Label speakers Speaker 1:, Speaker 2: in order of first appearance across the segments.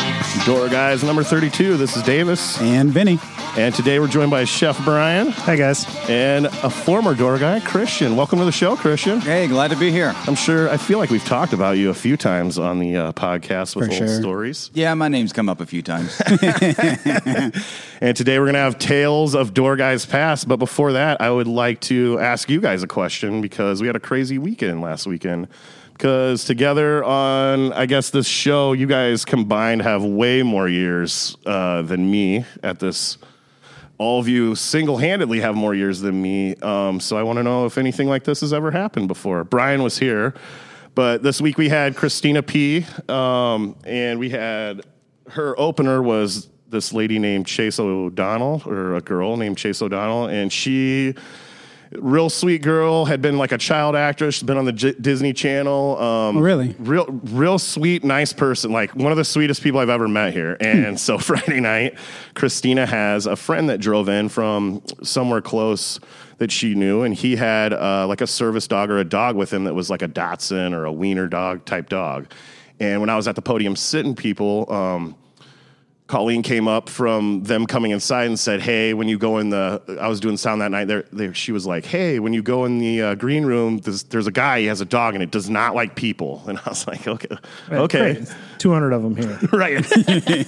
Speaker 1: Outdoor Guys, number 32. This is Davis.
Speaker 2: And Vinny.
Speaker 1: And today we're joined by Chef Brian
Speaker 3: Hi, guys.
Speaker 1: and a former door guy, Christian. Welcome to the show, Christian.
Speaker 2: Hey, glad to be here.
Speaker 1: I'm sure, I feel like we've talked about you a few times on the uh, podcast with
Speaker 2: For
Speaker 1: old
Speaker 2: sure.
Speaker 1: stories.
Speaker 2: Yeah, my name's come up a few times.
Speaker 1: And today we're going to have Tales of Door Guys Past. But before that, I would like to ask you guys a question because we had a crazy weekend last weekend. Because together on, I guess, this show, you guys combined have way more years uh, than me at this. All of you single handedly have more years than me. Um, so I want to know if anything like this has ever happened before. Brian was here, but this week we had Christina P. Um, and we had her opener was this lady named Chase O'Donnell, or a girl named Chase O'Donnell, and she, real sweet girl, had been like a child actress, been on the J- Disney Channel. Um,
Speaker 2: Oh, really?
Speaker 1: Real, real sweet, nice person, like one of the sweetest people I've ever met here.
Speaker 2: Hmm.
Speaker 1: And so Friday night, Christina has a friend that drove in from somewhere close that she knew, and he had uh, like a service dog or a dog with him that was like a Dachshund or a wiener dog type dog. And when I was at the podium sitting, people, um, Colleen came up from them coming inside and said, "Hey, when you go in the, I was doing sound that night. There, there she was like, "Hey, when you go in the uh, green room, there's, there's a guy. He has a dog, and it does not like people." And I was like, "Okay, okay,
Speaker 3: Two hundred of them here.
Speaker 1: right."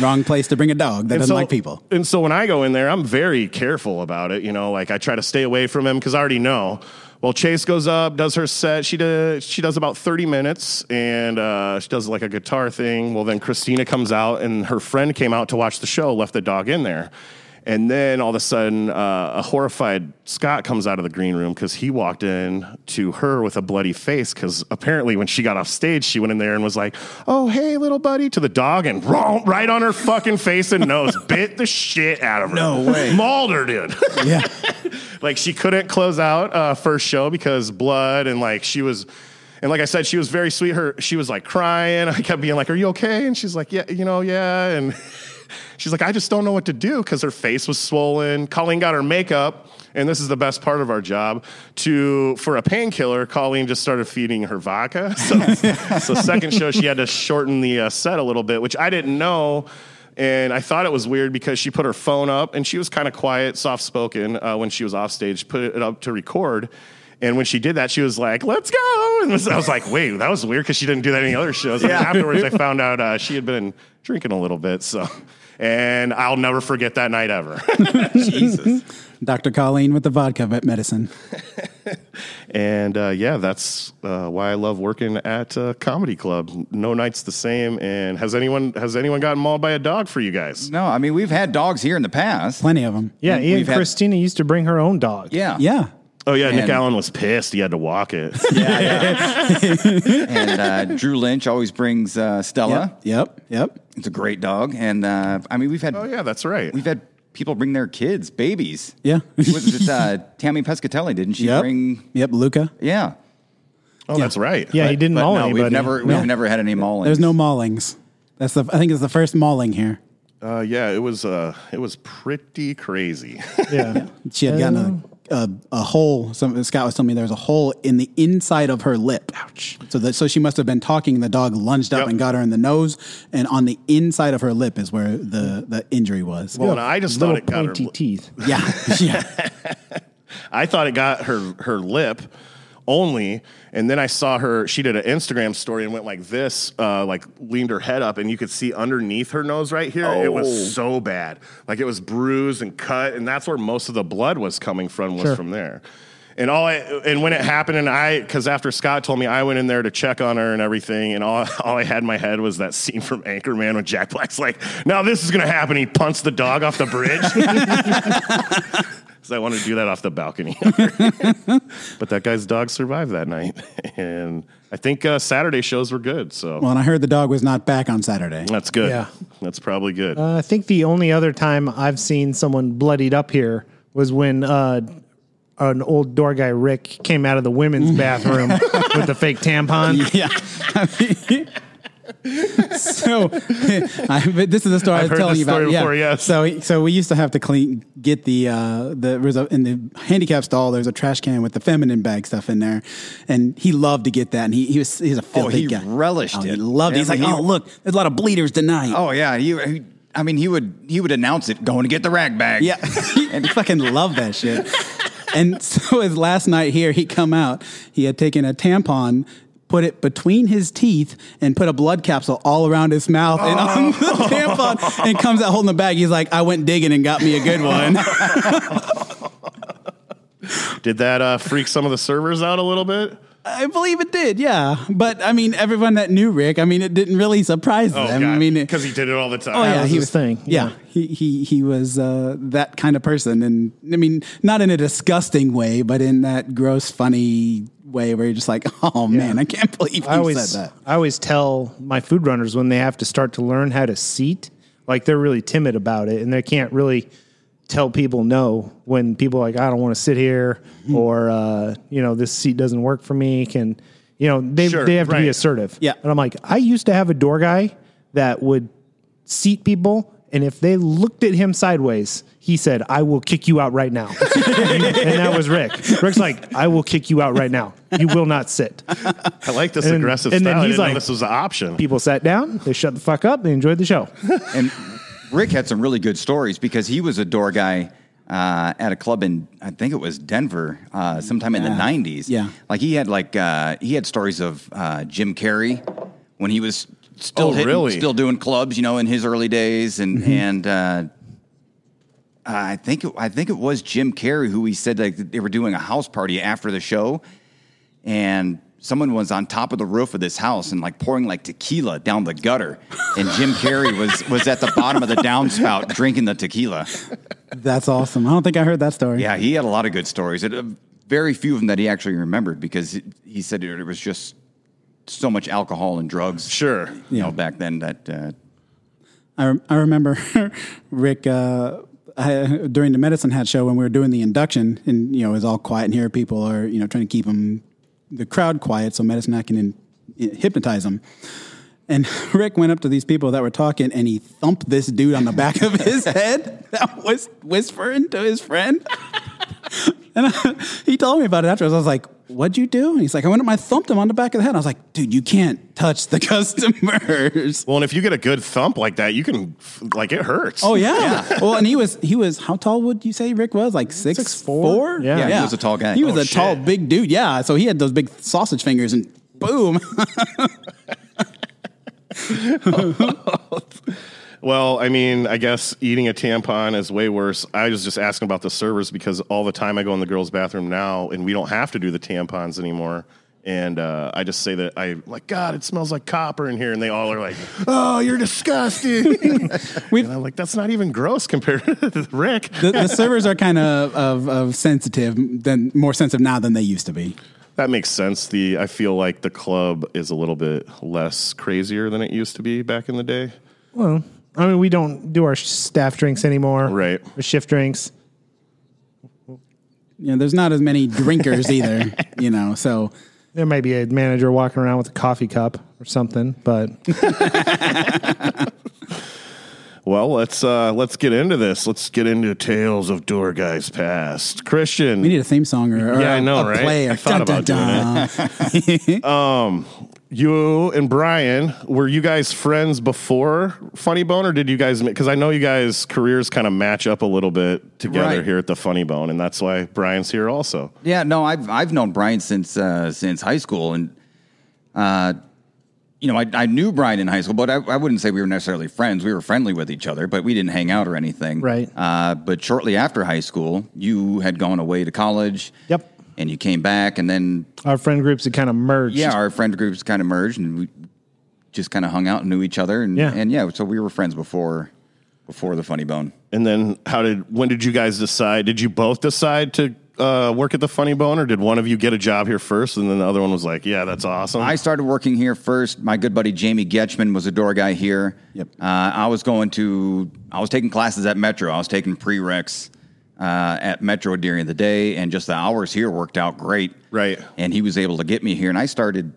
Speaker 2: Wrong place to bring a dog that doesn't
Speaker 1: so-
Speaker 2: like people.
Speaker 1: And so when I go in there, I'm very careful about it. You know, like I try to stay away from him because I already know. Well, Chase goes up, does her set. She does she does about 30 minutes, and uh, she does like a guitar thing. Well, then Christina comes out, and her friend came out to watch the show, left the dog in there. And then all of a sudden, uh, a horrified Scott comes out of the green room because he walked in to her with a bloody face. Because apparently, when she got off stage, she went in there and was like, "Oh, hey, little buddy," to the dog, and wrong, right on her fucking face and nose, bit the shit out of her.
Speaker 2: No way.
Speaker 1: mauled her, dude.
Speaker 2: Yeah.
Speaker 1: like she couldn't close out uh, first show because blood and like she was and like I said, she was very sweet. Her she was like crying. I kept being like, "Are you okay?" And she's like, "Yeah, you know, yeah." And she's like, "I just don't know what to do because her face was swollen." Colleen got her makeup, and this is the best part of our job. To for a painkiller, Colleen just started feeding her vodka. So, so second show, she had to shorten the uh, set a little bit, which I didn't know. And I thought it was weird because she put her phone up and she was kind of quiet, soft spoken uh, when she was off stage, put it up to record. And when she did that, she was like, let's go. And I was like, wait, that was weird because she didn't do that in any other shows. And afterwards, I found out uh, she had been drinking a little bit. So, and I'll never forget that night ever.
Speaker 2: Jesus. Dr. Colleen with the vodka vet medicine.
Speaker 1: and uh, yeah, that's uh, why I love working at a comedy club. No night's the same. And has anyone, has anyone gotten mauled by a dog for you guys?
Speaker 4: No, I mean we've had dogs here in the past.
Speaker 2: Plenty of them.
Speaker 3: Yeah,
Speaker 4: We've
Speaker 3: Ian
Speaker 4: had-
Speaker 3: Christina used to bring her own dog.
Speaker 4: Yeah,
Speaker 2: Yeah.
Speaker 1: Oh yeah. Nick
Speaker 4: And-
Speaker 1: Allen was pissed. He had to walk it.
Speaker 4: and uh, Drew Lynch always brings uh, Stella.
Speaker 2: Yep. Yep. Yep.
Speaker 4: It's a great dog, and uh, I mean we've had
Speaker 1: oh yeah, that's right.
Speaker 4: we've had people bring their kids, babies.
Speaker 2: Yeah.
Speaker 4: was it uh, Tammy Pescatelli? Didn't she
Speaker 2: Yep.
Speaker 4: bring?
Speaker 2: Yep. Luca.
Speaker 4: Yeah,
Speaker 1: Oh, that's right.
Speaker 3: Yeah, he didn't
Speaker 4: but
Speaker 3: maul
Speaker 4: no,
Speaker 3: anybody.
Speaker 4: we've never we've
Speaker 2: No.
Speaker 4: never had any mauling.
Speaker 2: There's no maulings. That's the. I think it's the first mauling here.
Speaker 1: Uh, yeah, it was uh, it was pretty crazy.
Speaker 3: Yeah.
Speaker 2: She had gotten
Speaker 1: Oh.
Speaker 2: a, a, a hole. Some, Scott was telling me there was a hole in the inside of her lip. Ouch. So that so she must have been talking. The dog lunged up
Speaker 1: Yep.
Speaker 2: and got her in the nose, and on the inside of her lip is where the the injury was.
Speaker 1: well, and I just
Speaker 3: Little
Speaker 1: thought it got her.
Speaker 3: pointy teeth.
Speaker 2: yeah. Yeah.
Speaker 1: I thought it got her her lip only, and then I saw her. She did an Instagram story and went like this, uh, like leaned her head up, and you could see underneath her nose right here. It was so bad, like it was bruised and cut, and that's where most of the blood was coming from. Was
Speaker 3: Sure.
Speaker 1: from there. And all I, and when it happened, and I, because after Scott told me, I went in there to check on her and everything, and all, all I had in my head was that scene from Anchorman when Jack Black's like, "Now this is gonna happen." He punts the dog off the bridge. because I wanted to do that off the balcony. but that guy's dog survived that night, and I think uh, Saturday shows were good. So
Speaker 2: Well, and I heard the dog was not back on Saturday.
Speaker 1: that's good.
Speaker 3: Yeah.
Speaker 1: That's probably good.
Speaker 3: Uh, I think the only other time I've seen someone bloodied up here was when uh, an old door guy Rick came out of the women's bathroom with the fake tampon.
Speaker 2: Yeah. so I, but this is the story
Speaker 1: I've
Speaker 2: I was
Speaker 1: heard
Speaker 2: telling
Speaker 1: this
Speaker 2: you about.
Speaker 1: story
Speaker 2: yeah.
Speaker 1: before, yes.
Speaker 2: So so we used to have to clean get the uh, the there's a- in the handicap stall. There's a trash can with the feminine bag stuff in there, and he loved to get that. And he he was he's a filthy
Speaker 4: he
Speaker 2: guy.
Speaker 4: relished
Speaker 2: Oh, He
Speaker 4: it.
Speaker 2: loved it. He's like,
Speaker 4: And he-
Speaker 2: oh look, there's a lot of bleeders tonight.
Speaker 4: Oh yeah, you. he- I mean, he would he would announce it, going to get the rag bag.
Speaker 2: Yeah, and fucking love that shit. And so his last night here, he come out. He had taken a tampon, put it between his teeth, and put a blood capsule all around his mouth and on the tampon, and comes out holding the bag. He's like, "I went digging and got me a good one."
Speaker 1: Did that uh, freak some of the servers out a little bit?
Speaker 2: I believe it did, yeah. But I mean, everyone that knew Rick, I mean, it didn't really surprise
Speaker 1: Oh,
Speaker 2: them.
Speaker 1: God.
Speaker 2: I mean, it-
Speaker 1: because he did it all the time.
Speaker 2: Oh yeah,
Speaker 3: was
Speaker 2: he
Speaker 3: his thing,
Speaker 2: Yeah.
Speaker 3: yeah.
Speaker 2: he he he was uh, that kind of person, and I mean, not in a disgusting way, but in that gross, funny way where you're just like, oh man, I can't believe you
Speaker 3: I always,
Speaker 2: said that.
Speaker 3: I always tell my food runners when they have to start to learn how to seat, like they're really timid about it and they can't really tell people no when people are like, I don't want to sit here
Speaker 2: Mm-hmm.
Speaker 3: or, uh, you know, this seat doesn't work for me. Can, you know, they,
Speaker 1: Sure,
Speaker 3: they have to
Speaker 1: right.
Speaker 3: be assertive.
Speaker 2: Yeah.
Speaker 3: And I'm like, I used to have a door guy that would seat people. And if they looked at him sideways, he said, I will kick you out right now. and that was Rick. Rick's like, I will kick you out right now. You will not sit
Speaker 1: I like this
Speaker 3: And-
Speaker 1: aggressive
Speaker 3: and
Speaker 1: style.
Speaker 3: then
Speaker 1: I
Speaker 3: he's
Speaker 1: didn't know
Speaker 3: like-
Speaker 1: this was an option.
Speaker 3: people sat down, they shut the fuck up, they enjoyed the show.
Speaker 4: And Rick had some really good stories because he was a door guy uh, at a club in I think it was Denver, uh, sometime in the
Speaker 2: Yeah.
Speaker 4: '90s.
Speaker 2: Yeah.
Speaker 4: like he had like uh, he had stories of uh, Jim Carrey when he was still
Speaker 1: Oh,
Speaker 4: hitting,
Speaker 1: really? Mm-hmm.
Speaker 4: still doing clubs, you know, in his early days, and and. Uh, I think it, I think it was Jim Carrey who he said like they were doing a house party after the show, and someone was on top of the roof of this house and like pouring like tequila down the gutter, and Jim Carrey was was at the bottom of the downspout drinking the tequila.
Speaker 2: That's awesome. I don't think I heard that story.
Speaker 4: Yeah, he had a lot of good stories. It, uh, very few of them that he actually remembered because he- he said it was just so much alcohol and drugs.
Speaker 1: Sure.
Speaker 4: you know back then that uh,
Speaker 2: I, rem- I remember Rick uh, I, during the medicine hat show when we were doing the induction, and you know, it was all quiet, and here people are you know trying to keep them the crowd quiet so medicine hat can in, hypnotize them. And Rick went up to these people that were talking, and he thumped this dude on the back of his head that was whispering to his friend. And I, he told me about it afterwards. I was like, "What'd you do?" And he's like, "I went up, and I thumped him on the back of the head." I was like, "Dude, you can't touch the customers."
Speaker 1: Well, and if you get a good thump like that, you can f- like it hurts.
Speaker 2: Oh yeah. well, and he was he was how tall would you say Rick was? Like six,
Speaker 3: Six,
Speaker 2: four?
Speaker 3: four? Yeah. Yeah,
Speaker 4: he was a tall guy.
Speaker 2: He was
Speaker 1: Oh,
Speaker 2: a tall,
Speaker 1: shit.
Speaker 2: big dude. Yeah. So he had those big sausage fingers, and boom.
Speaker 1: Well, I mean, I guess eating a tampon is way worse. I was just asking about the servers because all the time I go in the girls' bathroom now, and we don't have to do the tampons anymore. And uh, I just say that I like God. It smells like copper in here, and they all are like, "Oh, you're disgusting."
Speaker 2: We've-
Speaker 1: and I'm like, "That's not even gross compared to Rick."
Speaker 2: the, the servers are kind of of, of sensitive, than more sensitive now than they used to be.
Speaker 1: That makes sense. The I feel like the club is a little bit less crazier than it used to be back in the day.
Speaker 3: Well, I mean, we don't do our sh- staff drinks anymore,
Speaker 1: Right.
Speaker 3: Or shift drinks.
Speaker 2: You know, there's not as many drinkers either. You know, so
Speaker 3: There might be a manager walking around with a coffee cup or something, but
Speaker 1: Well, let's uh, let's get into this. Let's get into tales of door guys past. Christian,
Speaker 2: we need a theme song or, or
Speaker 1: Yeah, I know,
Speaker 2: a, a
Speaker 1: right?
Speaker 2: play. Or
Speaker 1: I thought about
Speaker 2: doing
Speaker 1: you and Brian, were you guys friends before Funny Bone, or did you guys? Because I know you guys' careers kind of match up a little bit together
Speaker 4: Right.
Speaker 1: here at the Funny Bone, and that's why Brian's here also.
Speaker 4: Yeah, no, I've I've known Brian since uh, since high school, and uh, you know, I, I knew Brian in high school, but I, I wouldn't say we were necessarily friends. We were friendly with each other, but we didn't hang out or anything.
Speaker 3: Right.
Speaker 4: Uh, but shortly after high school, you had gone away to college.
Speaker 3: Yep.
Speaker 4: And you came back, and then
Speaker 3: our friend groups had kind of merged.
Speaker 4: yeah, our friend groups kind of merged, and we just kind of hung out and knew each other, and
Speaker 3: Yeah.
Speaker 4: and yeah, so we were friends before before the Funny Bone.
Speaker 1: And then, how did? When did you guys decide? Did you both decide to uh, work at the Funny Bone, or did one of you get a job here first, and then the other one was like, "Yeah, that's awesome."
Speaker 4: I started working here first. My good buddy Jamie Getchman was a door guy here.
Speaker 2: Yep.
Speaker 4: Uh, I was going to, I was taking classes at Metro. I was taking prereqs uh, at Metro during the day, and just the hours here worked out great.
Speaker 1: Right.
Speaker 4: And he was able to get me here, and I started,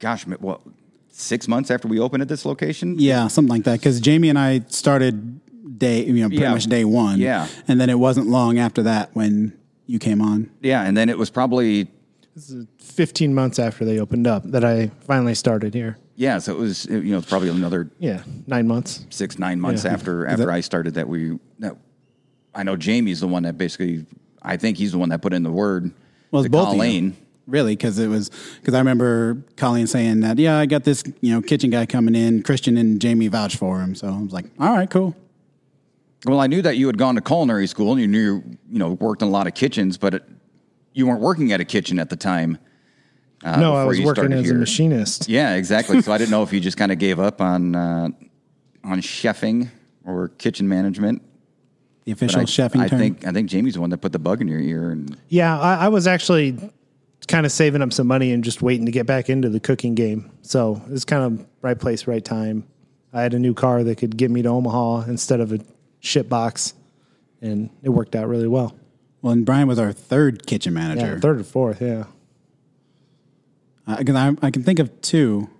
Speaker 4: gosh, ma- what, six months after we opened at this location.
Speaker 2: Yeah, something like that. Because Jamie and I started day, you know, pretty
Speaker 4: Yeah.
Speaker 2: much day one.
Speaker 4: Yeah.
Speaker 2: and then it wasn't long after that when you came on.
Speaker 4: Yeah, and then it was probably
Speaker 3: Fifteen months after they opened up, that I finally started here.
Speaker 4: yeah, so it was you know it's probably another
Speaker 3: Yeah, nine months.
Speaker 4: six nine months
Speaker 3: Yeah.
Speaker 4: after after I started that we that I know Jamie's the one that basically I think he's the one that put in the word
Speaker 2: Well, it's
Speaker 4: to
Speaker 2: both of you.
Speaker 4: Colleen.
Speaker 2: Really, because it was because I remember Colleen saying that. Yeah, I got this, you know, kitchen guy coming in. Christian and Jamie vouched for him, so I was like, all right, cool.
Speaker 4: Well, I knew that you had gone to culinary school and you knew you you know worked in a lot of kitchens, but it, you weren't working at a kitchen at the time. uh,
Speaker 3: no, I
Speaker 4: before
Speaker 3: was
Speaker 4: you
Speaker 3: working
Speaker 4: started
Speaker 3: as a
Speaker 4: here.
Speaker 3: machinist.
Speaker 4: Yeah, exactly. so I didn't know if you just kind of gave up on uh, on chefing or kitchen management.
Speaker 2: The
Speaker 4: But
Speaker 2: official
Speaker 4: I,
Speaker 2: chefing
Speaker 4: I
Speaker 2: term.
Speaker 4: think I think Jamie's the one that put the bug in your ear, and
Speaker 3: Yeah, I, I was actually kind of saving up some money and just waiting to get back into the cooking game. So it was kind of right place, right time. I had a new car that could get me to Omaha instead of a shit box, and it worked out really well.
Speaker 2: well, and Brian was our third kitchen
Speaker 3: Yeah,
Speaker 2: manager.
Speaker 3: third or fourth, yeah.
Speaker 2: Because I, I can think of two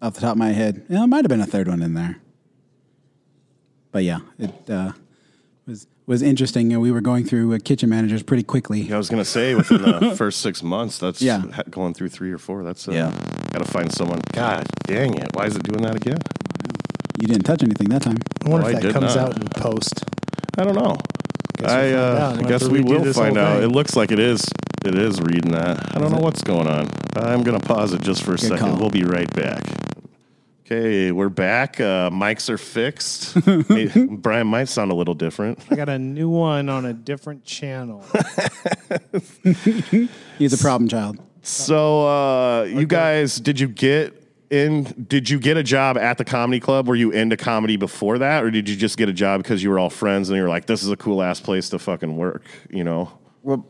Speaker 2: off the top of my head. Yeah, it might have been a third one in there. But yeah, it uh, was was interesting. And we were going through uh, kitchen managers pretty quickly.
Speaker 1: I was gonna say within the first six months, that's
Speaker 2: Yeah.
Speaker 1: ha- going through three or four. That's uh,
Speaker 4: Yeah.
Speaker 1: Got to find someone. God dang it! Why is it doing that again?
Speaker 2: You didn't touch anything that time.
Speaker 3: I wonder
Speaker 1: No, I
Speaker 3: if that
Speaker 1: did
Speaker 3: comes
Speaker 1: not.
Speaker 3: out in post.
Speaker 1: I don't know.
Speaker 3: Guess we'll
Speaker 1: I,
Speaker 3: find out.
Speaker 1: uh,
Speaker 3: We'll
Speaker 1: I
Speaker 3: have
Speaker 1: guess
Speaker 3: to
Speaker 1: we
Speaker 3: redo
Speaker 1: will
Speaker 3: this whole
Speaker 1: find out.
Speaker 3: thing.
Speaker 1: It looks like it is. It is reading that. I don't know what's going on. I'm gonna pause it just for a second.
Speaker 2: call.
Speaker 1: We'll be right back. Okay, we're back. Uh, mics are fixed. Hey, Brian might sound a little different.
Speaker 3: I got a new one on a different channel.
Speaker 2: He's a problem child.
Speaker 1: So, uh, you guys, did you get in? Did you get a job at the comedy club? Were you into comedy before that, or did you just get a job because you were all friends and you were like, "This is a cool ass place to fucking work"? You know?
Speaker 4: well,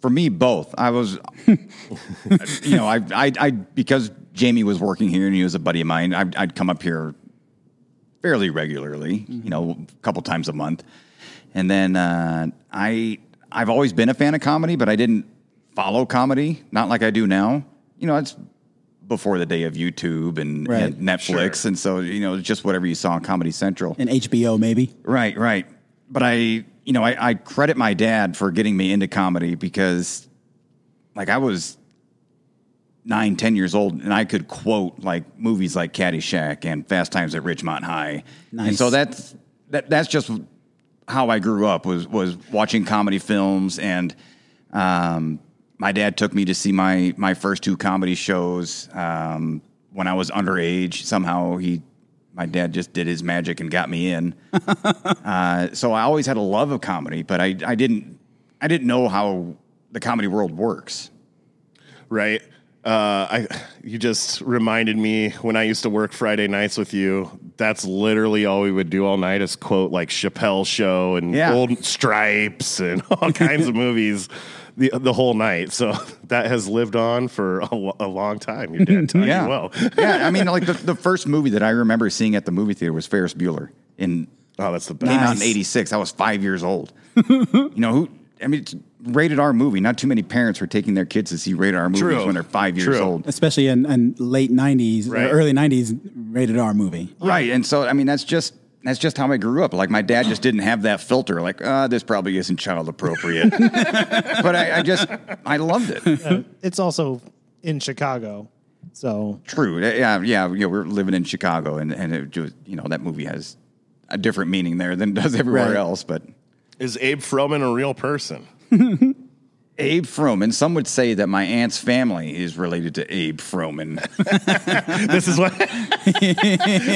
Speaker 4: for me both. I was, you know, I, I I because Jamie was working here and he was a buddy of mine. I'd, I'd come up here fairly regularly, you know, a couple times a month. And then uh, I I've always been a fan of comedy, but I didn't follow comedy, not like I do now. You know, it's before the day of YouTube and,
Speaker 2: Right.
Speaker 4: and Netflix, and so you know, just whatever you saw on Comedy Central.
Speaker 2: And HBO maybe.
Speaker 4: Right, right. But I, you know, I, I credit my dad for getting me into comedy because, like, I was nine, ten years old, and I could quote like movies like Caddyshack and Fast Times at Ridgemont High. And so
Speaker 2: Nice.
Speaker 4: that's that. That's just how I grew up was was watching comedy films, and um, my dad took me to see my my first two comedy shows um, when I was underage. Somehow he. My dad just did his magic and got me in so I always had a love of comedy, but I, I didn't I didn't know how the comedy world works.
Speaker 1: right? Uh, I, you just reminded me when I used to work Friday nights with you. That's literally all we would do all night is quote like Chappelle show and
Speaker 4: Yeah.
Speaker 1: old stripes and all kinds of movies the the whole night. So that has lived on for a, lo- a long time. Your dad taught
Speaker 4: Yeah.
Speaker 1: you well.
Speaker 4: yeah, I mean like the, the first movie that I remember seeing at the movie theater was Ferris Bueller in
Speaker 1: Oh, that's the
Speaker 4: came
Speaker 1: best.
Speaker 4: out in
Speaker 2: Nice.
Speaker 4: 86. I was 5 years old. you know who I mean it's rated R movie. Not too many parents were taking their kids to see rated R movies
Speaker 1: True.
Speaker 4: when they're 5 years
Speaker 1: True.
Speaker 4: old.
Speaker 2: Especially in, in late 90s
Speaker 1: Right.
Speaker 2: or early 90s rated R movie.
Speaker 4: Right. And so I mean that's just that's just how I grew up. Like my dad just didn't have that filter. Like, uh, this probably isn't child appropriate. but I, I just I loved it.
Speaker 3: Uh, it's also in Chicago. So
Speaker 4: True. Yeah, yeah, yeah. We're living in Chicago, and and it just, you know that movie has a different meaning there than it does everywhere
Speaker 2: Right.
Speaker 4: else. But
Speaker 1: Is Abe Froman a real person?
Speaker 4: Abe Froman. Some would say that my aunt's family is related to Abe Froman.
Speaker 1: This is what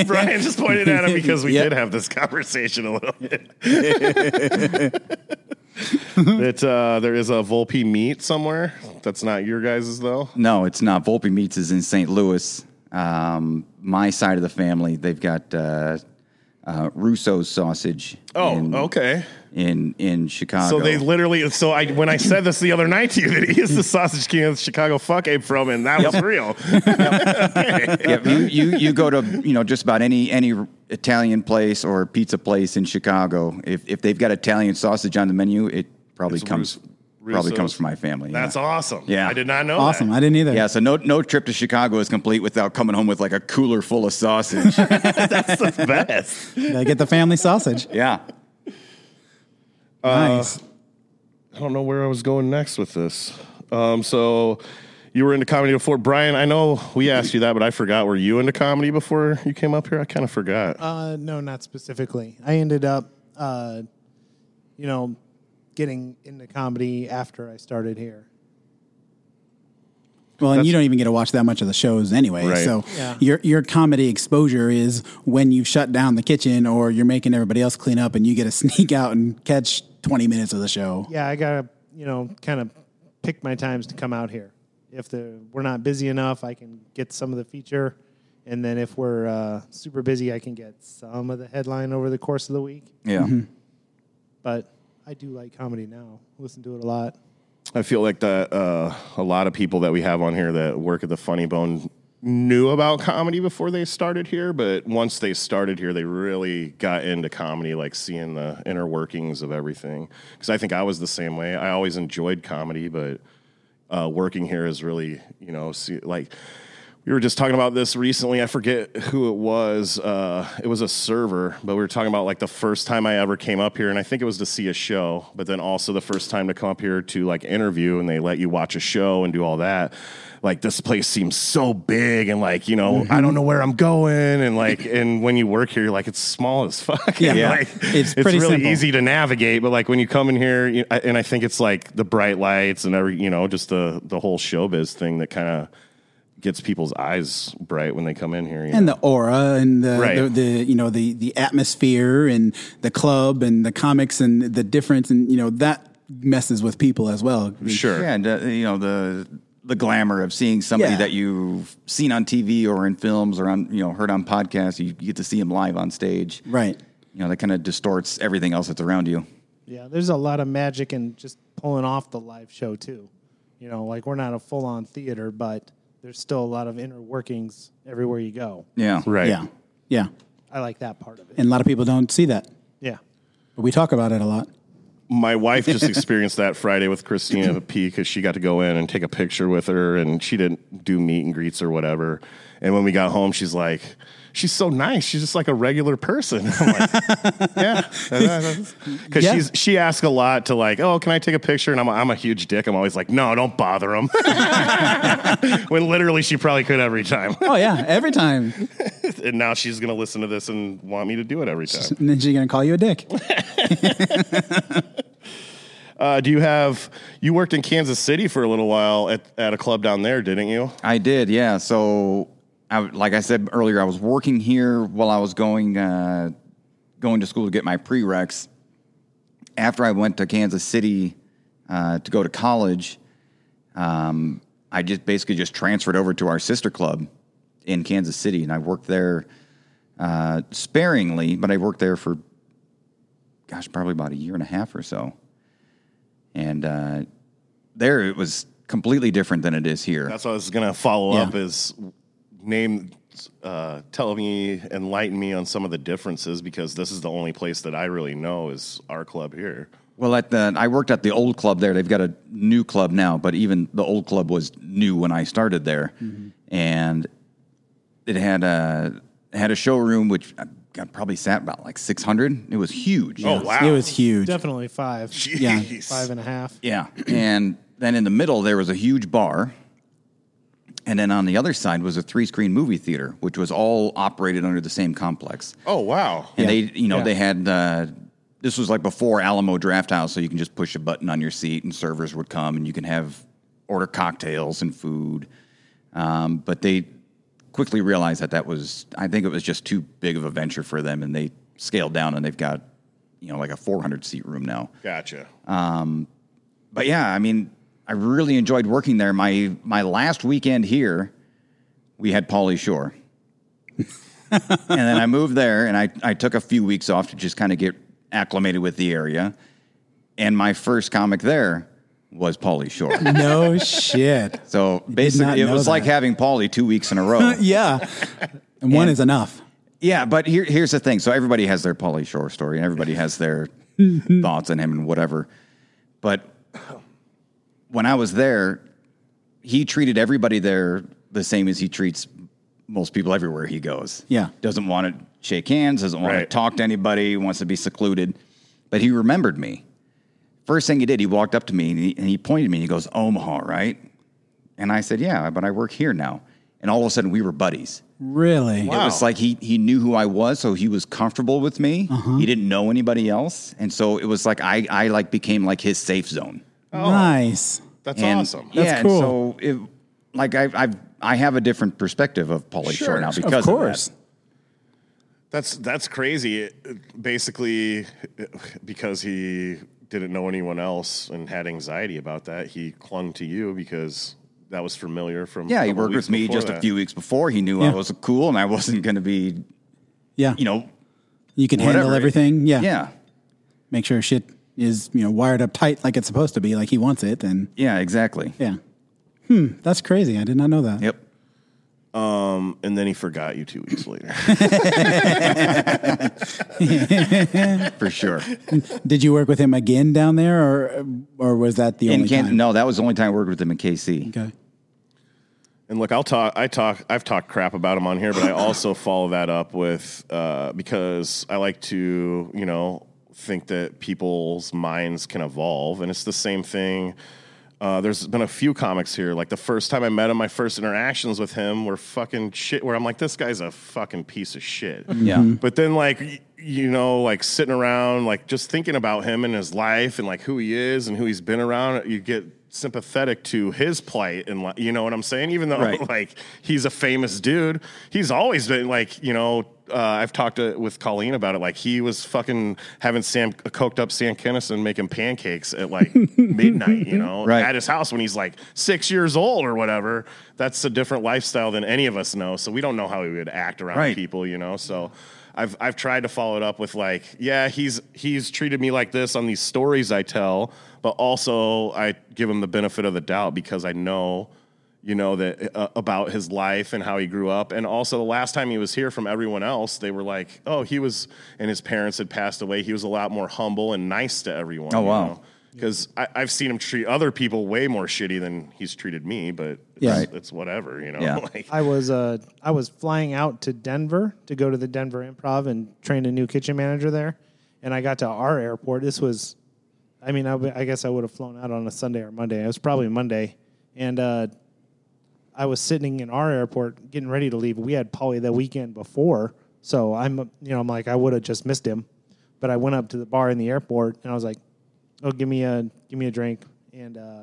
Speaker 1: Brian just pointed at him because we
Speaker 2: Yep.
Speaker 1: did have this conversation a little bit. that uh, there is a Volpe meat somewhere. That's not your guys's though.
Speaker 4: no, it's not. Volpe Meats is in St. Louis. Um, my side of the family, they've got uh, uh, Russo's sausage.
Speaker 1: Oh,
Speaker 4: in,
Speaker 1: okay.
Speaker 4: In in Chicago.
Speaker 1: So they literally. So I when I said this the other night to you that he is the sausage king of Chicago. Fuck Abe Froman. That was real.
Speaker 4: yeah, you, you you go to you know just about any any Italian place or pizza place in Chicago. If if they've got Italian sausage on the menu, it probably
Speaker 1: It's
Speaker 4: comes
Speaker 1: Rus-
Speaker 4: probably
Speaker 1: Russo's.
Speaker 4: comes from my family. yeah.
Speaker 1: That's awesome.
Speaker 4: Yeah.
Speaker 1: I did not know.
Speaker 2: Awesome.
Speaker 1: That.
Speaker 2: I didn't either.
Speaker 4: Yeah, so no no trip to Chicago is complete without coming home with like a cooler full of sausage.
Speaker 1: That's the best.
Speaker 2: Gotta get the family sausage.
Speaker 4: yeah.
Speaker 1: Uh,
Speaker 2: nice.
Speaker 1: I don't know where I was going next with this. Um, so you were into comedy before, Brian. I know we asked you that, but I forgot. Were you into comedy before you came up here? I kind of forgot.
Speaker 3: Uh, no, not specifically. I ended up, uh, you know, getting into comedy after I started here.
Speaker 2: Well, and you don't even get to watch that much of the shows anyway.
Speaker 1: Right.
Speaker 2: So
Speaker 3: Yeah.
Speaker 2: your your comedy exposure is when you shut down the kitchen or you're making everybody else clean up and you get to sneak out and catch 20 minutes of the show.
Speaker 3: Yeah, I gotta, you know, kind of pick my times to come out here. If the we're not busy enough, I can get some of the feature, and then if we're uh, super busy, I can get some of the headline over the course of the week.
Speaker 4: Yeah.
Speaker 1: Mm-hmm.
Speaker 3: But I do like comedy now. Listen to it a lot.
Speaker 1: I feel like that uh, a lot of people that we have on here that work at the Funny Bone knew about comedy before they started here, but once they started here, they really got into comedy, like seeing the inner workings of everything. Because I think I was the same way. I always enjoyed comedy, but uh, working here is really, you know, see, like we were just talking about this recently. I forget who it was. Uh, it was a server, but we were talking about like the first time I ever came up here, and I think it was to see a show, but then also the first time to come up here to like interview and they let you watch a show and do all that. Like this place seems so big, and like you know,
Speaker 2: Mm-hmm.
Speaker 1: I don't know where I'm going, and like, and when you work here, you're like it's small as fuck.
Speaker 2: Yeah.
Speaker 1: And,
Speaker 2: Yeah.
Speaker 1: like,
Speaker 2: It's pretty
Speaker 1: really
Speaker 2: simple.
Speaker 1: easy to navigate, but like when you come in here, you, I- and I think it's like the bright lights and every, you know, just the the whole showbiz thing that kind of gets people's eyes bright when they come in here. you
Speaker 2: And
Speaker 1: know?
Speaker 2: the aura and the,
Speaker 1: Right.
Speaker 2: the, the you know the the atmosphere and the club and the comics and the difference and you know that messes with people as well.
Speaker 1: sure,
Speaker 4: Yeah, and uh, you know the the glamour of seeing somebody
Speaker 2: Yeah.
Speaker 4: that you've seen on TV or in films or on you know heard on podcasts, you get to see them live on stage.
Speaker 2: Right.
Speaker 4: You know that kind of distorts everything else that's around you.
Speaker 3: Yeah, there's a lot of magic in just pulling off the live show too. You know, like we're not a full on theater, but there's still a lot of inner workings everywhere you go.
Speaker 4: Yeah.
Speaker 1: right?
Speaker 2: Yeah. Yeah.
Speaker 3: I like that part of it.
Speaker 2: And a lot of people don't see that.
Speaker 3: Yeah.
Speaker 2: But we talk about it a lot.
Speaker 1: My wife just experienced that Friday with Christina P because she got to go in and take a picture with her, and she didn't do meet and greets or whatever. And when we got home, she's like. She's so nice. She's just like a regular person. I'm like, yeah, because
Speaker 2: Yeah.
Speaker 1: she's she asks a lot to like, oh, can I take a picture? And I'm a, I'm a huge dick. I'm always like, no, don't bother him. when literally she probably could every time.
Speaker 2: Oh yeah, every time.
Speaker 1: and now she's gonna listen to this and want me to do it every time.
Speaker 2: And then she's gonna call you a dick.
Speaker 1: Uh, do you have? You worked in Kansas City for a little while at, at a club down there, didn't you?
Speaker 4: I did, yeah. So, I, like I said earlier, I was working here while I was going uh, going to school to get my prereqs. After I went to Kansas City uh, to go to college, um, I just basically just transferred over to our sister club in Kansas City, and I worked there uh, sparingly, but I worked there for gosh, probably about a year and a half or so. And uh, there, it was completely different than it is here.
Speaker 1: That's what I was gonna follow
Speaker 2: Yeah.
Speaker 1: up. Is name, uh, tell me, enlighten me on some of the differences because this is the only place that I really know is our club here.
Speaker 4: Well, at the I worked at the old club there. They've got a new club now, but even the old club was new when I started there, and it had a had a showroom which uh, got probably sat about like six hundred. It was huge.
Speaker 1: Oh wow,
Speaker 2: It was huge.
Speaker 3: Definitely five.
Speaker 1: Jeez.
Speaker 3: Five and a half.
Speaker 4: Yeah, and then in the middle there was a huge bar, and then on the other side was a three screen movie theater, which was all operated under the same complex.
Speaker 1: Oh wow.
Speaker 4: And
Speaker 2: Yeah.
Speaker 4: they, you know,
Speaker 3: Yeah.
Speaker 4: they had uh, this was like before Alamo Draft House, so you can just push a button on your seat and servers would come and you can have order cocktails and food. Um, but they quickly realized that that was, I think it was just too big of a venture for them, and they scaled down and they've got, you know, like a 400 seat room now
Speaker 1: Gotcha.
Speaker 4: Uh, but yeah, I mean, I really enjoyed working there. My my last weekend here, we had Pauly Shore, and then I moved there, and I I took a few weeks off to just kind of get acclimated with the area. And my first comic there was Pauly Shore,
Speaker 2: No shit.
Speaker 4: so
Speaker 2: not
Speaker 4: basically it
Speaker 2: know
Speaker 4: was like
Speaker 2: that.
Speaker 4: having Pauly two weeks in a row.
Speaker 2: yeah. And one is enough.
Speaker 4: Yeah, but here, here's the thing. So everybody has their Polly Shore story, and everybody has their thoughts on him and whatever. But when I was there, he treated everybody there the same as he treats most people everywhere he goes.
Speaker 2: Yeah.
Speaker 4: Doesn't want to shake hands, doesn't want
Speaker 1: Right.
Speaker 4: to talk to anybody, wants to be secluded. But he remembered me. First thing he did, he walked up to me and he, and he pointed at me and he goes, Omaha, right? And I said, Yeah, but I work here now. And all of a sudden we were buddies.
Speaker 2: Really?
Speaker 1: Wow.
Speaker 4: It was like he he knew who I was, so he was comfortable with me.
Speaker 1: Uh-huh.
Speaker 4: He didn't know anybody else, and so it was like I I like became like his safe zone.
Speaker 2: Nice.
Speaker 1: That's
Speaker 4: and,
Speaker 1: awesome.
Speaker 4: Yeah,
Speaker 2: That's
Speaker 4: and
Speaker 2: cool.
Speaker 4: so it, like I I've, I have a different perspective of Pauly
Speaker 1: Sure,
Speaker 4: Shore now
Speaker 1: of
Speaker 4: because
Speaker 2: of course.
Speaker 4: that.
Speaker 1: That's that's crazy. It- it- basically, because he didn't know anyone else and had anxiety about that, he clung to you because that was familiar from.
Speaker 4: Yeah,
Speaker 1: a
Speaker 4: he
Speaker 1: couple
Speaker 4: worked
Speaker 1: weeks
Speaker 4: with me
Speaker 1: before
Speaker 4: just a
Speaker 1: that.
Speaker 4: few weeks before. He knew I
Speaker 2: Yeah.
Speaker 4: was cool and I wasn't going to be
Speaker 2: Yeah.
Speaker 4: you know
Speaker 2: you can
Speaker 4: whatever.
Speaker 2: handle everything. Yeah.
Speaker 4: yeah
Speaker 2: Make sure shit is, you know, wired up tight like it's supposed to be, like he wants it. And
Speaker 4: yeah exactly
Speaker 2: yeah. Hmm. That's crazy. I did not know that.
Speaker 4: yep
Speaker 1: and then he forgot you two weeks later.
Speaker 4: for sure
Speaker 2: Did you work with him again down there or or was that the
Speaker 4: in
Speaker 2: only
Speaker 4: Kansas.
Speaker 2: time?
Speaker 4: No, that was the only time I worked with him in KC.
Speaker 2: Okay.
Speaker 1: And look, I'll talk. I talk. I've talked crap about him on here, but I also follow that up with uh, because I like to, you know, think that people's minds can evolve, and it's the same thing. Uh, there's been a few comics here. Like the first time I met him, my first interactions with him were fucking shit. Where I'm like, this guy's a fucking piece of shit.
Speaker 4: Yeah.
Speaker 2: Mm-hmm.
Speaker 1: But then, like, y- you know, like sitting around, like just thinking about him and his life and like who he is and who he's been around, you get sympathetic to his plight. And, like, you know what I'm saying? Even though,
Speaker 4: Right.
Speaker 1: like, he's a famous dude, he's always been like, you know, uh, I've talked to, with Colleen about it. Like, he was fucking having Sam, uh, coked up Sam Kennison making pancakes at like midnight, you know,
Speaker 4: Right.
Speaker 1: at his house when he's like six years old or whatever. That's a different lifestyle than any of us know. So we don't know how he would act around
Speaker 4: Right.
Speaker 1: people, you know. So I've I've tried to follow it up with like, yeah, he's he's treated me like this on these stories I tell, but also I give him the benefit of the doubt because I know, you know, that uh, about his life and how he grew up, and also the last time he was here from everyone else, they were like, oh, he was, and his parents had passed away. He was a lot more humble and nice to everyone.
Speaker 4: Oh,
Speaker 1: you
Speaker 4: wow.
Speaker 1: know? Because I've seen him treat other people way more shitty than he's treated me, but
Speaker 2: Yeah.
Speaker 1: it's, it's whatever, you know.
Speaker 4: Yeah.
Speaker 1: like,
Speaker 3: I was uh, I was flying out to Denver to go to the Denver Improv and train a new kitchen manager there, and I got to our airport. This was, I mean, I, w- I guess I would have flown out on a Sunday or Monday. It was probably Monday, and uh, I was sitting in our airport getting ready to leave. We had Polly the weekend before, so I'm you know I'm like I would have just missed him, but I went up to the bar in the airport and I was like, oh give me a give me a drink and uh,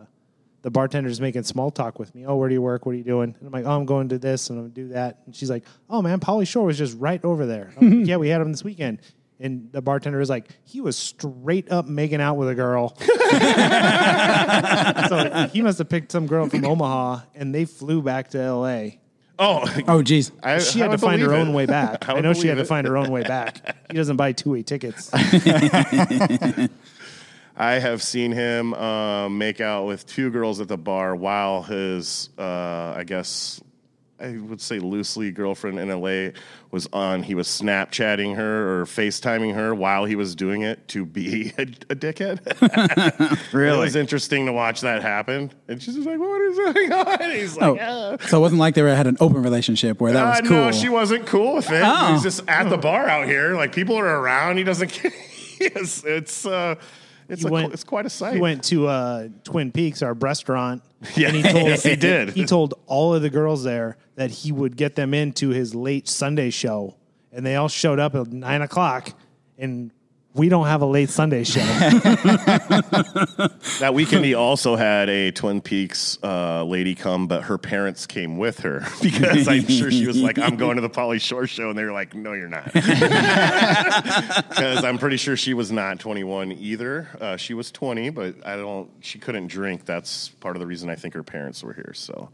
Speaker 3: the bartender's making small talk with me. Oh where do you work? What are you doing? And I'm like oh I'm going to this and I'm gonna do that. And she's like oh man Polly Shore was just right over there. I'm like, yeah we had him this weekend. And the bartender is like, he was straight up making out with a girl so he must have picked some girl from Omaha, and they flew back to L.A.
Speaker 1: oh,
Speaker 2: Oh, geez.
Speaker 1: I,
Speaker 3: She
Speaker 1: I
Speaker 3: had to
Speaker 1: would
Speaker 3: find her
Speaker 1: believe
Speaker 3: own
Speaker 1: it.
Speaker 3: way back.
Speaker 1: I
Speaker 3: I,
Speaker 1: would
Speaker 3: know she had
Speaker 1: believe
Speaker 3: to
Speaker 1: it.
Speaker 3: find her own way back. He doesn't buy two-way tickets.
Speaker 1: I have seen him uh, make out with two girls at the bar while his, uh, I guess, I would say loosely girlfriend in LA was on. He was Snapchatting her or FaceTiming her while he was doing it to be a, a dickhead. it was interesting to watch that happen. And she's just like, "What is going on?" And he's like, "Uh,
Speaker 2: Oh, so it wasn't like they were, had an open relationship where that was
Speaker 1: uh,
Speaker 2: cool.
Speaker 1: No, she wasn't cool with it.
Speaker 2: Oh.
Speaker 1: He's just at the bar out here. Like people are around. He doesn't. care. it's it's uh, it's
Speaker 3: He
Speaker 1: a,
Speaker 3: went-
Speaker 1: it's quite a sight.
Speaker 3: He went to uh, Twin Peaks, our restaurant.
Speaker 1: Yeah,
Speaker 3: and he told,
Speaker 1: yes, he did.
Speaker 3: He told all of the girls there that he would get them into his late Sunday show, and they all showed up at nine o'clock, and we don't have a late Sunday show.
Speaker 1: That weekend, he also had a Twin Peaks uh, lady come, but her parents came with her because I'm sure she was like, "I'm going to the Polly Shore show," and they were like, "No, you're not," because I'm pretty sure she was not 21 either. Uh, she was 20, but I don't. She couldn't drink. That's part of the reason I think her parents were here. So.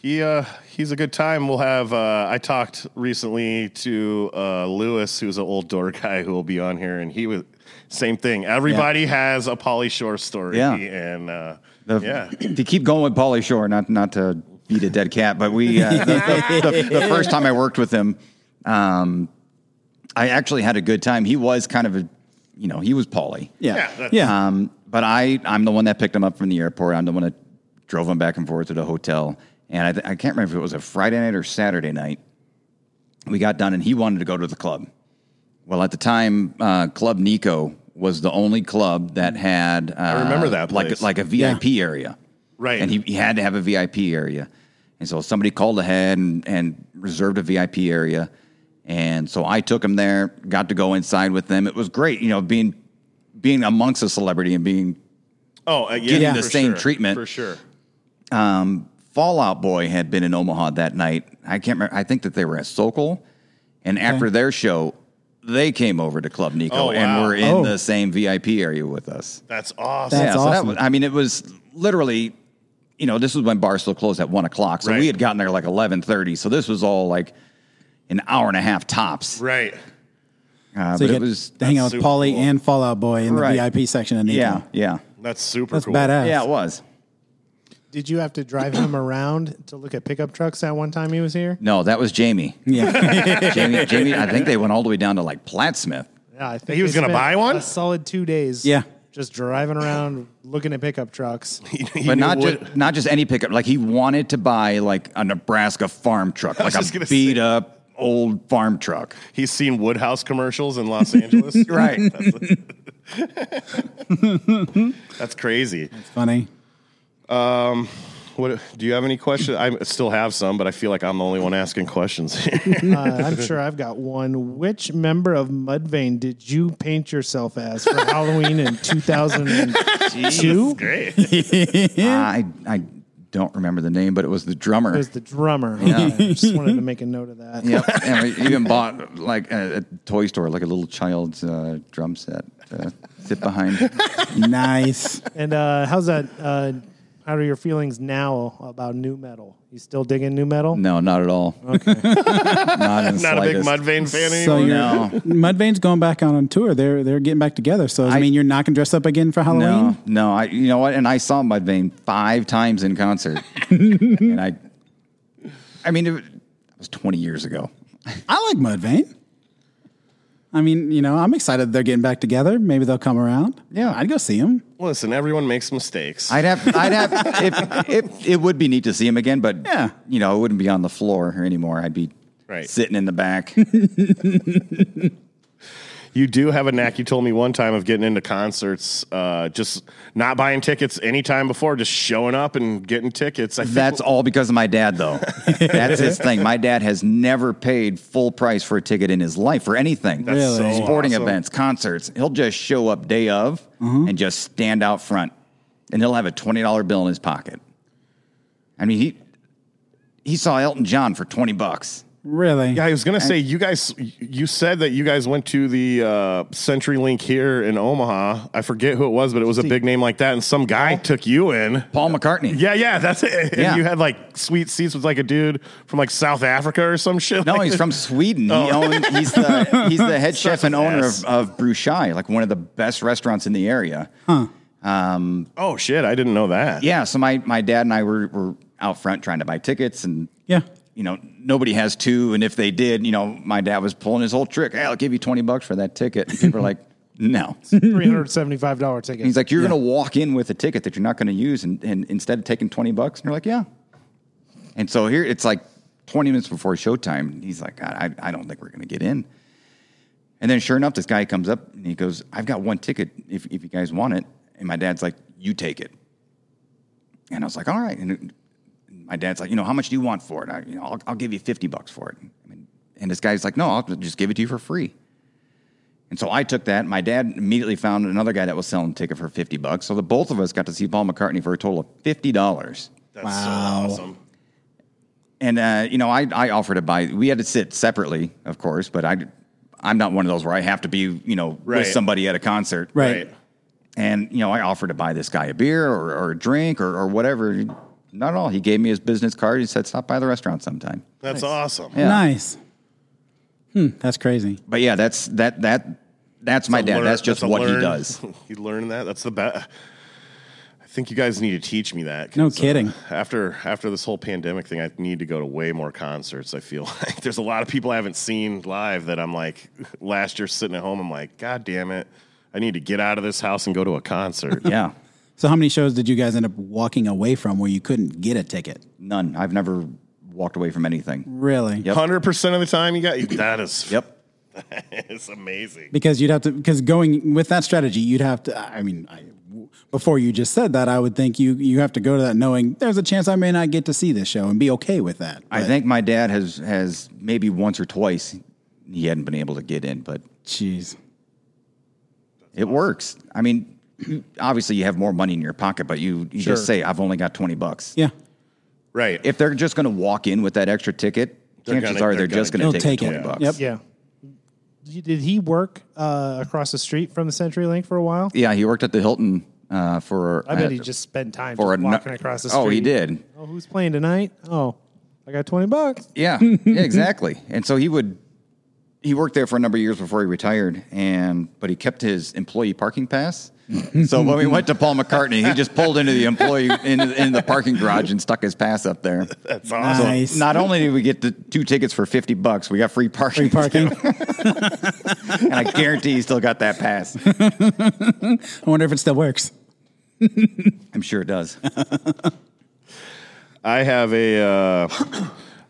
Speaker 1: He uh, he's a good time. We'll have. Uh, I talked recently to uh, Lewis, who's an old door guy who will be on here, and he was same thing. Everybody has a Polly Shore story,
Speaker 4: Yeah.
Speaker 1: and uh,
Speaker 4: The-
Speaker 1: yeah,
Speaker 4: To keep going with Pauly Shore, not not to beat a dead cat, but we uh, the, the, the, the first time I worked with him, um, I actually had a good time. He was kind of a, you know, he was Pauly.
Speaker 2: yeah.
Speaker 1: Yeah,
Speaker 2: Yeah.
Speaker 1: that's-
Speaker 4: Um, but I, I'm the one that picked him up from the airport. I'm the one that drove him back and forth to the hotel. And I, th- I can't remember if it was a Friday night or Saturday night. We got done, and he wanted to go to the club. Well, at the time, uh, Club Nico was the only club that had uh, I
Speaker 1: remember that
Speaker 4: like
Speaker 1: place.
Speaker 4: like a VIP area,
Speaker 1: Right.
Speaker 4: And he, he had to have a VIP area, and so somebody called ahead and, and reserved a VIP area, and so I took him there, got to go inside with them. It was great, you know, being being amongst a celebrity and being
Speaker 1: Oh, uh, yeah,
Speaker 4: Getting the
Speaker 1: for
Speaker 4: same
Speaker 1: sure,
Speaker 4: treatment.
Speaker 1: for sure.
Speaker 4: um, Fallout Boy had been in Omaha that night. I can't remember. I think that they were at Sokol, and after their show, they came over to Club Nico
Speaker 1: Oh,
Speaker 4: and
Speaker 1: wow.
Speaker 4: were in
Speaker 2: Oh.
Speaker 4: the same VIP area with us.
Speaker 1: That's awesome.
Speaker 2: That's
Speaker 4: yeah, so that
Speaker 2: awesome.
Speaker 4: was. I mean, it was literally. You know, this was when Barstool closed at one o'clock, so
Speaker 1: Right.
Speaker 4: we had gotten there like eleven thirty. So this was all like an hour and a half tops.
Speaker 1: Right.
Speaker 4: Uh,
Speaker 2: So
Speaker 4: but
Speaker 2: you
Speaker 4: it
Speaker 2: get
Speaker 4: was
Speaker 2: to hang out
Speaker 1: that's
Speaker 2: with
Speaker 1: super
Speaker 2: Paulie
Speaker 1: cool.
Speaker 2: and Fallout Boy in the
Speaker 4: Right.
Speaker 2: VIP section of Nico.
Speaker 4: yeah, yeah,
Speaker 1: That's super
Speaker 2: That's
Speaker 1: cool.
Speaker 2: badass.
Speaker 4: yeah. It was.
Speaker 3: Did you have to drive him around to look at pickup trucks that one time he was here?
Speaker 4: No, that was Jamie.
Speaker 2: Yeah.
Speaker 4: Jamie, Jamie. I think they went all the way down to like Plattsmith.
Speaker 3: Yeah, I think
Speaker 1: He was
Speaker 3: they
Speaker 1: gonna
Speaker 3: spent
Speaker 1: buy one?
Speaker 3: A solid two days.
Speaker 2: Yeah.
Speaker 3: just driving around looking at pickup trucks.
Speaker 1: He- he
Speaker 4: but
Speaker 1: knew
Speaker 4: not
Speaker 1: what-
Speaker 4: just not just any pickup. Like he wanted to buy like a Nebraska farm truck, like
Speaker 1: just
Speaker 4: a
Speaker 1: gonna
Speaker 4: beat
Speaker 1: say-
Speaker 4: up old farm truck.
Speaker 1: he's seen Woodhouse commercials in Los Angeles.
Speaker 4: Right.
Speaker 1: That's crazy.
Speaker 2: It's funny.
Speaker 1: What do you have any questions? I still have some, but I feel like I'm the only one asking questions.
Speaker 3: Uh, I'm sure I've got one. Which member of Mudvayne did you paint yourself as for Halloween in 2002?
Speaker 1: Great.
Speaker 4: I I don't remember the name, but it was the drummer.
Speaker 3: It was the drummer. Yeah. I just wanted to make a note of that.
Speaker 4: yeah, and we even bought like a, a toy store, like a little child's uh, drum set to sit behind.
Speaker 2: Nice.
Speaker 3: And uh, how's that? Uh, how are your feelings now about new metal? You still digging new metal?
Speaker 4: No, not at all. Okay. not in the
Speaker 1: Not a big
Speaker 4: slightest.
Speaker 1: Mudvayne fan
Speaker 2: So
Speaker 1: anymore.
Speaker 2: you're,
Speaker 4: No.
Speaker 2: Mudvayne's going back out on tour. They're they're getting back together. So I,
Speaker 4: I-
Speaker 2: mean, you're not gonna dress up again for Halloween.
Speaker 4: No, no, I you know what? And I saw Mudvayne five times in concert, and I, I mean, it was twenty years ago.
Speaker 2: I like Mudvayne. I mean, you know, I'm excited they're getting back together. Maybe they'll come around.
Speaker 4: Yeah.
Speaker 2: I'd go see them.
Speaker 1: Listen, everyone makes mistakes.
Speaker 4: I'd have, I'd have, if, if it would be neat to see him again, but
Speaker 2: Yeah.
Speaker 4: you know, it wouldn't be on the floor anymore. I'd be
Speaker 1: Right.
Speaker 4: sitting in the back.
Speaker 1: you do have a knack. You told me one time of getting into concerts, uh, just not buying tickets anytime before, just showing up and getting tickets. I think
Speaker 4: That's all because of my dad, though. That's his thing. My dad has never paid full price for a ticket in his life for anything.
Speaker 1: That's
Speaker 2: Really?
Speaker 1: so
Speaker 4: sporting
Speaker 1: awesome. Mm-hmm.
Speaker 4: events, concerts. He'll just show up day of and just stand out front, and he'll have a twenty dollar bill in his pocket. I mean, he he saw Elton John for twenty bucks.
Speaker 2: Really?
Speaker 1: Yeah, I was gonna say you guys. You said that you guys went to the uh, CenturyLink here in Omaha. I forget who it was, but it was a big name like that, and some guy took you in.
Speaker 4: Paul McCartney.
Speaker 1: Yeah, yeah, that's it. And
Speaker 4: Oh. Yeah.
Speaker 1: you had like sweet seats with like a dude from like South Africa or some shit.
Speaker 4: No,
Speaker 1: like
Speaker 4: he's
Speaker 1: that.
Speaker 4: from Sweden. He
Speaker 1: Oh.
Speaker 4: owns, he's the he's the head chef and
Speaker 1: his
Speaker 4: owner
Speaker 1: ass.
Speaker 4: of, of Bruchai, like one of the best restaurants in the area. Um,
Speaker 1: Oh shit, I didn't know that.
Speaker 4: Yeah, so my, my dad and I were, were out front trying to buy tickets and
Speaker 2: Yeah.
Speaker 4: you know, nobody has two and if they did, you know, my dad was pulling his whole trick. Hey, I'll give you twenty bucks for that ticket. And people are like, No.
Speaker 3: $375 ticket.
Speaker 4: Mm-hmm. He's like, You're gonna walk in with a ticket that you're not gonna use and, and instead of taking twenty bucks, and you're like, Yeah. And so here it's like twenty minutes before showtime, he's like, I, I I don't think we're gonna get in. And then sure enough, this guy comes up and he goes, I've got one ticket if, if you guys want it. And my dad's like, You take it. And I was like, All right. And it- my dad's like, You know, how much do you want for it? I, you know, I'll, I'll give you 50 bucks for it. I mean, and this guy's like, No, I'll just give it to you for free. And so I took that. My dad immediately found another guy that was selling a ticket for 50 bucks. So the both of us got to see Paul McCartney for a total of $50.
Speaker 1: That's
Speaker 2: Wow.
Speaker 1: so awesome.
Speaker 4: And uh, you know, I I offered to buy. We had to sit separately, of course, but I I'm not one of those where I have to be you know
Speaker 1: Right.
Speaker 4: with somebody at a concert,
Speaker 2: Right.
Speaker 4: And you know, I offered to buy this guy a beer or, or a drink or, or whatever. Not at all. He gave me his business card. He said, "Stop by the restaurant sometime."
Speaker 1: That's awesome.
Speaker 4: Yeah.
Speaker 2: Nice. Hmm. That's crazy.
Speaker 4: But yeah, that's that that that's my
Speaker 1: A
Speaker 4: dad.
Speaker 1: learn-
Speaker 4: that's just
Speaker 1: a
Speaker 4: what
Speaker 1: learn-
Speaker 4: he does.
Speaker 1: you learn that. That's the best. I think you guys need to teach me that. 'cause, uh,
Speaker 2: No kidding.
Speaker 1: after after this whole pandemic thing, I need to go to way more concerts. I feel like there's a lot of people I haven't seen live that I'm like last year sitting at home. I'm like, God damn it! I need to get out of this house and go to a concert.
Speaker 4: Yeah.
Speaker 2: So how many shows did you guys end up walking away from where you couldn't get a ticket?
Speaker 4: None. I've never walked away from anything.
Speaker 2: Really?
Speaker 4: Yep.
Speaker 1: Hundred percent of the time, you got that is
Speaker 4: Yep.
Speaker 1: it's amazing.
Speaker 2: Because you'd have to because going with that strategy, you'd have to. I mean, I, before you just said that, I would think you you have to go to that knowing there's a chance I may not get to see this show and be okay with that.
Speaker 4: I
Speaker 2: But,
Speaker 4: think my dad has has maybe once or twice he hadn't been able to get in, but
Speaker 2: Jeez.
Speaker 4: it works. I mean, you- obviously you have more money in your pocket, but you, you
Speaker 3: Sure.
Speaker 4: just say I've only got twenty bucks.
Speaker 2: Yeah.
Speaker 1: Right.
Speaker 4: If they're just going to walk in with that extra ticket,
Speaker 1: They're
Speaker 4: chances
Speaker 1: gonna-
Speaker 4: are
Speaker 1: they're
Speaker 4: they're, just
Speaker 1: gonna
Speaker 4: going to
Speaker 2: They'll
Speaker 4: take,
Speaker 2: take
Speaker 4: the
Speaker 2: it.
Speaker 4: twenty bucks.
Speaker 2: Yep.
Speaker 3: Yeah. Did he work uh, across the street from the CenturyLink for a while?
Speaker 4: Yeah, he worked at the Hilton uh, for.
Speaker 3: I bet
Speaker 4: uh,
Speaker 3: he just spent time
Speaker 4: for
Speaker 3: just
Speaker 4: a nu-
Speaker 3: walking across the street.
Speaker 4: Oh, he did.
Speaker 3: Oh, who's playing tonight? Oh, I got 20 bucks.
Speaker 4: Yeah, yeah, exactly. And so he would he worked there for a number of years before he retired, and but he kept his employee parking pass. so when we went to Paul McCartney, he just pulled into the employee in, in the parking garage and stuck his pass up there.
Speaker 1: That's awesome.
Speaker 2: Nice.
Speaker 4: Not only did we get the two tickets for fifty bucks, we got free parking,
Speaker 2: Free parking.
Speaker 4: and I guarantee he still got that pass.
Speaker 2: I wonder if it still works.
Speaker 4: I'm sure it does.
Speaker 1: I have a. Uh,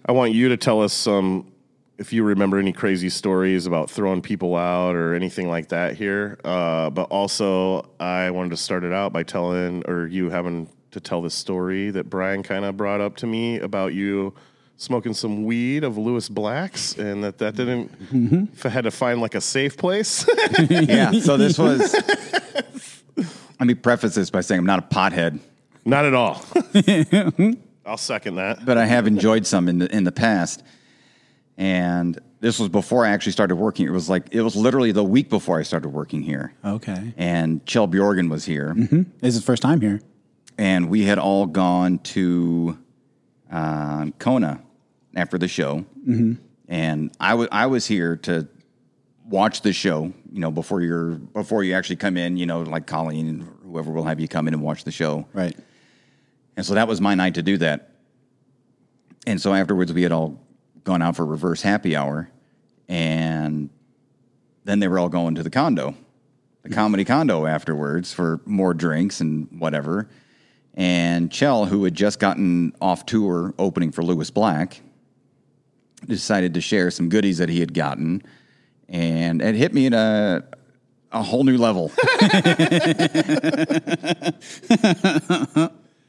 Speaker 1: I want you to tell us some, if you remember any crazy stories about throwing people out or anything like that here. Uh, but also, I wanted to start it out by telling, or you having to tell the story that Brian kind of brought up to me about you smoking some weed of Lewis Black's, and that that didn't. If I had to find like a safe place,
Speaker 4: Yeah. So this was. Let me preface this by saying I'm not a pothead.
Speaker 1: not at all. I'll second that.
Speaker 4: but I have enjoyed some in the in the past. And this was before I actually started working. It was like it was literally the week before I started working here.
Speaker 2: Okay.
Speaker 4: And Chell Bjorgen was here,
Speaker 2: This is his first time here.
Speaker 4: and we had all gone to uh, Kona after the show. And I was I was here to watch the show. You know, before you're before you actually come in. You know, like Colleen and whoever will have you come in and watch the show.
Speaker 2: Right.
Speaker 4: And so that was my night to do that. And so afterwards, we had all gone out for reverse happy hour. And then they were all going to the condo, the comedy condo afterwards for more drinks and whatever. And Chell, who had just gotten off tour opening for Lewis Black, decided to share some goodies that he had gotten. And it hit me at a, a whole new level.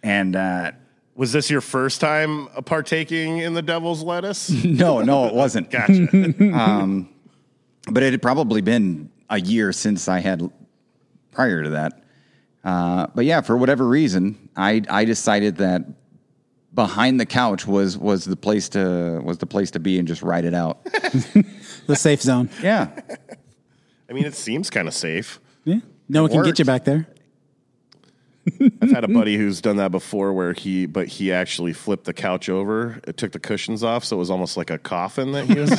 Speaker 4: and, uh,
Speaker 1: Was this your first time partaking in the devil's lettuce?
Speaker 4: No, no, it wasn't.
Speaker 1: Gotcha.
Speaker 4: But it had probably been a year since I had prior to that. Uh, but yeah, for whatever reason, I I decided that behind the couch was was the place to was the place to be and just ride it out.
Speaker 2: The safe zone.
Speaker 4: yeah,
Speaker 1: I mean, it seems kind of safe.
Speaker 2: Yeah. No one can
Speaker 4: works.
Speaker 2: get you back there.
Speaker 1: I've had a buddy who's done that before where he, but he actually flipped the couch over, it took the cushions off, so it was almost like a coffin that he was.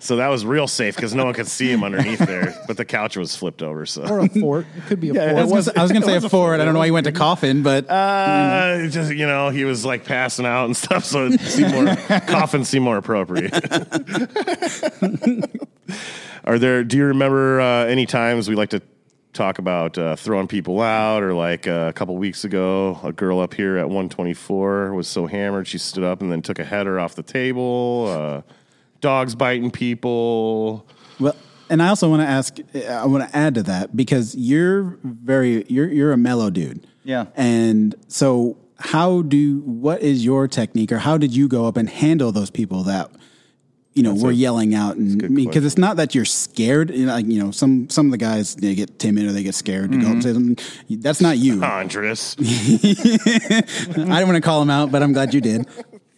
Speaker 1: so that was real safe because no one could see him underneath there, but the couch was flipped over. So
Speaker 3: Or a fort. It could be a fort.
Speaker 2: I was, gonna say- I was going to say a forward. I don't know why you went to coffin, but
Speaker 1: uh, it just you know, he was like passing out and stuff, so it seemed more coffin seemed more appropriate. Are there? Do you remember uh, any times we like to talk about uh, throwing people out, or like uh, a couple weeks ago, a girl up here at 124 was so hammered she stood up and then took a header off the table. Uh, dogs biting people.
Speaker 2: Well, and I also want to ask, I want to add to that because you're very, you're you're a mellow dude.
Speaker 4: Yeah.
Speaker 2: And so, how do what is your technique, or how did you go up and handle those people that you know were yelling out? And I mean, because it's not that you're scared. You know, like, you know, some some of the guys they get timid or they get scared to go up and say something. That's not you.
Speaker 1: Andres.
Speaker 2: I don't want to call them out, but I'm glad you did.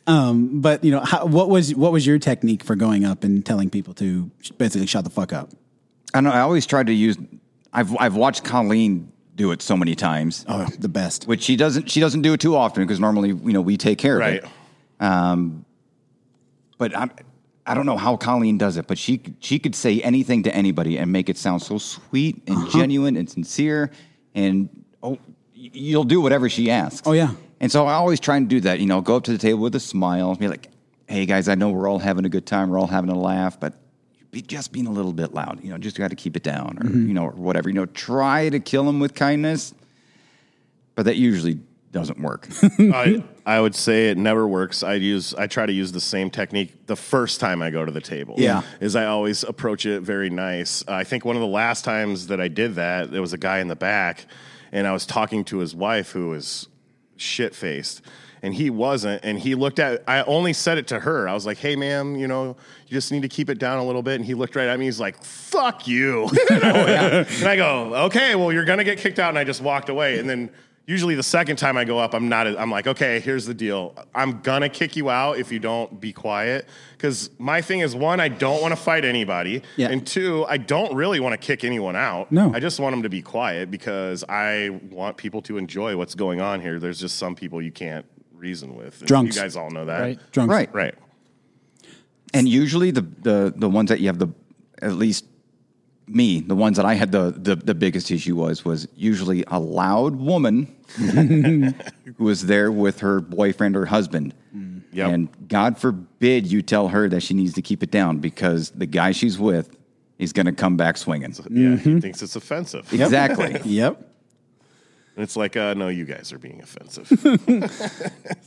Speaker 2: Um, but you know, how, what was what was your technique for going up and telling people to basically shut the fuck up?
Speaker 4: I know. I always tried to use. I've I've watched Colleen do it so many times,
Speaker 2: Oh, the best.
Speaker 4: which she doesn't she doesn't do it too often because normally you know we take care of
Speaker 1: Right.
Speaker 4: it. but I'm, I don't know how Colleen does it, but she she could say anything to anybody and make it sound so sweet and
Speaker 2: Uh-huh.
Speaker 4: genuine and sincere, and oh, y- you'll do whatever she asks.
Speaker 2: Oh, yeah.
Speaker 4: And so I always try and do that. You know, go up to the table with a smile, be like, "Hey guys, I know we're all having a good time, we're all having a laugh, but you be just being a little bit loud. You know, just got to keep it down, or
Speaker 2: Mm-hmm.
Speaker 4: you know, or whatever. You know, try to kill them with kindness, but that usually doesn't work.
Speaker 1: I, I would say it never works. I use I try to use the same technique the first time I go to the table.
Speaker 2: Yeah.
Speaker 1: is I always approach it very nice. I think one of the last times that I did that, there was a guy in the back, and I was talking to his wife who was shit faced, and he wasn't, and he looked at. I only said it to her. I was like, "Hey, ma'am, you know, you just need to keep it down a little bit." And he looked right at me. He's like, "Fuck you." And I go, okay, well, you're gonna get kicked out, and I just walked away. And then usually the second time I go up, I'm not. I'm like, okay, here's the deal. I'm gonna kick you out if you don't be quiet. Because my thing is, one, I don't want to fight anybody,
Speaker 2: Yeah.
Speaker 1: and two, I don't really want to kick anyone out.
Speaker 2: No.
Speaker 1: I just want them to be quiet because I want people to enjoy what's going on here. There's just some people you can't reason with. And
Speaker 2: Drunks.
Speaker 1: You guys all know that,
Speaker 3: Right.
Speaker 2: Drunk.
Speaker 4: right,
Speaker 1: Right.
Speaker 4: and usually the, the the ones that you have the at least me the ones that i had the the, the biggest issue was was usually a loud woman who was there with her boyfriend or husband
Speaker 1: Mm, Yep.
Speaker 4: and god forbid you tell her that she needs to keep it down because the guy she's with is going to come back swinging
Speaker 1: Yeah, he thinks it's offensive.
Speaker 2: Mm-hmm. Yep.
Speaker 4: exactly
Speaker 2: Yep.
Speaker 1: And it's like, uh, no, you guys are being offensive.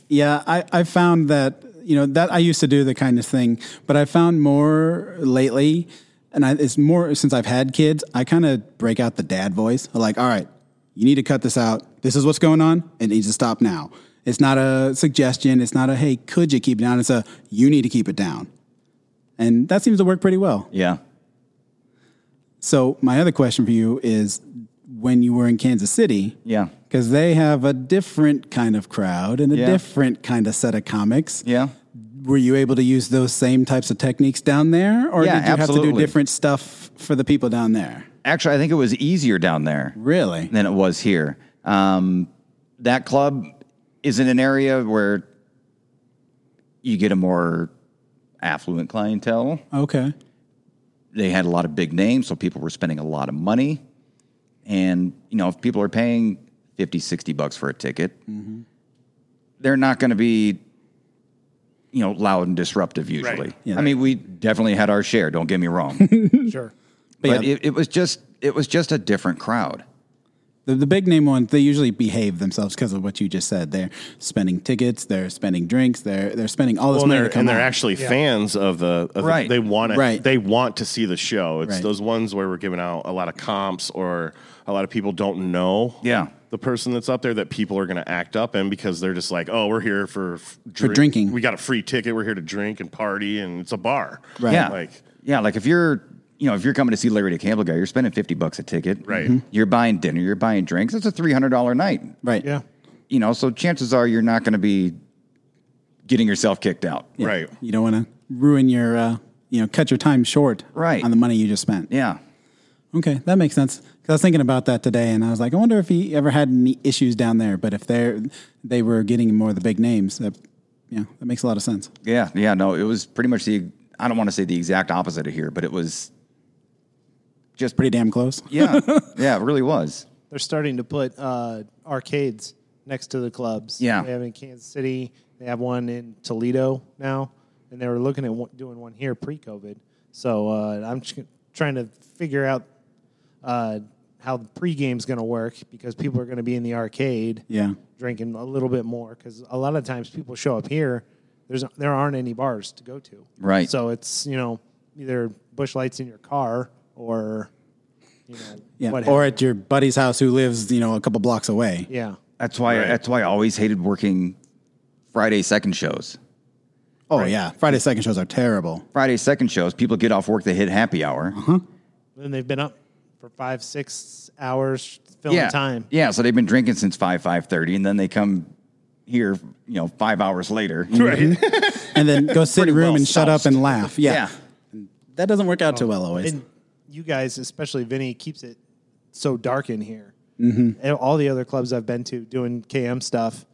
Speaker 2: Yeah, I, I found that, you know, that I used to do the kindness thing, but I found more lately, and I, it's more since I've had kids, I kind of break out the dad voice. Like, all right, you need to cut this out. This is what's going on. It needs to stop now. It's not a suggestion. It's not a, hey, could you keep it down? It's a, you need to keep it down. And that seems to work pretty well.
Speaker 4: yeah
Speaker 2: So, my other question for you is when you were in Kansas City,
Speaker 4: yeah
Speaker 2: because they have a different kind of crowd and a
Speaker 4: Yeah.
Speaker 2: different kind of set of comics.
Speaker 4: yeah
Speaker 2: Were you able to use those same types of techniques down there, or
Speaker 4: Yeah,
Speaker 2: did you have to do
Speaker 4: absolutely.
Speaker 2: different stuff for the people down there?
Speaker 4: actually i think it was easier down there
Speaker 2: Really?
Speaker 4: than it was here. Um, that club is in an area where you get a more affluent clientele.
Speaker 2: Okay.
Speaker 4: They had a lot of big names, so people were spending a lot of money. And, you know, if people are paying 50, 60 bucks for a ticket,
Speaker 2: Mm-hmm.
Speaker 4: they're not going to be, you know, loud and disruptive usually.
Speaker 2: Yeah.
Speaker 4: I mean, we definitely had our share, don't get me wrong.
Speaker 3: Sure.
Speaker 4: but
Speaker 2: yeah.
Speaker 4: it, it was just it was just a different crowd.
Speaker 2: The, the big name ones, they usually behave themselves because of what you just said. They're spending tickets, they're spending drinks, they're they're spending all this
Speaker 1: Well, and
Speaker 2: money to
Speaker 1: they're,
Speaker 2: come
Speaker 1: and they're
Speaker 2: out.
Speaker 1: actually fans of the of the-
Speaker 4: Right.
Speaker 1: they want to
Speaker 2: Right.
Speaker 1: they want to see the show. It's
Speaker 2: Right.
Speaker 1: those ones where we're giving out a lot of comps or a lot of people don't know
Speaker 4: Yeah.
Speaker 1: the person that's up there that people are going to act up in because they're just like oh we're here for f- drink-
Speaker 2: drinking.
Speaker 1: we got a free ticket we're here to drink and party and it's a bar
Speaker 2: Right.
Speaker 4: Yeah.
Speaker 1: like
Speaker 4: yeah, like if you're you know, if you're coming to see Larry the Cable Guy, you're spending fifty bucks a ticket. Mm-hmm.
Speaker 1: Right. Mhm.
Speaker 4: You're buying dinner, you're buying drinks. It's a three hundred dollar night.
Speaker 2: right.
Speaker 3: Yeah.
Speaker 4: You know, so chances are you're not gonna be getting yourself kicked out.
Speaker 2: Yeah.
Speaker 1: right
Speaker 2: You don't want to ruin your, uh, you know, cut your time short
Speaker 4: Right.
Speaker 2: on the money you just spent.
Speaker 4: Yeah.
Speaker 2: Okay, that makes sense. 'Cause I was thinking about that today, and I was like, I wonder if he ever had any issues down there. But if they they were getting more of the big names, that yeah, that makes a lot of sense.
Speaker 4: Yeah. Yeah. No, it was pretty much the I don't want to say the exact opposite of here, but it was just
Speaker 2: Pretty damn close.
Speaker 4: Yeah. yeah, it really was.
Speaker 3: They're starting to put uh, arcades next to the clubs.
Speaker 4: Yeah.
Speaker 3: They have in Kansas City. They have one in Toledo now. And they were looking at one, doing one here pre COVID. So uh, I'm ch- trying to figure out uh, how the pregame's going to work because people are going to be in the arcade
Speaker 2: Yeah.
Speaker 3: drinking a little bit more because a lot of times people show up here. There's there aren't any bars to go to,
Speaker 4: Right.
Speaker 3: So it's you know either bush lights in your car or you know
Speaker 2: Yeah,
Speaker 3: what
Speaker 2: or
Speaker 3: have-
Speaker 2: at your buddy's house who lives, you know, a couple blocks away.
Speaker 3: yeah
Speaker 4: That's why
Speaker 1: Right.
Speaker 4: that's why I always hated working Friday second shows.
Speaker 2: Oh yeah, Friday second shows are terrible.
Speaker 4: Friday second shows, people get off work, they hit happy hour.
Speaker 3: then they've been up for five six hours filling
Speaker 4: yeah.
Speaker 3: time
Speaker 4: Yeah, so they've been drinking since five five thirty, and then they come here, you know, five hours later.
Speaker 1: right
Speaker 2: And then go sit in
Speaker 4: Pretty
Speaker 2: a room
Speaker 4: well
Speaker 2: and shut up
Speaker 4: soused.
Speaker 2: and laugh. Yeah.
Speaker 4: Yeah.
Speaker 2: that doesn't work out too well always.
Speaker 3: and you guys especially Vinny keeps it so dark in here.
Speaker 4: Mm-hmm.
Speaker 3: And all the other clubs I've been to doing KM stuff,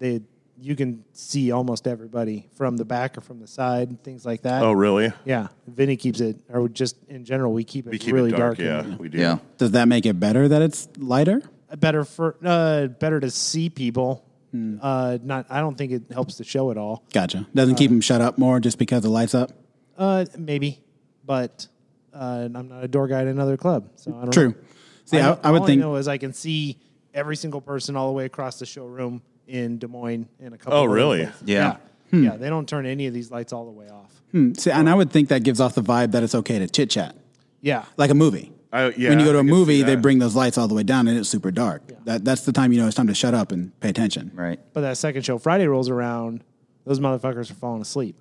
Speaker 3: they you can see almost everybody from the back or from the side, things like that.
Speaker 1: oh really
Speaker 3: Yeah, Vinny keeps it, or just in general, we keep it
Speaker 1: we keep
Speaker 3: really
Speaker 1: it dark,
Speaker 3: in
Speaker 1: yeah
Speaker 3: here.
Speaker 1: we do
Speaker 4: Yeah,
Speaker 2: Does that make it better that it's lighter?
Speaker 3: better for uh, better to see people.
Speaker 2: Hmm.
Speaker 3: Uh, not, I don't think it helps the show at all.
Speaker 2: Uh, Gotcha. Doesn't keep them shut up more just because the lights up.
Speaker 3: Uh, maybe, but uh, and I'm not a door guide at another club. So I don't
Speaker 2: True.
Speaker 3: Know.
Speaker 2: See, I,
Speaker 3: know-
Speaker 2: I would
Speaker 3: all
Speaker 2: think
Speaker 3: I know is I can see every single person all the way across the showroom in Des Moines in a couple.
Speaker 1: Oh,
Speaker 3: of other
Speaker 1: really?
Speaker 3: places.
Speaker 4: Yeah.
Speaker 2: Hmm.
Speaker 3: Yeah. Yeah, They don't turn any of these lights all the way off.
Speaker 2: See, and I would think that gives off the vibe that it's okay to chit chat,
Speaker 3: Yeah.
Speaker 2: like a movie.
Speaker 1: I- Oh, yeah,
Speaker 2: when you go to
Speaker 1: I
Speaker 2: a
Speaker 1: can see
Speaker 2: movie, they
Speaker 1: that.
Speaker 2: bring those lights all the way down, and it's super dark. That that's the time you know it's time to shut up and pay attention.
Speaker 4: Right.
Speaker 3: But that second show Friday rolls around, those motherfuckers are falling asleep.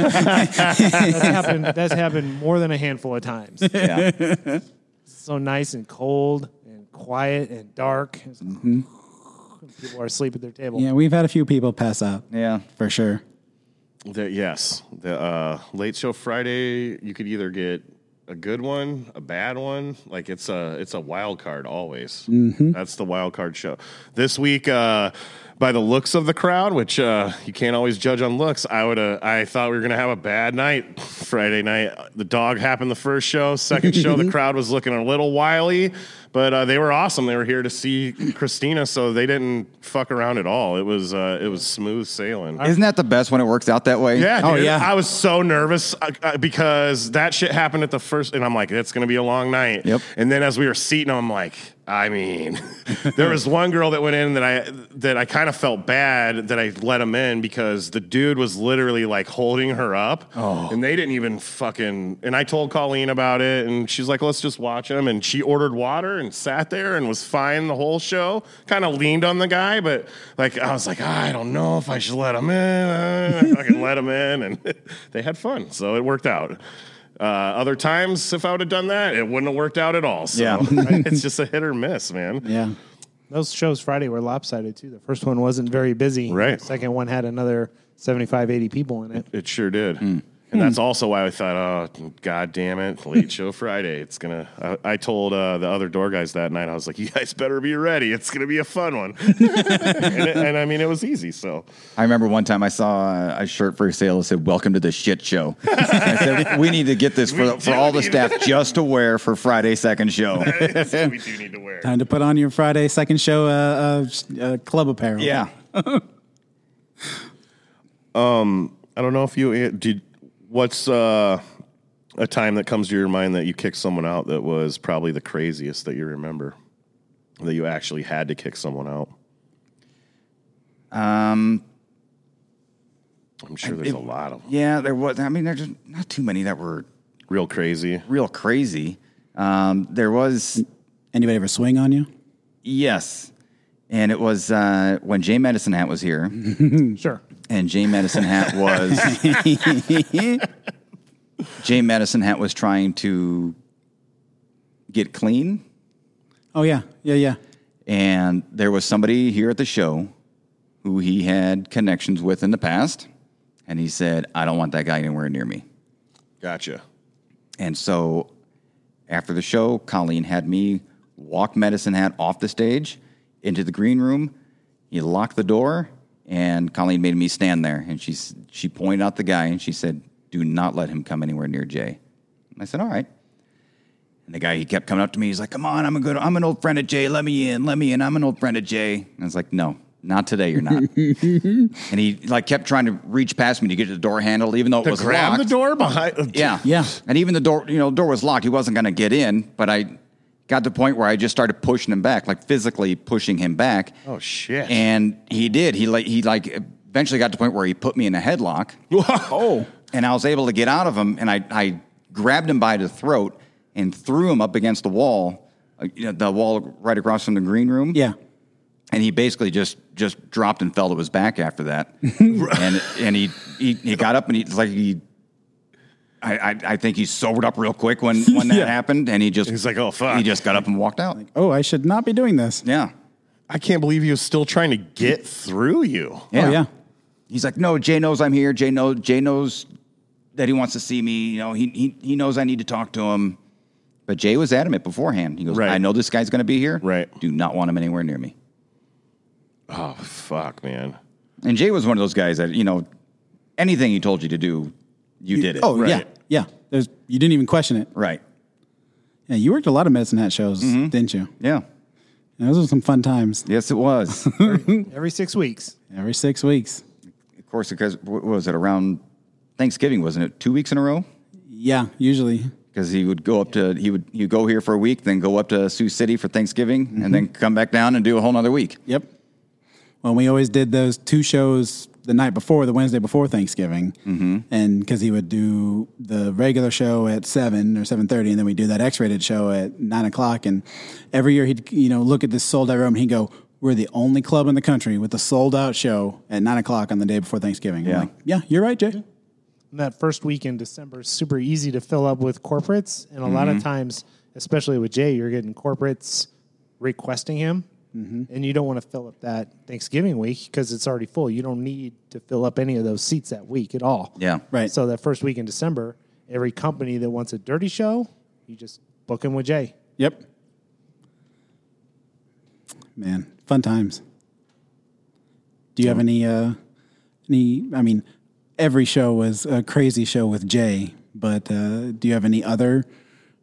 Speaker 3: that's happened. That's happened more than a handful of times.
Speaker 4: Yeah.
Speaker 3: so nice and cold and quiet and dark. It's like, People are asleep at their table.
Speaker 2: Yeah, we've had a few people pass out.
Speaker 4: Yeah.
Speaker 2: for sure.
Speaker 1: The- yes, the uh, late show Friday. You could either get a good one, a bad one. Like it's a it's a wild card always. That's the wild card show. This week, uh, by the looks of the crowd, which uh, you can't always judge on looks, I would uh, I thought we were gonna have a bad night Friday night. The dog happened the first show, second show the crowd was looking a little wily, but uh, they were awesome. They were here to see Christina, so they didn't fuck around at all. It was uh, it was smooth sailing.
Speaker 4: Isn't that the best when it works out that way?
Speaker 1: Yeah,
Speaker 2: Oh,
Speaker 1: dude.
Speaker 2: yeah.
Speaker 1: I was so nervous uh, uh, because that shit happened at the first, and I'm like, it's going to be a long night.
Speaker 4: Yep.
Speaker 1: And then as we were seating, I'm like, I mean, there was one girl that went in that I that I kind of felt bad that I let him in because the dude was literally like holding her up, and they didn't even fucking. And I told Colleen about it, and she's like, let's just watch him. And she ordered water and sat there and was fine the whole show. Kind of leaned on the guy, but like I was like, I don't know if I should let him in. I fucking let him in, and they had fun, so it worked out. Uh, other times, if I would have done that, it wouldn't have worked out at all. So
Speaker 4: Yeah.
Speaker 1: it's just a hit or miss, man.
Speaker 2: Yeah.
Speaker 3: Those shows Friday were lopsided too. The first one wasn't very busy.
Speaker 1: Right.
Speaker 3: The second one had another 75, 80 people in it.
Speaker 1: It sure did. And that's also why I thought, oh, god damn it, late show Friday. It's gonna. I, I told uh, the other door guys that night. I was like, you guys better be ready. It's gonna be a fun one. and, it- and I mean, it was easy. So
Speaker 4: I remember one time I saw uh, a shirt for sale that said "Welcome to the shit show." I said, we need to get this for, for
Speaker 1: do
Speaker 4: all the
Speaker 1: need
Speaker 4: staff just to wear for Friday second show.
Speaker 1: so we do need to wear.
Speaker 2: Time to put on your Friday second show uh, uh, uh, club apparel.
Speaker 4: yeah.
Speaker 1: I don't know if you eh, did. What's uh, a time that comes to your mind that you kicked someone out that was probably the craziest that you remember that you actually had to kick someone out?
Speaker 4: Um,
Speaker 1: I'm sure there's a lot of
Speaker 4: yeah, there was. I mean, there's just not too many that were
Speaker 1: real crazy.
Speaker 4: real crazy. Um, there was
Speaker 2: Anybody ever swing on you?
Speaker 4: yes, and it was uh, when Jay Medicine Hat was here,
Speaker 3: Sure.
Speaker 4: and Jay Medicine Hat was Jay Medicine Hat was trying to get clean.
Speaker 2: Oh yeah, yeah, yeah.
Speaker 4: And there was somebody here at the show who he had connections with in the past. And he said, I don't want that guy anywhere near me.
Speaker 1: Gotcha.
Speaker 4: And so after the show, Colleen had me walk Medicine Hat off the stage into the green room. He locked the door, and Colleen made me stand there. And she, s- she pointed out the guy and she said, Do not let him come anywhere near Jay. And I said, All right. And the guy, he kept coming up to me. He's like, Come on, I'm a good, I'm an old friend of Jay. Let me in, let me in. I'm an old friend of Jay. And I was like, No, not today, you're not. and he like kept trying to reach past me to get to the door handle, even though it
Speaker 1: To
Speaker 4: was
Speaker 1: grab
Speaker 4: locked.
Speaker 1: the door behind.
Speaker 4: Yeah.
Speaker 2: Yeah.
Speaker 4: And even the door, you know, door was locked. He wasn't going to get in, but I got to the point where I just started pushing him back, like physically pushing him back.
Speaker 1: Oh shit.
Speaker 4: And he did. He like he like eventually got to the point where he put me in a headlock. oh. And I was able to get out of him and I I grabbed him by the throat and threw him up against the wall, uh, you know, the wall right across from the green room
Speaker 2: Yeah.
Speaker 4: and he basically just just dropped and fell to his back after that, and and he, he he got up and he like he. I, I, I think he sobered up real quick when, when that
Speaker 2: Yeah.
Speaker 4: happened, and he just
Speaker 1: He's like, "Oh, fuck." oh,
Speaker 4: He just got up and walked out.
Speaker 2: Oh, I should not be doing this.
Speaker 4: Yeah,
Speaker 1: I can't believe he was still trying to get through you.
Speaker 4: yeah.
Speaker 2: Oh yeah.
Speaker 4: He's like, no, Jay knows I'm here. Jay knows Jay knows that he wants to see me. You know, he he he knows I need to talk to him. But Jay was adamant beforehand. He goes,
Speaker 1: Right.
Speaker 4: I know this guy's going to be here.
Speaker 1: Right.
Speaker 4: Do not want him anywhere near me.
Speaker 1: Oh fuck, man.
Speaker 4: And Jay was one of those guys that you know, anything he told you to do, you, did it.
Speaker 2: Oh
Speaker 1: Right.
Speaker 2: yeah, yeah. There's you didn't even question it.
Speaker 4: Right.
Speaker 2: Yeah, you worked a lot of medicine hat shows,
Speaker 1: Mm-hmm.
Speaker 2: didn't you?
Speaker 4: Yeah.
Speaker 2: And those were some fun times.
Speaker 4: Yes, it was. of
Speaker 3: Every six weeks.
Speaker 2: Every six weeks.
Speaker 4: course, because what was it around Thanksgiving? Wasn't it two weeks in a row?
Speaker 2: Yeah, usually.
Speaker 4: because he would go up to he would he would go here for a week, then go up to Sioux City for Thanksgiving, and then come back down and do a whole nother week.
Speaker 2: Yep. Well, we always did those two shows the night before, the Wednesday before Thanksgiving, mm-hmm. and because he would do the regular show at seven or seven thirty, and then we do that X-rated show at nine o'clock. And every year he'd you know look at this sold out room and he'd go, "We're the only club in the country with a sold out show at nine o'clock on the day before Thanksgiving."
Speaker 4: Yeah.
Speaker 2: I'm like, yeah, you're right, Jay.
Speaker 3: And that first week in December is super easy to fill up with corporates. And a lot of times, especially with Jay, you're getting corporates requesting him. And you don't want to fill up that Thanksgiving week because it's already full. You don't need to fill up any of those seats that week at all.
Speaker 4: Yeah.
Speaker 2: Right.
Speaker 3: So that first week in December, every company that wants a dirty show, you just book him with Jay.
Speaker 2: Yep. Man, fun times. Do you have any uh any I mean every show was a crazy show with Jay, but uh do you have any other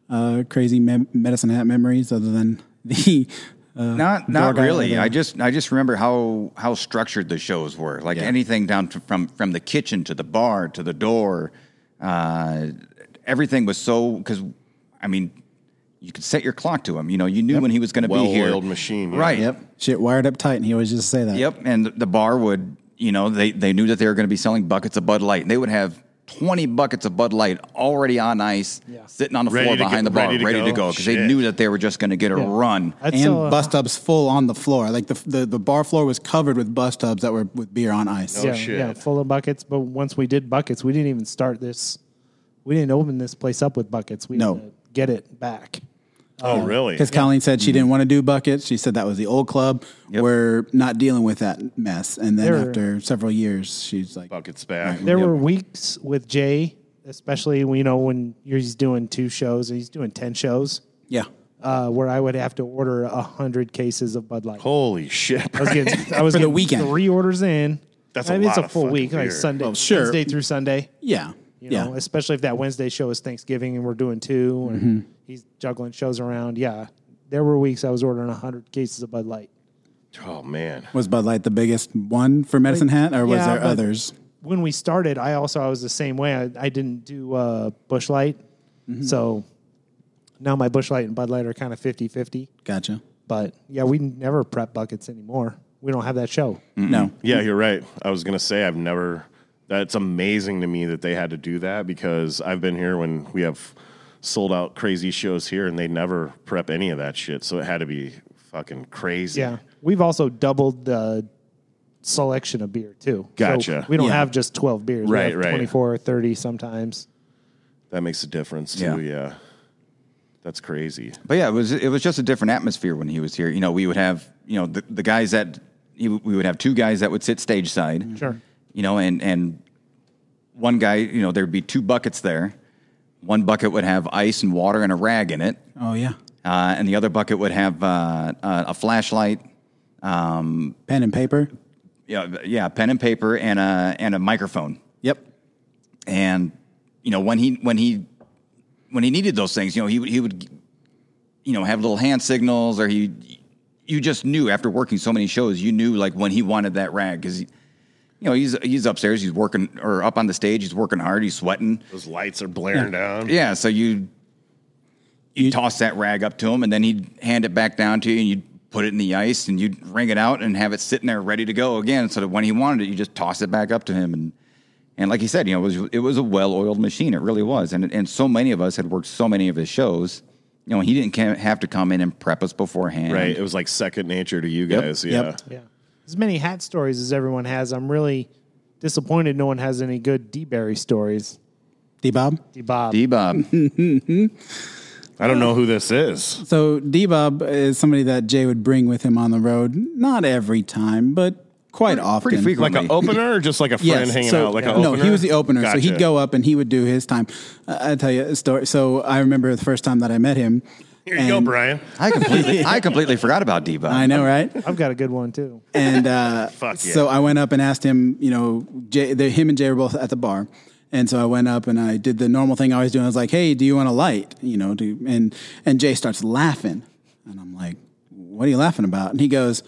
Speaker 2: uh crazy mem- medicine hat memories other than the uh,
Speaker 4: Not
Speaker 2: dog
Speaker 4: not
Speaker 2: eye
Speaker 4: really.
Speaker 2: leather?
Speaker 4: I just I just remember how how structured the shows were. Like anything down to, from from the kitchen to the bar to the door, uh, everything was so because I mean you could set your clock to him. You know you knew when he was going to be here.
Speaker 1: Well-oiled machine, yeah.
Speaker 4: right?
Speaker 2: Yep. Shit wired up tight and he always just say that.
Speaker 4: Yep, and the bar would, you know, they they knew that they were going to be selling buckets of Bud Light, and they would have twenty buckets of Bud Light already on ice, sitting on the
Speaker 1: Ready
Speaker 4: floor
Speaker 1: to
Speaker 4: behind
Speaker 1: go-
Speaker 4: the bar,
Speaker 1: ready
Speaker 4: ready
Speaker 1: to
Speaker 4: to
Speaker 1: go?
Speaker 4: go, because they
Speaker 1: Shit.
Speaker 4: knew that they were just going to get a run.
Speaker 3: I'd
Speaker 2: And
Speaker 3: sell, uh,
Speaker 2: bus tubs full on the floor. Like the, the the bar floor was covered with bus tubs that were with beer on ice.
Speaker 1: No
Speaker 3: yeah,
Speaker 1: shit.
Speaker 3: yeah, full of buckets. But once we did buckets, we didn't even start this. We didn't open this place up with buckets. We
Speaker 2: No.
Speaker 3: had to get it back.
Speaker 1: Oh, really?
Speaker 2: Because Colleen said she didn't want to do buckets. She said that was the old club.
Speaker 4: Mm-hmm. Yep.
Speaker 2: We're not dealing with that mess. And then
Speaker 3: There-
Speaker 2: after several years, she's like,
Speaker 1: Buckets back.
Speaker 3: There were weeks with Jay, especially when, you know when he's doing two shows and he's doing ten shows,
Speaker 2: "Yeah,
Speaker 3: uh, where I would have to order hundred cases of Bud Light.
Speaker 1: Holy shit.
Speaker 3: I was getting, I was
Speaker 2: For the
Speaker 3: getting
Speaker 2: weekend.
Speaker 3: three orders in.
Speaker 1: That's
Speaker 3: I
Speaker 1: a
Speaker 3: mean,
Speaker 1: lot
Speaker 3: it's a
Speaker 1: of
Speaker 3: full
Speaker 1: fucking
Speaker 3: week,
Speaker 1: beer.
Speaker 3: like Sunday,
Speaker 2: Oh, sure.
Speaker 3: Wednesday through Sunday.
Speaker 2: yeah,
Speaker 3: You
Speaker 2: yeah."
Speaker 3: know, especially if that Wednesday show is Thanksgiving and we're doing two, and
Speaker 2: Mm-hmm.
Speaker 3: he's juggling shows around. Yeah, there were weeks I was ordering hundred cases of Bud Light.
Speaker 1: Oh, man.
Speaker 2: was Bud Light the biggest one for Medicine Hat, or was
Speaker 3: Yeah,
Speaker 2: there
Speaker 3: but
Speaker 2: others?
Speaker 3: When we started, I also I was the same way. I, I didn't do uh, Bush Light, so now my Bush Light and Bud Light are kind of 50-50.
Speaker 2: Gotcha.
Speaker 3: But yeah, we never prep buckets anymore. We don't have that show.
Speaker 2: No,
Speaker 1: Yeah, you're right. I was gonna say I've never. That's amazing to me that they had to do that because I've been here when we have sold out crazy shows here and they never prep any of that shit. So it had to be fucking crazy.
Speaker 3: Yeah, we've also doubled the selection of beer too. So
Speaker 1: Gotcha.
Speaker 3: we don't
Speaker 2: Yeah.
Speaker 3: have just twelve beers.
Speaker 1: Right,
Speaker 3: we have
Speaker 1: right.
Speaker 3: 24 or 30 sometimes.
Speaker 1: that makes a difference too.
Speaker 4: Yeah.
Speaker 1: Yeah, that's crazy.
Speaker 4: But yeah, it was it was just a different atmosphere when he was here. You know, we would have you know the, the guys that you- we would have two guys that would sit stage side.
Speaker 3: Sure.
Speaker 4: You know, and and one guy, you know, there'd be two buckets there. One bucket would have ice and water and a rag in it.
Speaker 2: oh yeah,
Speaker 4: uh, and the other bucket would have uh, uh, a flashlight, um,
Speaker 2: pen and paper.
Speaker 4: yeah, yeah, pen and paper, and a and a microphone.
Speaker 2: Yep.
Speaker 4: And you know when he when he when he needed those things, you know he would- he would you know have little hand signals, or he you just knew after working so many shows, you knew like when he wanted that rag because you know he's he's upstairs, he's working or up on the stage, he's working hard, he's sweating.
Speaker 1: Those lights are blaring down.
Speaker 4: Yeah, so you you toss that rag up to him, and then he'd hand it back down to you, and you'd put it in the ice, and you'd wring it out and have it sitting there ready to go again. So that when he wanted it, you just toss it back up to him, and and like he said, you know, it was it was a well oiled machine. It really was, and and so many of us had worked so many of his shows. You know, he didn't ca- have to come in and prep us beforehand.
Speaker 1: Right. It was like second nature to you guys.
Speaker 2: yep.
Speaker 1: Yeah.
Speaker 3: Yeah. As many hat stories as everyone has, I'm really disappointed no one has any good D-Berry stories.
Speaker 2: D Bob.
Speaker 3: D-Bob.
Speaker 4: D Bob.
Speaker 1: I don't know who this is.
Speaker 2: So D Bob is somebody that Jay would bring with him on the road. Not every time, but quite often.
Speaker 4: frequent.
Speaker 1: Like an opener or just like a friend hanging out? Like an
Speaker 2: no,
Speaker 1: opener?
Speaker 2: he was the opener, so
Speaker 1: Gotcha.
Speaker 2: he'd go up and he would do his time. I I tell you a story. So I remember the first time that I met him.
Speaker 1: Here you go,
Speaker 2: and-
Speaker 1: Brian.
Speaker 4: I completely I completely forgot about D Bob.
Speaker 2: I know, right?
Speaker 3: I've got a good one too.
Speaker 2: And uh,
Speaker 1: Fuck yeah.
Speaker 2: so I went up and asked him. You know, Jay, the, him and Jay were both at the bar, and so I went up and I did the normal thing I always do. I was like, "Hey, do you want a light?" You know, do and and Jay starts laughing, and I'm like, "What are you laughing about?" And he goes,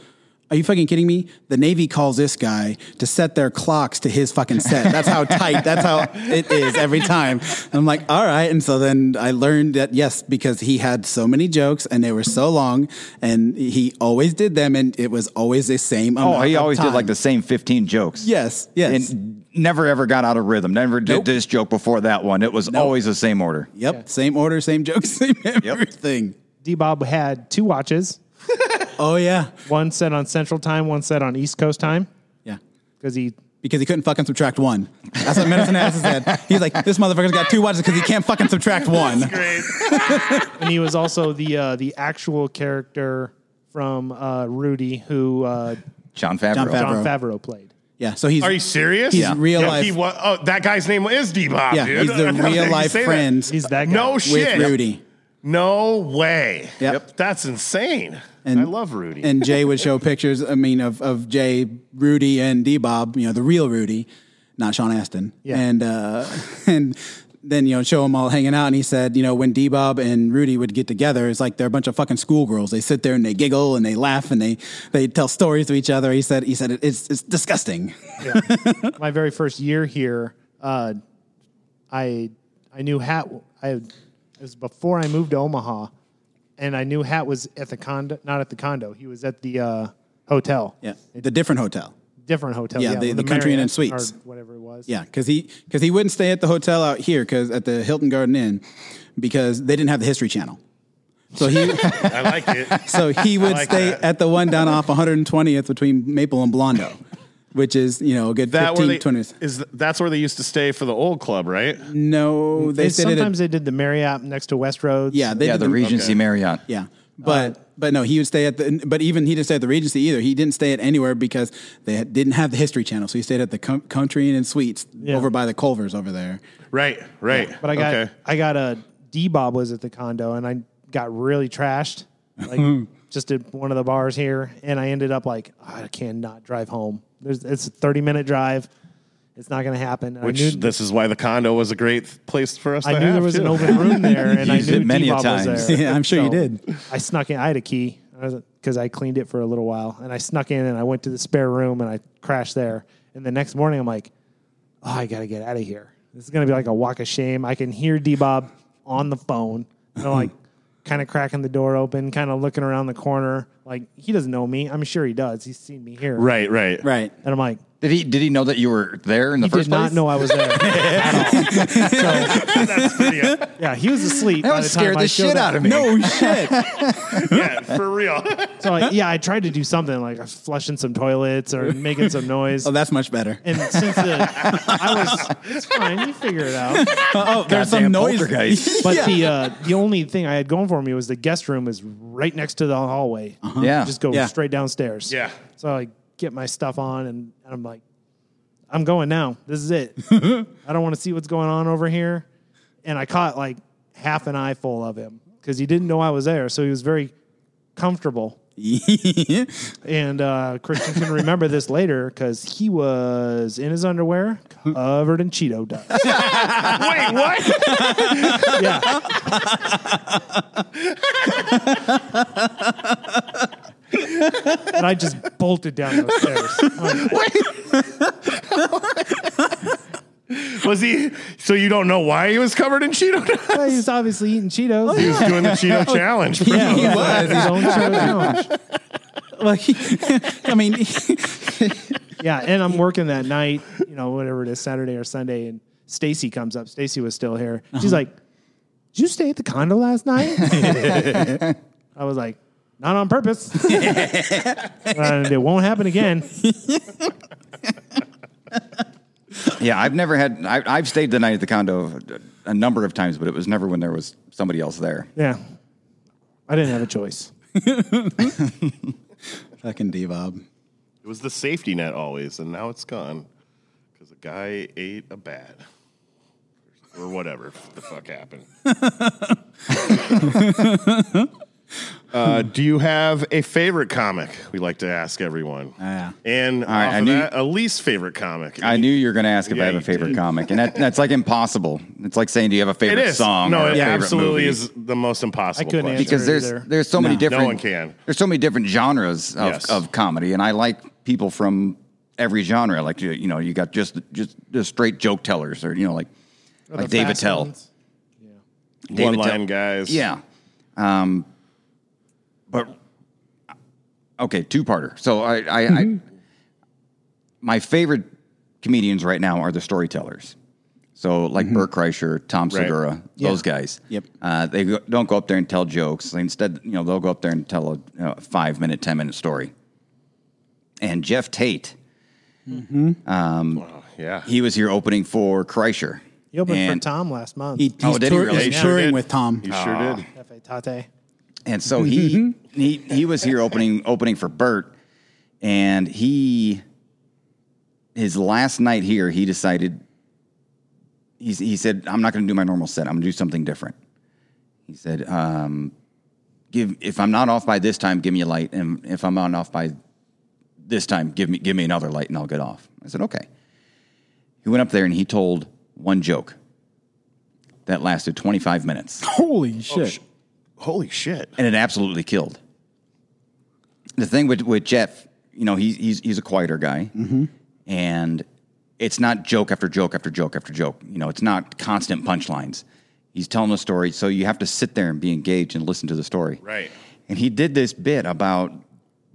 Speaker 2: Are you fucking kidding me? The Navy calls this guy to set their clocks to his fucking set. That's how tight, that's how it is every time. And I'm like, all right. And so then I learned that, yes, because he had so many jokes and they were so long and he always did them and it was always the same.
Speaker 4: Oh,
Speaker 2: amount
Speaker 4: he
Speaker 2: of
Speaker 4: always did
Speaker 2: time.
Speaker 4: like the same 15 jokes.
Speaker 2: Yes, yes.
Speaker 4: And never ever got out of rhythm. Never did
Speaker 2: Nope.
Speaker 4: this joke before that one. It was always the same order.
Speaker 2: Yep. Same order, same joke, same everything.
Speaker 3: D Bob had two watches.
Speaker 2: Oh yeah.
Speaker 3: One set on Central Time, one set on East Coast Time,
Speaker 2: Yeah.
Speaker 3: because he
Speaker 2: Because he couldn't fucking subtract one. That's what Medicine Ass said. He's like, this motherfucker's got two watches because he can't fucking subtract one.
Speaker 1: Great.
Speaker 3: and he was also the uh, the actual character from uh, Rudy, who uh,
Speaker 4: John Favreau.
Speaker 2: John Favreau.
Speaker 3: John Favreau played.
Speaker 2: Yeah. So he's
Speaker 1: Are you serious?
Speaker 2: He's real life.
Speaker 1: He wa- oh, that guy's name is D-Bob,
Speaker 2: yeah,
Speaker 1: dude.
Speaker 2: he's
Speaker 1: I
Speaker 2: the
Speaker 1: don't think
Speaker 2: real
Speaker 1: you
Speaker 2: life
Speaker 1: say that.
Speaker 2: friend
Speaker 3: He's that guy.
Speaker 1: No
Speaker 2: with
Speaker 1: shit.
Speaker 2: Rudy.
Speaker 1: No way.
Speaker 2: Yep.
Speaker 1: That's insane. I love Rudy.
Speaker 2: And Jay would show pictures. I mean, of of Jay, Rudy, and D Bob. You know, the real Rudy, not Sean Aston.
Speaker 3: Yeah.
Speaker 2: And uh, and then you know, show them all hanging out. And he said, you know, when D Bob and Rudy would get together, it's like they're a bunch of fucking schoolgirls. They sit there and they giggle and they laugh and they they tell stories to each other. He said, he said it's it's disgusting.
Speaker 3: my very first year here, uh, I I knew Hat. I it was before I moved to Omaha, and I knew Hat was at the condo, not at the condo. He was at the uh, hotel.
Speaker 2: Yeah, the different hotel.
Speaker 3: different hotel.
Speaker 2: Yeah, the-
Speaker 3: with
Speaker 2: the Country Inn and
Speaker 3: Marriott
Speaker 2: Suites.
Speaker 3: or whatever it was.
Speaker 2: Yeah, because he because he wouldn't stay at the hotel out here because at the Hilton Garden Inn because they didn't have the History Channel. So he
Speaker 1: I like it.
Speaker 2: so he would
Speaker 1: like
Speaker 2: stay
Speaker 1: that.
Speaker 2: at the one down off 120th between Maple and Blondo, which is you know a good
Speaker 1: That where
Speaker 2: 15
Speaker 1: they,
Speaker 2: 20th.
Speaker 1: is th- that's where they used to stay for the old club, right?
Speaker 2: No, they
Speaker 3: They
Speaker 2: stayed at a-
Speaker 3: sometimes they did the Marriott next to Westroads.
Speaker 2: yeah they
Speaker 4: Yeah,
Speaker 2: did
Speaker 4: the Regency
Speaker 1: Okay.
Speaker 4: Marriott.
Speaker 2: yeah but but no he would stay at the but even he didn't stay at the Regency either he didn't stay at anywhere because they had, didn't have the History Channel so he stayed at the com- Country Inn and Suites
Speaker 3: Yeah.
Speaker 2: over by the Culvers over there.
Speaker 1: Right, right.
Speaker 3: But I got
Speaker 1: Okay.
Speaker 3: I got a D Bob was at the condo and I got really trashed. Like just at one of the bars here and I ended up like I cannot drive home. There's it's a 30 minute drive. It's not going to happen. And
Speaker 1: Which
Speaker 3: I knew,
Speaker 1: this is why the condo was a great th- place for us.
Speaker 3: I
Speaker 1: to
Speaker 3: knew
Speaker 1: have,
Speaker 3: there was
Speaker 1: too.
Speaker 3: an open room there and I
Speaker 4: Used it
Speaker 3: knew
Speaker 4: many
Speaker 3: D Bob
Speaker 4: a
Speaker 3: was
Speaker 4: times.
Speaker 3: there.
Speaker 2: Yeah, I'm sure you did.
Speaker 3: I snuck in I had a key because I cleaned it for a little while and I snuck in and I went to the spare room and I crashed there. And the next morning I'm like, oh, I got to get out of here. This is going to be like a walk of shame. I can hear D Bob on the phone. And I'm like, kind of cracking the door open, kind of looking around the corner. Like, he doesn't know me. I'm sure he does. He's seen me here.
Speaker 1: Right, right,
Speaker 2: Right.
Speaker 3: And I'm like,
Speaker 4: Did he did he know that you were there in the
Speaker 3: he
Speaker 4: first
Speaker 3: did not
Speaker 4: place?
Speaker 3: know I was there. at all. So,
Speaker 1: That's pretty, uh,
Speaker 3: yeah, he was asleep.
Speaker 4: That
Speaker 3: by
Speaker 4: would
Speaker 3: the time
Speaker 4: scare
Speaker 3: I
Speaker 4: the
Speaker 3: showed
Speaker 4: shit
Speaker 3: up.
Speaker 4: out of me.
Speaker 2: No shit.
Speaker 1: yeah, for real.
Speaker 3: So I, yeah, I tried to do something like I was flushing some toilets or making some noise.
Speaker 2: oh, that's much better.
Speaker 3: and since the, I was, it's fine. You figure it out.
Speaker 2: Oh, there's
Speaker 4: Goddamn
Speaker 2: some noise.
Speaker 4: poltergeist.
Speaker 3: But
Speaker 2: Yeah.
Speaker 3: the uh, the only thing I had going for me was the guest room is right next to the hallway.
Speaker 4: Yeah.
Speaker 3: You just go
Speaker 2: Uh-huh. Yeah.
Speaker 3: straight downstairs.
Speaker 1: Yeah.
Speaker 3: So I get my stuff on and, and I'm like, I'm going now. This is it. I don't want to see what's going on over here. And I caught like half an eye full of him because he didn't know I was there, so he was very comfortable. And uh, Christian can remember this later because he was in his underwear, covered in Cheeto dust.
Speaker 1: Wait, what?
Speaker 3: yeah. and I just bolted down those stairs. Like,
Speaker 1: Was he? So you don't know why he was covered in Cheeto? dust?
Speaker 3: well, he's obviously eating Cheetos.
Speaker 1: he was doing the Cheeto challenge. bro.
Speaker 2: Oh, Yeah, he
Speaker 3: That's
Speaker 2: was.
Speaker 3: his own Cheeto challenge.
Speaker 2: Like, I mean,
Speaker 3: Yeah, and I'm working that night, you know, whatever it is, Saturday or Sunday, and Stacy comes up. Stacy was still here. She's
Speaker 2: Uh-huh.
Speaker 3: like, "Did you stay at the condo last night?" I was like, "Not on purpose." and it won't happen again.
Speaker 4: Yeah, I've never had. I, I've stayed the night at the condo a number of times, but it was never when there was somebody else there.
Speaker 3: Yeah, I didn't have a choice.
Speaker 2: fucking D Bob.
Speaker 1: It was the safety net always, and now it's gone because a guy ate a bat or whatever the fuck happened. Uh, do you have a favorite comic? We like to ask everyone.
Speaker 2: Yeah.
Speaker 1: And
Speaker 4: Ah, right,
Speaker 1: off
Speaker 4: I
Speaker 1: of
Speaker 4: knew-
Speaker 1: that, a least favorite comic.
Speaker 4: I knew you were going to ask if
Speaker 1: Yeah,
Speaker 4: I have a
Speaker 1: you
Speaker 4: favorite
Speaker 1: did.
Speaker 4: comic, and that, that's like impossible. It's like saying, "Do you have a
Speaker 1: it
Speaker 4: favorite
Speaker 1: is.
Speaker 4: song?"
Speaker 1: no,
Speaker 4: or a
Speaker 1: it
Speaker 4: favorite
Speaker 1: absolutely
Speaker 4: movie?
Speaker 1: is the most impossible.
Speaker 3: couldn't
Speaker 1: question.
Speaker 3: answer.
Speaker 4: because there's
Speaker 3: either.
Speaker 4: there's so many
Speaker 2: No. No
Speaker 4: different
Speaker 1: one can.
Speaker 4: there's so many different genres of,
Speaker 1: Yes.
Speaker 4: of comedy, and I like people from every genre. Like you, you know, you got just just just straight joke tellers, or you know, like like David Tell, David
Speaker 1: one
Speaker 4: Tell.
Speaker 1: line guys.
Speaker 4: Yeah. Um, but okay, two parter. So I, I, I,
Speaker 3: Mm-hmm.
Speaker 4: my favorite comedians right now are the storytellers. So like
Speaker 3: Mm-hmm.
Speaker 4: Bert Kreischer, Tom
Speaker 1: Right.
Speaker 4: Segura, those guys.
Speaker 2: Yep.
Speaker 4: Uh, they go, don't go up there and tell jokes. Instead, you know, they'll go up there and tell a you know, five minute, ten minute story. And Jeff Tate,
Speaker 3: Mm-hmm.
Speaker 4: um,
Speaker 1: Yeah.
Speaker 4: he was here opening for Kreischer.
Speaker 3: He opened
Speaker 4: and,
Speaker 3: for Tom last month.
Speaker 2: He, he's,
Speaker 4: Oh, did Oh, he
Speaker 2: tour-
Speaker 4: really?
Speaker 2: he's
Speaker 1: Yeah, he
Speaker 2: touring
Speaker 1: did.
Speaker 2: with Tom.
Speaker 1: You sure did.
Speaker 3: Cafe Tate.
Speaker 4: And so he he he was here opening opening for Bert, and he his last night here he decided he he said I'm not going to do my normal set. I'm going to do something different. He said, um, "Give if I'm not off by this time, give me a light, and if I'm not off by this time, give me give me another light, and I'll get off." I said, "Okay." He went up there and he told one joke that lasted 25 minutes
Speaker 2: Holy
Speaker 4: oh,
Speaker 2: shit.
Speaker 1: Holy shit.
Speaker 4: and it absolutely killed. The thing with with Jeff, you know, he's he's he's a quieter guy, and it's not joke after joke after joke after joke. You know, it's not constant punchlines. He's telling a story, so you have to sit there and be engaged and listen to the story.
Speaker 1: Right.
Speaker 4: And he did this bit about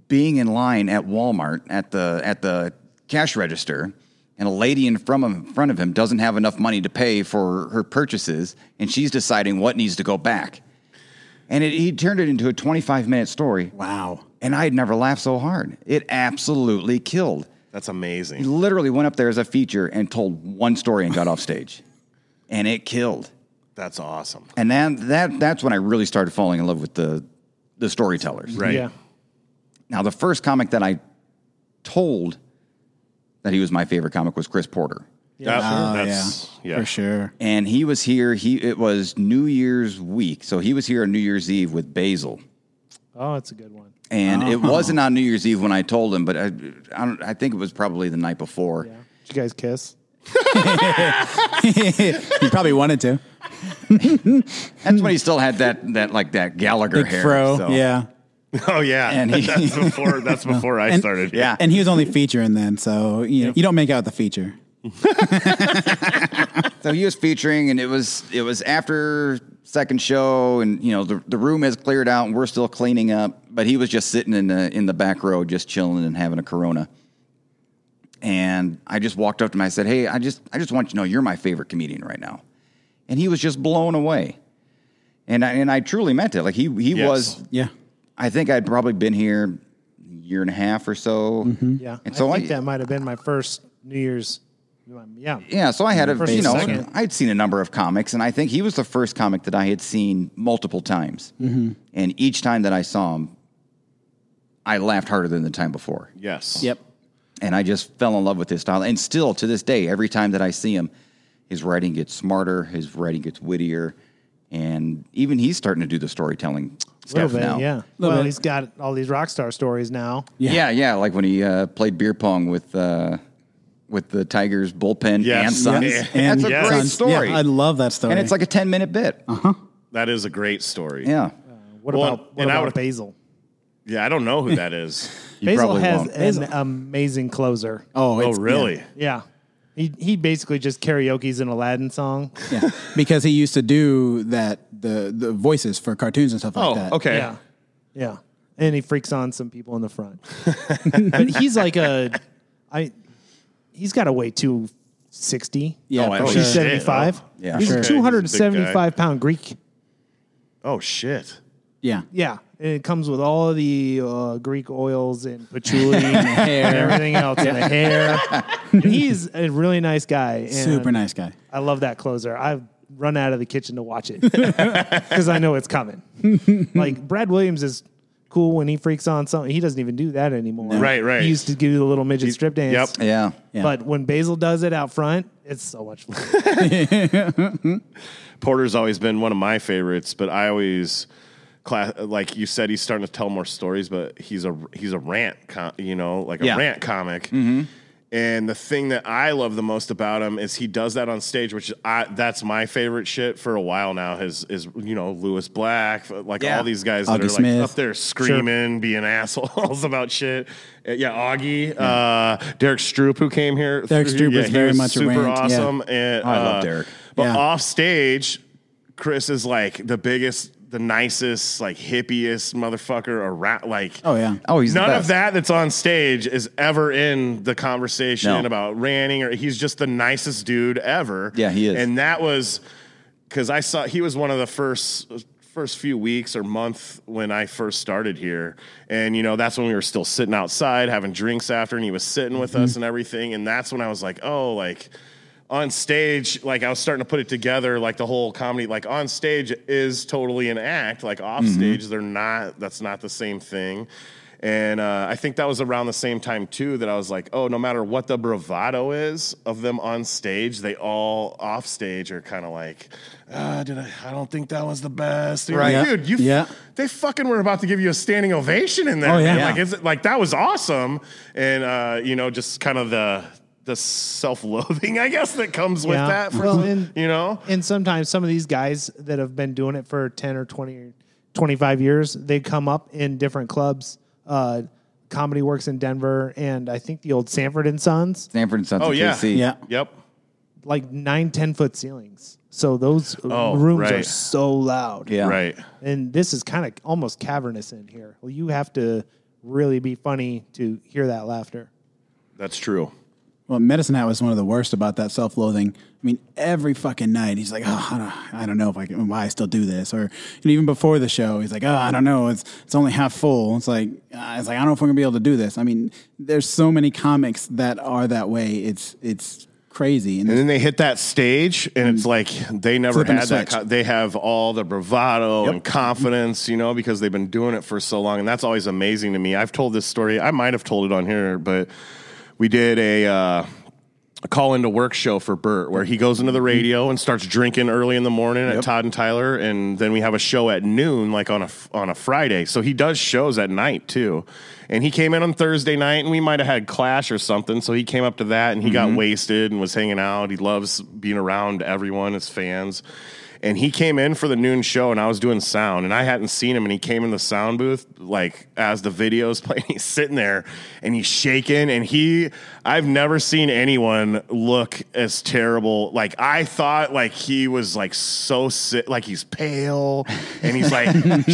Speaker 4: being in line at Walmart at the at the cash register, and a lady in from in front of him doesn't have enough money to pay for her purchases, and she's deciding what needs to go back. And it, he turned it into a 25 minute story.
Speaker 2: Wow.
Speaker 4: And I had never laughed so hard. It absolutely killed.
Speaker 1: That's
Speaker 4: He
Speaker 1: amazing.
Speaker 4: literally went up there as a feature and told one story and got off stage. And it killed.
Speaker 1: That's awesome.
Speaker 4: And then that that's when I really started falling in love with the the storytellers.
Speaker 1: Right.
Speaker 3: Yeah.
Speaker 4: Now the first comic that I told that he was my favorite comic was Chris Porter.
Speaker 1: That-
Speaker 2: Oh,
Speaker 1: that's
Speaker 2: yeah.
Speaker 1: yeah.
Speaker 2: For sure.
Speaker 4: And he was here, he it was New Year's week. So he was here on New Year's Eve with Basil.
Speaker 3: Oh, that's a good one.
Speaker 4: And
Speaker 2: Oh.
Speaker 4: it wasn't on New Year's Eve when I told him, but I, I, don't, I think it was probably the night before.
Speaker 3: Yeah. Did you guys kiss?
Speaker 2: he probably wanted to.
Speaker 4: That's when he still had that that like that Gallagher
Speaker 2: Big
Speaker 4: hair.
Speaker 2: fro.
Speaker 4: so-
Speaker 2: Yeah.
Speaker 1: Oh yeah.
Speaker 4: And he-
Speaker 1: that's before that's before I
Speaker 2: And-
Speaker 1: started.
Speaker 4: Yeah.
Speaker 2: And he was only featuring then, so you, know, you don't make out the feature.
Speaker 4: So he was featuring, and it was it was after second show, and you know the the room has cleared out, and we're still cleaning up. But he was just sitting in the in the back row, just chilling and having a Corona. And I just walked up to him. I said, "Hey, I just I just want you to know you're my favorite comedian right now," and he was just blown away. And I, and I truly meant it. Like he he
Speaker 1: Yes.
Speaker 4: was
Speaker 2: Yeah.
Speaker 4: I think I'd probably been here a year and a half or so.
Speaker 3: Yeah.
Speaker 4: And so
Speaker 3: I
Speaker 4: I,
Speaker 3: think that might have been my first New Year's. Yeah.
Speaker 4: yeah, so I had a,
Speaker 3: Mm, First
Speaker 4: you
Speaker 3: and
Speaker 4: know,
Speaker 3: second.
Speaker 4: I'd seen a number of comics, and I think he was the first comic that I had seen multiple times.
Speaker 3: Mm-hmm.
Speaker 4: And each time that I saw him, I laughed harder than the time before.
Speaker 1: Yes.
Speaker 2: Yep.
Speaker 4: And I just fell in love with his style. And still to this day, every time that I see him, his writing gets smarter, his writing gets wittier, and even he's starting to do the storytelling
Speaker 3: little
Speaker 4: stuff
Speaker 3: bit.
Speaker 4: now.
Speaker 3: Yeah.
Speaker 2: Little
Speaker 3: well,
Speaker 2: bit.
Speaker 3: he's got all these rock star stories now.
Speaker 4: Yeah, yeah, like when he uh, played beer pong with uh, with the Tigers bullpen
Speaker 1: Yes.
Speaker 4: and Suns.
Speaker 1: Yeah.
Speaker 2: And
Speaker 4: That's a
Speaker 1: Yes.
Speaker 4: great
Speaker 2: Sons.
Speaker 4: story.
Speaker 2: Yeah, I love that story.
Speaker 4: and it's like a ten minute bit.
Speaker 1: That is a great story.
Speaker 4: Yeah,
Speaker 1: Oh,
Speaker 3: What
Speaker 1: Well,
Speaker 3: about what
Speaker 1: and I
Speaker 3: about
Speaker 1: would-
Speaker 3: Basil?
Speaker 1: Yeah, I don't know who that is.
Speaker 4: you
Speaker 3: Basil
Speaker 4: probably
Speaker 3: has
Speaker 4: won't.
Speaker 3: an amazing closer.
Speaker 2: oh,
Speaker 1: oh
Speaker 2: it's,
Speaker 1: really?
Speaker 3: Yeah. He he basically just karaoke's an Aladdin song.
Speaker 2: Yeah, yeah. because he used to do that the the voices for cartoons and stuff like
Speaker 1: Oh,
Speaker 2: that.
Speaker 1: okay.
Speaker 3: Yeah. Yeah. And he freaks on some people in the front. but he's like a I he's got to weigh 260.
Speaker 2: Yeah,
Speaker 1: Oh,
Speaker 2: for
Speaker 1: I
Speaker 2: sure.
Speaker 3: He's 75.
Speaker 1: Yeah.
Speaker 4: Yeah.
Speaker 3: He's
Speaker 2: Sure.
Speaker 1: he's a
Speaker 3: a
Speaker 2: Okay,
Speaker 1: big guy.
Speaker 3: 275 pound Greek.
Speaker 1: Oh shit.
Speaker 2: Yeah,
Speaker 3: Yeah. And it comes with all the uh, Greek oils and patchouli and
Speaker 2: hair,
Speaker 3: everything else and the hair. And he's a really nice guy. and
Speaker 2: super nice guy.
Speaker 3: I love that closer. I've run out of the kitchen to watch it because I know it's coming. like Brad Williams is cool when he freaks on something. He doesn't even do that anymore.
Speaker 1: Right, right.
Speaker 3: He used to do the little midget strip dance.
Speaker 1: yep.
Speaker 4: Yeah,
Speaker 2: Yeah.
Speaker 3: But when Basil does it out front, it's so much fun.
Speaker 1: Porter's always been one of my favorites, but I always class, like you said, he's starting to tell more stories, but he's a he's a rant, com- you know, like a
Speaker 4: Yeah.
Speaker 1: rant comic.
Speaker 2: Mm-hmm.
Speaker 1: And the thing that I love the most about him is he does that on stage, which is I, that's my favorite shit for a while now. Is is you know Lewis Black, like
Speaker 4: Yeah.
Speaker 1: all these guys that
Speaker 2: Augie
Speaker 1: are like
Speaker 2: Smith.
Speaker 1: up there screaming, being assholes about shit. Uh, Yeah, Augie, Uh, Derek Stroop, who came here.
Speaker 2: Derek Stroop
Speaker 1: yeah,
Speaker 2: is
Speaker 1: he
Speaker 2: very much a
Speaker 1: super
Speaker 2: rant, yeah.
Speaker 1: awesome. And,
Speaker 4: Oh, I love
Speaker 1: uh,
Speaker 4: Derek.
Speaker 1: But
Speaker 2: Yeah.
Speaker 1: off stage, Chris is like the biggest, the nicest, like hippiest motherfucker around. Like,
Speaker 2: Oh yeah.
Speaker 4: Oh, he's the
Speaker 1: none
Speaker 4: best.
Speaker 1: of that that's on stage is ever in the conversation
Speaker 4: No.
Speaker 1: about ranting, or he's just the nicest dude ever.
Speaker 4: Yeah, he is.
Speaker 1: And that was because I saw he was one of the first first few weeks or month when I first started here, and you know that's when we were still sitting outside having drinks after, and he was sitting with
Speaker 4: Mm-hmm.
Speaker 1: us and everything, and that's when I was like, oh, like on stage, like I was starting to put it together, like the whole comedy, like on stage is totally an act. Like off
Speaker 4: Mm-hmm.
Speaker 1: stage, they're not. That's not the same thing. And uh, I think that was around the same time too that I was like, oh, no matter what the bravado is of them on stage, they all off stage are kind of like, uh, did I? I don't think that was the best, You're
Speaker 4: Right.
Speaker 1: like,
Speaker 2: Yeah.
Speaker 1: dude. You,
Speaker 2: Yeah.
Speaker 1: they fucking were about to give you a standing ovation in there.
Speaker 2: Oh, yeah.
Speaker 1: man.
Speaker 2: Yeah.
Speaker 1: like is it like that was awesome, and uh, you know, just kind of the the self-loathing, I guess, that comes with
Speaker 3: Yeah.
Speaker 1: that. For,
Speaker 3: Well, and-
Speaker 1: you know,
Speaker 3: and sometimes some of these guys that have been doing it for 10 or 20 or 25 years they come up in different clubs uh, comedy works in denver and i think the old sanford and sons
Speaker 4: Stanford and Sons
Speaker 1: Oh,
Speaker 4: of
Speaker 1: yeah.
Speaker 4: KC.
Speaker 2: Yeah.
Speaker 1: yep.
Speaker 3: like nine 10 foot ceilings so those
Speaker 1: Oh,
Speaker 3: rooms are
Speaker 1: right.
Speaker 3: so loud
Speaker 4: Yeah.
Speaker 1: Right.
Speaker 3: and this is kind of almost cavernous in here well you have to really be funny to hear that laughter
Speaker 1: That's true.
Speaker 2: Well, Medicine Hat was one of the worst about that self-loathing. I mean, every fucking night he's like, "Oh, I don't, I don't know if I can, why I still do this," or and even before the show, he's like, "Oh, I don't know, it's it's only half full." It's like, uh, it's like I don't know if I'm gonna be able to do this. I mean, there's so many comics that are that way. It's it's crazy. And
Speaker 1: And then they hit that stage, and it's like they never
Speaker 2: Flipping
Speaker 1: had
Speaker 2: the
Speaker 1: that.
Speaker 2: switch.
Speaker 1: co- they have all the bravado and confidence, you know, because they've been doing it for so long. And that's always amazing to me. I've told this story, I might have told it on here, but we did a. Uh, a call into work show for Bert, where he goes into the radio and starts drinking early in the morning at Todd and Tyler, and then we have a show at noon, like on a on a Friday. So he does shows at night too, and he came in on Thursday night, and we might have had Clash or something. So he came up to that, and he got wasted and was hanging out. He loves being around everyone, his fans. And he came in for the noon show, and I was doing sound, and I hadn't seen him. And he came in the sound booth, like as the video's playing. He's sitting there, and he's shaking. And he, I've never seen anyone look as terrible. Like I thought, like he was like so sick, like he's pale, and he's like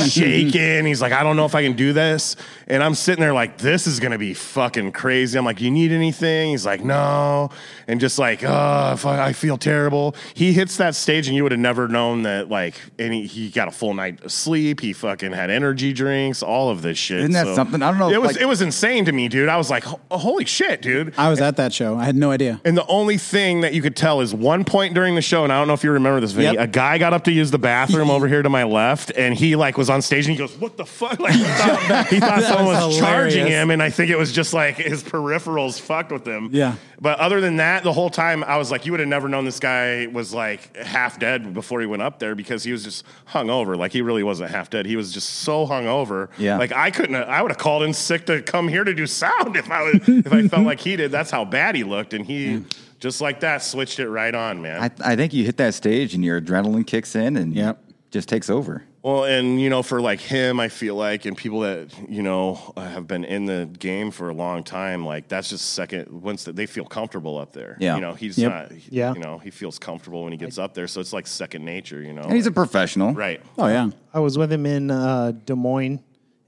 Speaker 1: shaking. He's like, I don't know if I can do this. And I'm sitting there like, this is gonna be fucking crazy. I'm like, you need anything? He's like, no. And just like, oh, fuck, I feel terrible. He hits that stage, and you would have never known that. Like, any he got a full night of sleep. He fucking had energy drinks, all of this shit.
Speaker 4: Isn't that something? I don't know if,
Speaker 1: It was
Speaker 4: like-
Speaker 1: it was insane to me, dude. I was like, "Ho- holy shit, dude.
Speaker 2: I was at that show. I had no idea.
Speaker 1: And the only thing that you could tell is one point during the show, and I don't know if you remember this, Vinny.
Speaker 2: Yep.
Speaker 1: A guy got up to use the bathroom over here to my left, and he like was on stage, and he goes, "What the fuck?" Like he thought, he thought
Speaker 2: That
Speaker 1: someone was
Speaker 2: was
Speaker 1: charging
Speaker 2: hilarious.
Speaker 1: him, and I think it was just like his peripherals fucked with him.
Speaker 2: Yeah.
Speaker 1: But other than that, the whole time I was like, you would have never known this guy was like half dead before he went up there because he was just hung over. Like he really wasn't half dead. He was just so hung over.
Speaker 4: Yeah.
Speaker 1: Like I couldn't. I would have called in sick to come here to do sound if I was if I felt like he did. That's how bad he looked, and he just like that switched it right on, man.
Speaker 4: I, I think you hit that stage and your adrenaline kicks in and
Speaker 2: Yep.
Speaker 4: just takes over.
Speaker 1: Well, and you know, for like him, I feel like, and people that you know have been in the game for a long time, like that's just second. Once that they feel comfortable up there,
Speaker 4: Yeah.
Speaker 1: you know, he's
Speaker 2: Yep.
Speaker 1: not,
Speaker 3: Yeah.
Speaker 1: you know, he feels comfortable when he gets up there, so it's like second nature, you know.
Speaker 4: And he's a professional.
Speaker 1: right.
Speaker 2: Oh yeah.
Speaker 3: I was with him in uh, Des Moines,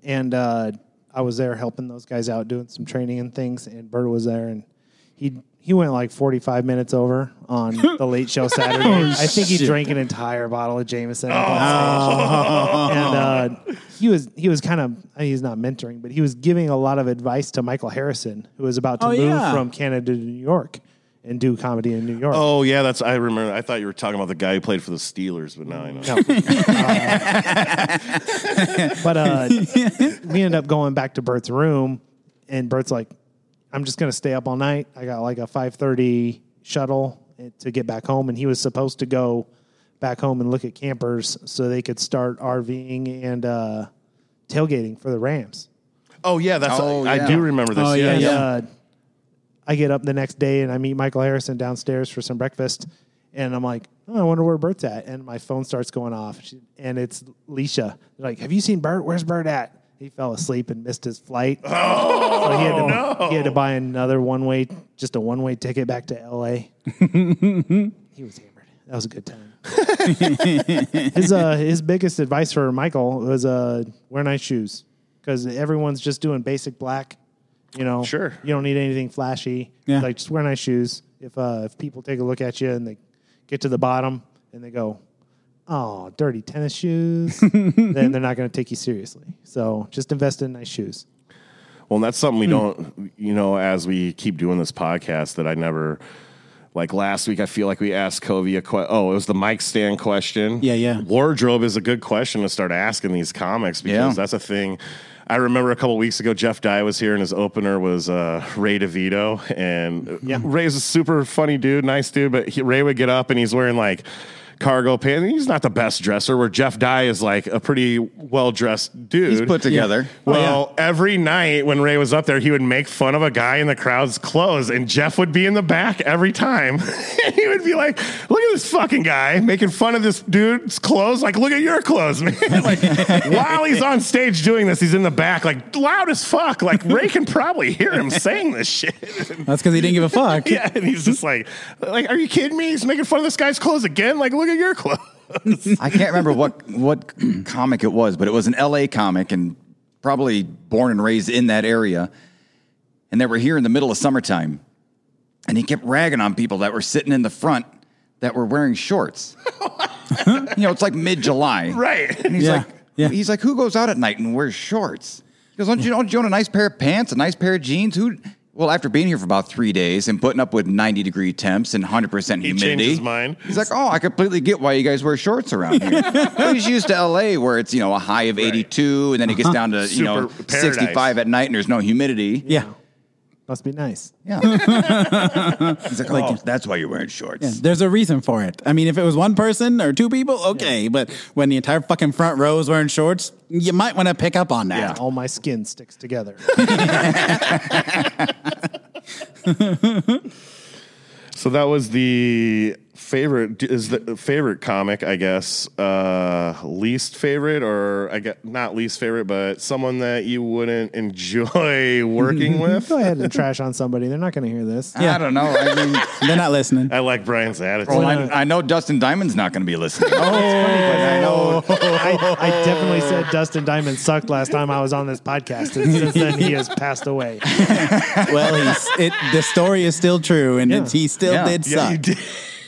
Speaker 3: and uh, I was there helping those guys out, doing some training and things. And Bert was there, and he he went like forty five minutes over on the late show Saturday.
Speaker 2: Oh,
Speaker 3: I think he drank an entire bottle of Jameson. up on stage. And uh, he was he was kind of he's not mentoring, but he was giving a lot of advice to Michael Harrison, who was about to
Speaker 2: Oh,
Speaker 3: move
Speaker 2: yeah.
Speaker 3: from Canada to New York and do comedy in New York.
Speaker 1: Oh yeah, that's I remember. I thought you were talking about the guy who played for the Steelers, but now I know.
Speaker 3: No. Uh, but uh, we end up going back to Bert's room, and Bert's like, "I'm just gonna stay up all night. I got like a 5:30 shuttle to get back home." And he was supposed to go back home and look at campers so they could start RVing and uh, tailgating for the Rams.
Speaker 1: Oh yeah, that's
Speaker 4: Oh,
Speaker 1: I
Speaker 4: yeah.
Speaker 1: do remember this.
Speaker 2: Oh,
Speaker 1: yeah.
Speaker 2: yeah.
Speaker 3: And uh, I get up the next day and I meet Michael Harrison downstairs for some breakfast. And I'm like, oh, I wonder where Bert's at. And my phone starts going off. She- And it's Leisha. They're like, Have you seen Bert? Where's Bert at? He fell asleep and missed his flight. Oh, so he, had to,
Speaker 1: Oh, no.
Speaker 3: he had to buy another one way, just a one way ticket back to LA. he was hammered. That was a good time. his uh, his biggest advice for Michael was uh, wear nice shoes because everyone's just doing basic black. You know,
Speaker 1: Sure.
Speaker 3: You don't need anything flashy.
Speaker 2: Yeah.
Speaker 3: like just wear nice shoes. If uh, if people take a look at you and they get to the bottom and they go, "Oh, dirty tennis shoes," then they're not going to take you seriously. So just invest in nice shoes.
Speaker 1: Well, and that's something
Speaker 2: Hmm.
Speaker 1: we don't, you know, as we keep doing this podcast that I never, like last week, I feel like we asked Covey a question. Oh, it was the mic stand question.
Speaker 2: Yeah, yeah.
Speaker 1: Wardrobe is a good question to start asking these comics because
Speaker 4: Yeah.
Speaker 1: that's a thing. I remember a couple weeks ago, Jeff Dye was here and his opener was uh, Ray DeVito. And Ray's a super funny dude, nice dude, but he, Ray would get up and he's wearing like, Cargo pants. He's not the best dresser. Where Jeff Dye is like a pretty well dressed dude.
Speaker 4: He's put together.
Speaker 1: Well, every night when Ray was up there, he would make fun of a guy in the crowd's clothes, and Jeff would be in the back every time. he would be like, "Look at this fucking guy making fun of this dude's clothes. Like, look at your clothes, man." like, while he's on stage doing this, he's in the back, like loud as fuck. Like Ray can probably hear him saying this shit.
Speaker 2: That's because he didn't give a fuck.
Speaker 1: yeah, and he's just like, "Like, are you kidding me? He's making fun of this guy's clothes again. Like, look at your clothes."
Speaker 4: I can't remember what what comic it was, but it was an LA comic and probably born and raised in that area. And they were here in the middle of summertime. And he kept ragging on people that were sitting in the front that were wearing shorts. you know, it's like mid July.
Speaker 1: Right.
Speaker 4: And he's
Speaker 2: Yeah,
Speaker 4: like,
Speaker 2: yeah.
Speaker 4: he's like, who goes out at night and wears shorts? He goes, don't you, don't you own a nice pair of pants, a nice pair of jeans? Who? Well, after being here for about three days and putting up with 90 degree temps and 100%
Speaker 1: changed
Speaker 4: humidity,
Speaker 1: his mind.
Speaker 4: he's like, oh, I completely get why you guys wear shorts around here. Well, he's used to LA where it's, you know, a high of 82 and then it gets down to, you know,
Speaker 1: Super paradise.
Speaker 4: 65 at night and there's no humidity.
Speaker 2: Yeah.
Speaker 3: Must be nice.
Speaker 4: Yeah. he's like, oh, that's why you're wearing shorts.
Speaker 2: There's a reason for it. I mean, if it was one person or two people, okay. But when the entire fucking front row is wearing shorts, you might want to pick up on that.
Speaker 3: All my skin sticks together.
Speaker 1: So that was the favorite is the favorite comic, I guess. Uh, least favorite, or I guess not least favorite, but someone that you wouldn't enjoy working with.
Speaker 3: Go ahead and trash on somebody. They're not going to hear this.
Speaker 4: I don't know. I mean,
Speaker 2: They're not listening.
Speaker 1: I like Brian's attitude.
Speaker 4: well, I, I know Dustin Diamond's not going to be listening.
Speaker 3: I, I definitely said Dustin Diamond sucked last time I was on this podcast, and since then he has passed away.
Speaker 2: well, he's, it, the story is still true, and it's, he still
Speaker 4: Yeah.
Speaker 2: did
Speaker 1: yeah,
Speaker 2: suck.
Speaker 1: you did.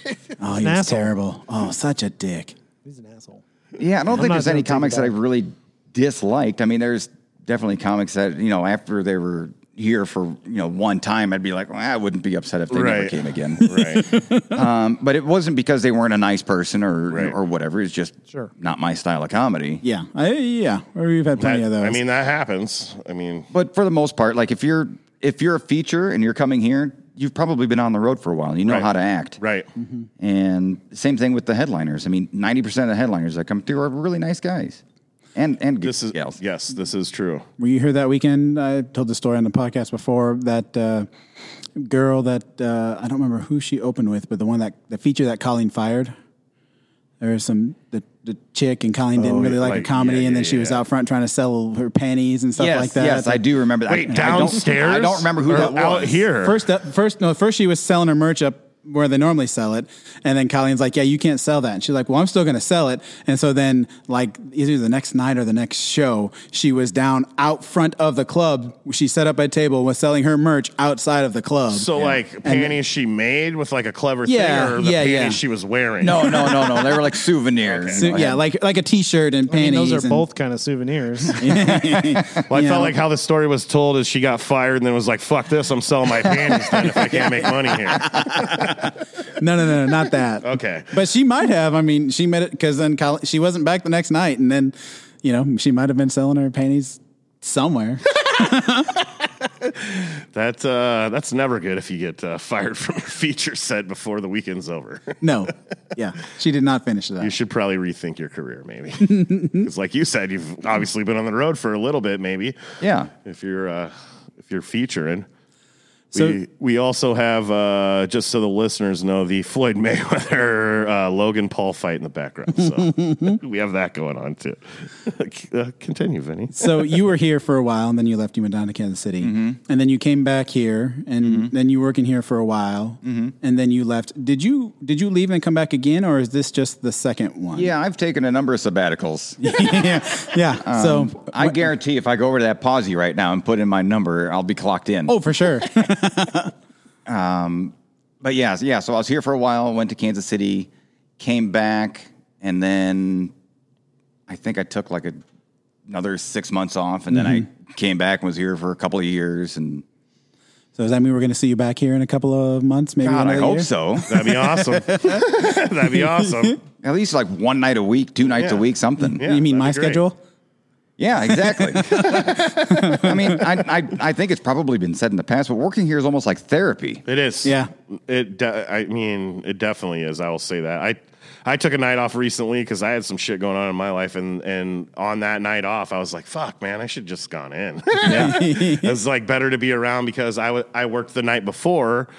Speaker 2: Oh, he
Speaker 3: an
Speaker 2: was
Speaker 3: asshole.
Speaker 2: terrible. Oh, such a dick.
Speaker 3: He's an asshole.
Speaker 4: Yeah, I don't think
Speaker 3: not
Speaker 4: there's any
Speaker 3: gonna take it
Speaker 4: comics that I
Speaker 3: back.
Speaker 4: really disliked. I mean, there's definitely comics that you know after they were here for you know one time, I'd be like, well, I wouldn't be upset if they never
Speaker 1: Right.
Speaker 4: came again.
Speaker 1: Right.
Speaker 4: um, but it wasn't because they weren't a nice person or
Speaker 1: Right.
Speaker 4: or whatever. It's just
Speaker 3: Sure.
Speaker 4: not my style of comedy.
Speaker 2: Yeah, I, yeah. We've had plenty of
Speaker 1: That-
Speaker 2: those.
Speaker 1: I mean, that happens. I mean,
Speaker 4: But for the most part, like if you're if you're a feature and you're coming here, you've probably been on the road for a while. You know
Speaker 1: Right.
Speaker 4: how to act.
Speaker 1: right.
Speaker 2: Mm-hmm.
Speaker 4: And same thing with the headliners. I mean, ninety percent of the headliners that come through are really nice guys, and and
Speaker 1: This is
Speaker 4: gals.
Speaker 1: yes, this is true.
Speaker 2: Were you here that weekend? I told the story on the podcast before that uh, girl that uh, I don't remember who she opened with, but the one that the feature that Colleen fired. There was some the, the chick and Colleen didn't
Speaker 1: Oh,
Speaker 2: really like,
Speaker 1: like,
Speaker 2: a comedy,
Speaker 1: yeah,
Speaker 2: and then
Speaker 1: yeah,
Speaker 2: she was
Speaker 1: yeah.
Speaker 2: out front trying to sell her panties and stuff
Speaker 4: yes,
Speaker 2: like that.
Speaker 4: Yes, I do remember that.
Speaker 1: Wait,
Speaker 4: I- I don't-
Speaker 1: downstairs.
Speaker 4: I don't, remember who
Speaker 1: Or
Speaker 4: that was.
Speaker 1: Out here.
Speaker 2: First, up, first, no, first she was selling her merch up where they normally sell it, and then Colleen's like, "Yeah, you can't sell that." And she's like, "Well, I'm still going to sell it." And so then, like either the next night or the next show, she was down out front of the club. She set up a table, was selling her merch outside of the club.
Speaker 1: so like panties she made with like a clever
Speaker 2: Yeah,
Speaker 1: thing, or the
Speaker 2: yeah,
Speaker 1: panties
Speaker 2: yeah.
Speaker 1: she was wearing.
Speaker 4: No, no, no, no. They were like souvenirs.
Speaker 2: So, yeah, like like a T-shirt and
Speaker 3: I mean,
Speaker 2: panties.
Speaker 3: those are
Speaker 2: and-
Speaker 3: both kind of souvenirs.
Speaker 1: Well, I
Speaker 2: Yeah.
Speaker 1: felt like how the story was told is she got fired and then was like, "Fuck this! I'm selling my panties then if I can't make money here."
Speaker 2: No, no, no, no, not that.
Speaker 1: Okay.
Speaker 2: But she might have. I mean, she met it because then Coll- she wasn't back the next night, and then you know she might have been selling her panties somewhere.
Speaker 1: That uh, that's never good if you get uh, fired from a feature set before the weekend's over.
Speaker 2: No. Yeah. She did not finish that.
Speaker 1: you should probably rethink your career, maybe. Because, like you said, you've obviously been on the road for a little bit, maybe.
Speaker 4: Yeah.
Speaker 1: If you're uh, if you're featuring.
Speaker 2: So-
Speaker 1: we, we also have uh, just so the listeners know the Floyd Mayweather uh, Logan Paul fight in the background. So we have that going on too. Uh, Continue, Vinny.
Speaker 2: so you were here for a while and then you left you went down to kansas city and then you came back here and then you working here for a while and then you left did you did you leave and come back again or is this just the second one
Speaker 4: Yeah, I've taken a number of sabbaticals.
Speaker 2: yeah yeah so
Speaker 4: I guarantee if I go over to that posse right now and put in my number, I'll be clocked in.
Speaker 2: oh for sure
Speaker 4: But yeah, so- yeah. So I was here for a while, went to Kansas City, came back, and then I think I took like a, another six months off, and then
Speaker 2: Mm-hmm.
Speaker 4: I came back and was here for a couple of years. And
Speaker 2: so does that mean we're going to see you back here in a couple of months maybe
Speaker 4: God, I
Speaker 2: another
Speaker 4: hope
Speaker 2: year?
Speaker 4: so.
Speaker 1: That'd be awesome. That'd be awesome.
Speaker 4: At least like one night a week, two nights
Speaker 1: Yeah.
Speaker 4: a week, something.
Speaker 1: Yeah,
Speaker 2: you mean
Speaker 1: that'd
Speaker 2: my
Speaker 1: be great.
Speaker 2: schedule
Speaker 4: Yeah, exactly. I mean, I, I I think it's probably been said in the past, but working here is almost like therapy.
Speaker 1: It is.
Speaker 2: Yeah.
Speaker 1: It. De- I mean, it definitely is. I will say that. I I took a night off recently because I had some shit going on in my life, and and on that night off, I was like, "Fuck, man, I should just gone in." it's like better to be around because I wa- I worked the night before.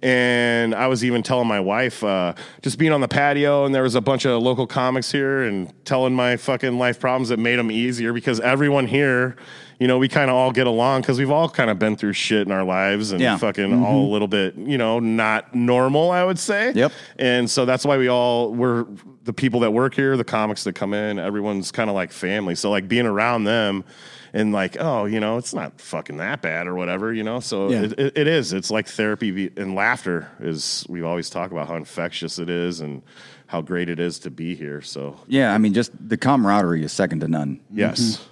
Speaker 1: And I was even telling my wife, uh, just being on the patio, and there was a bunch of local comics here, and telling my fucking life problems that made them easier because everyone here, you know, we kind of all get along because we've all kind of been through shit in our lives and
Speaker 4: Yeah.
Speaker 1: fucking fucking all a little bit, you know, not normal, I would say.
Speaker 4: Yep.
Speaker 1: And so that's why we all we're the people that work here, the comics that come in, everyone's kind of like family. So like being around them and like, oh, you know, it's not fucking that bad or whatever, you know. So
Speaker 2: Yeah.
Speaker 1: it, it, it is. It's like therapy be- and laughter is we always talk about how infectious it is and how great it is to be here. So
Speaker 4: Yeah, I mean, just the camaraderie is second to none.
Speaker 1: yes.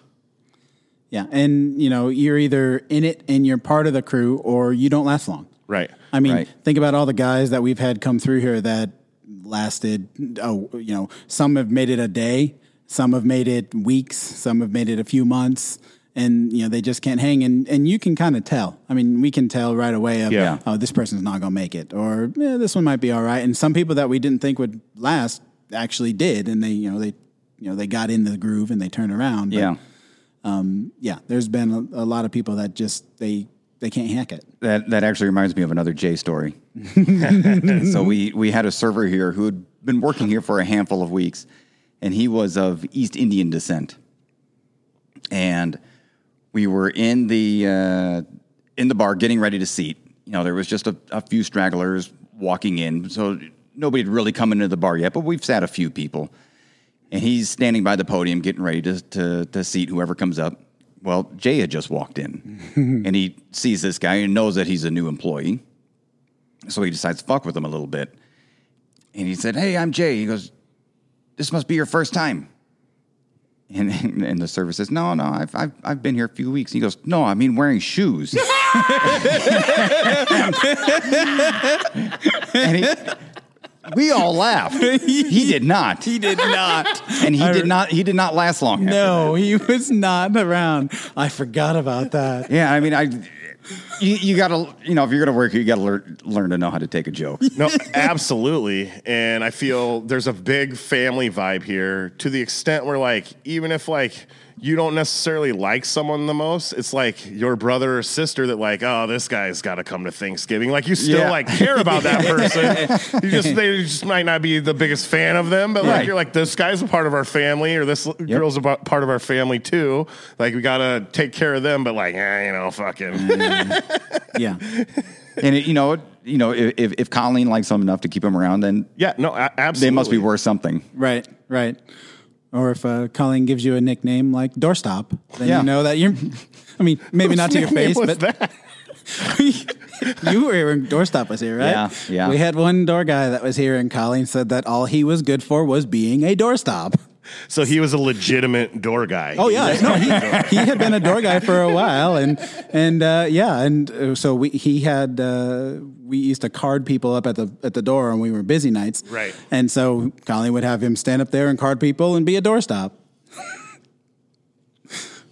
Speaker 2: yeah and you know you're either in it and you're part of the crew or you don't last long
Speaker 1: Right.
Speaker 2: I mean,
Speaker 4: Right.
Speaker 2: think about all the guys that we've had come through here that lasted. Oh, you know, some have made it a day, some have made it weeks, some have made it a few months, and you know they just can't hang. And and you can kind of tell. I mean, we can tell right away. Of,
Speaker 1: Yeah.
Speaker 2: Oh, this person's not gonna make it, or yeah, this one might be all right. And some people that we didn't think would last actually did, and they you know they you know they got in the groove and they turn around. But,
Speaker 4: Yeah,
Speaker 2: yeah. There's been a, a lot of people that just they they can't hack it.
Speaker 4: that that actually reminds me of another Jay story. so we we had a server here who had been working here for a handful of weeks, and he was of East Indian descent. And we were in the uh, in the bar getting ready to seat. You know, there was just a, a few stragglers walking in, so nobody had really come into the bar yet. But we've sat a few people, and he's standing by the podium getting ready to to, to seat whoever comes up. Well, Jay had just walked in, and he sees this guy and knows that he's a new employee, so he decides to fuck with him a little bit. And he said, "Hey, I'm Jay." He goes, "This must be your first time." And, and, and the server says, No, no, I've, I've, I've been here a few weeks. He goes, No, I mean wearing shoes. and he, we all laughed. He did not. He did not. And he did not he did not last long. after
Speaker 2: No, he was not around. I forgot about that.
Speaker 4: that. Yeah, I mean I you, you gotta you know, if you're gonna work here, you gotta learn learn to know how to take a joke.
Speaker 1: No, absolutely. And I feel there's a big family vibe here to the extent where, like, even if, like, you don't necessarily like someone the most, it's like your brother or sister that, like, oh, this guy's got to come to Thanksgiving. Like, you still,
Speaker 4: Yeah.
Speaker 1: like, care about that person. you just, they just might not be the biggest fan of them, but, like,
Speaker 4: Right.
Speaker 1: you're like, this guy's a part of our family or this l- girl's a bu- part of our family too. Like, we got to take care of them, but, like, eh, you know,
Speaker 4: Mm.
Speaker 1: fucking.
Speaker 2: Yeah.
Speaker 4: and it, you know it- you know, if, if- if Colleen likes him enough to keep him around, then
Speaker 1: yeah, no, a- absolutely.
Speaker 4: they must be worth something.
Speaker 2: Right, right. Or if uh, Colleen gives you a nickname like Doorstop, then
Speaker 4: Yeah.
Speaker 2: you know that you're. I mean, maybe not to your
Speaker 1: Nickname
Speaker 2: face,
Speaker 1: was
Speaker 2: but
Speaker 1: that?
Speaker 2: you were here when Doorstop was here, right?
Speaker 4: Yeah, yeah.
Speaker 2: We had one door guy that was here, and Colleen said that all he was good for was being a doorstop.
Speaker 1: So he was a legitimate door guy.
Speaker 2: Oh yeah, no, he, he had been a door guy for a while, and and uh, yeah, and uh, so we he had uh, we used to card people up at the at the door when we were busy nights,
Speaker 1: Right.
Speaker 2: And so Colleen would have him stand up there and card people and be a doorstop.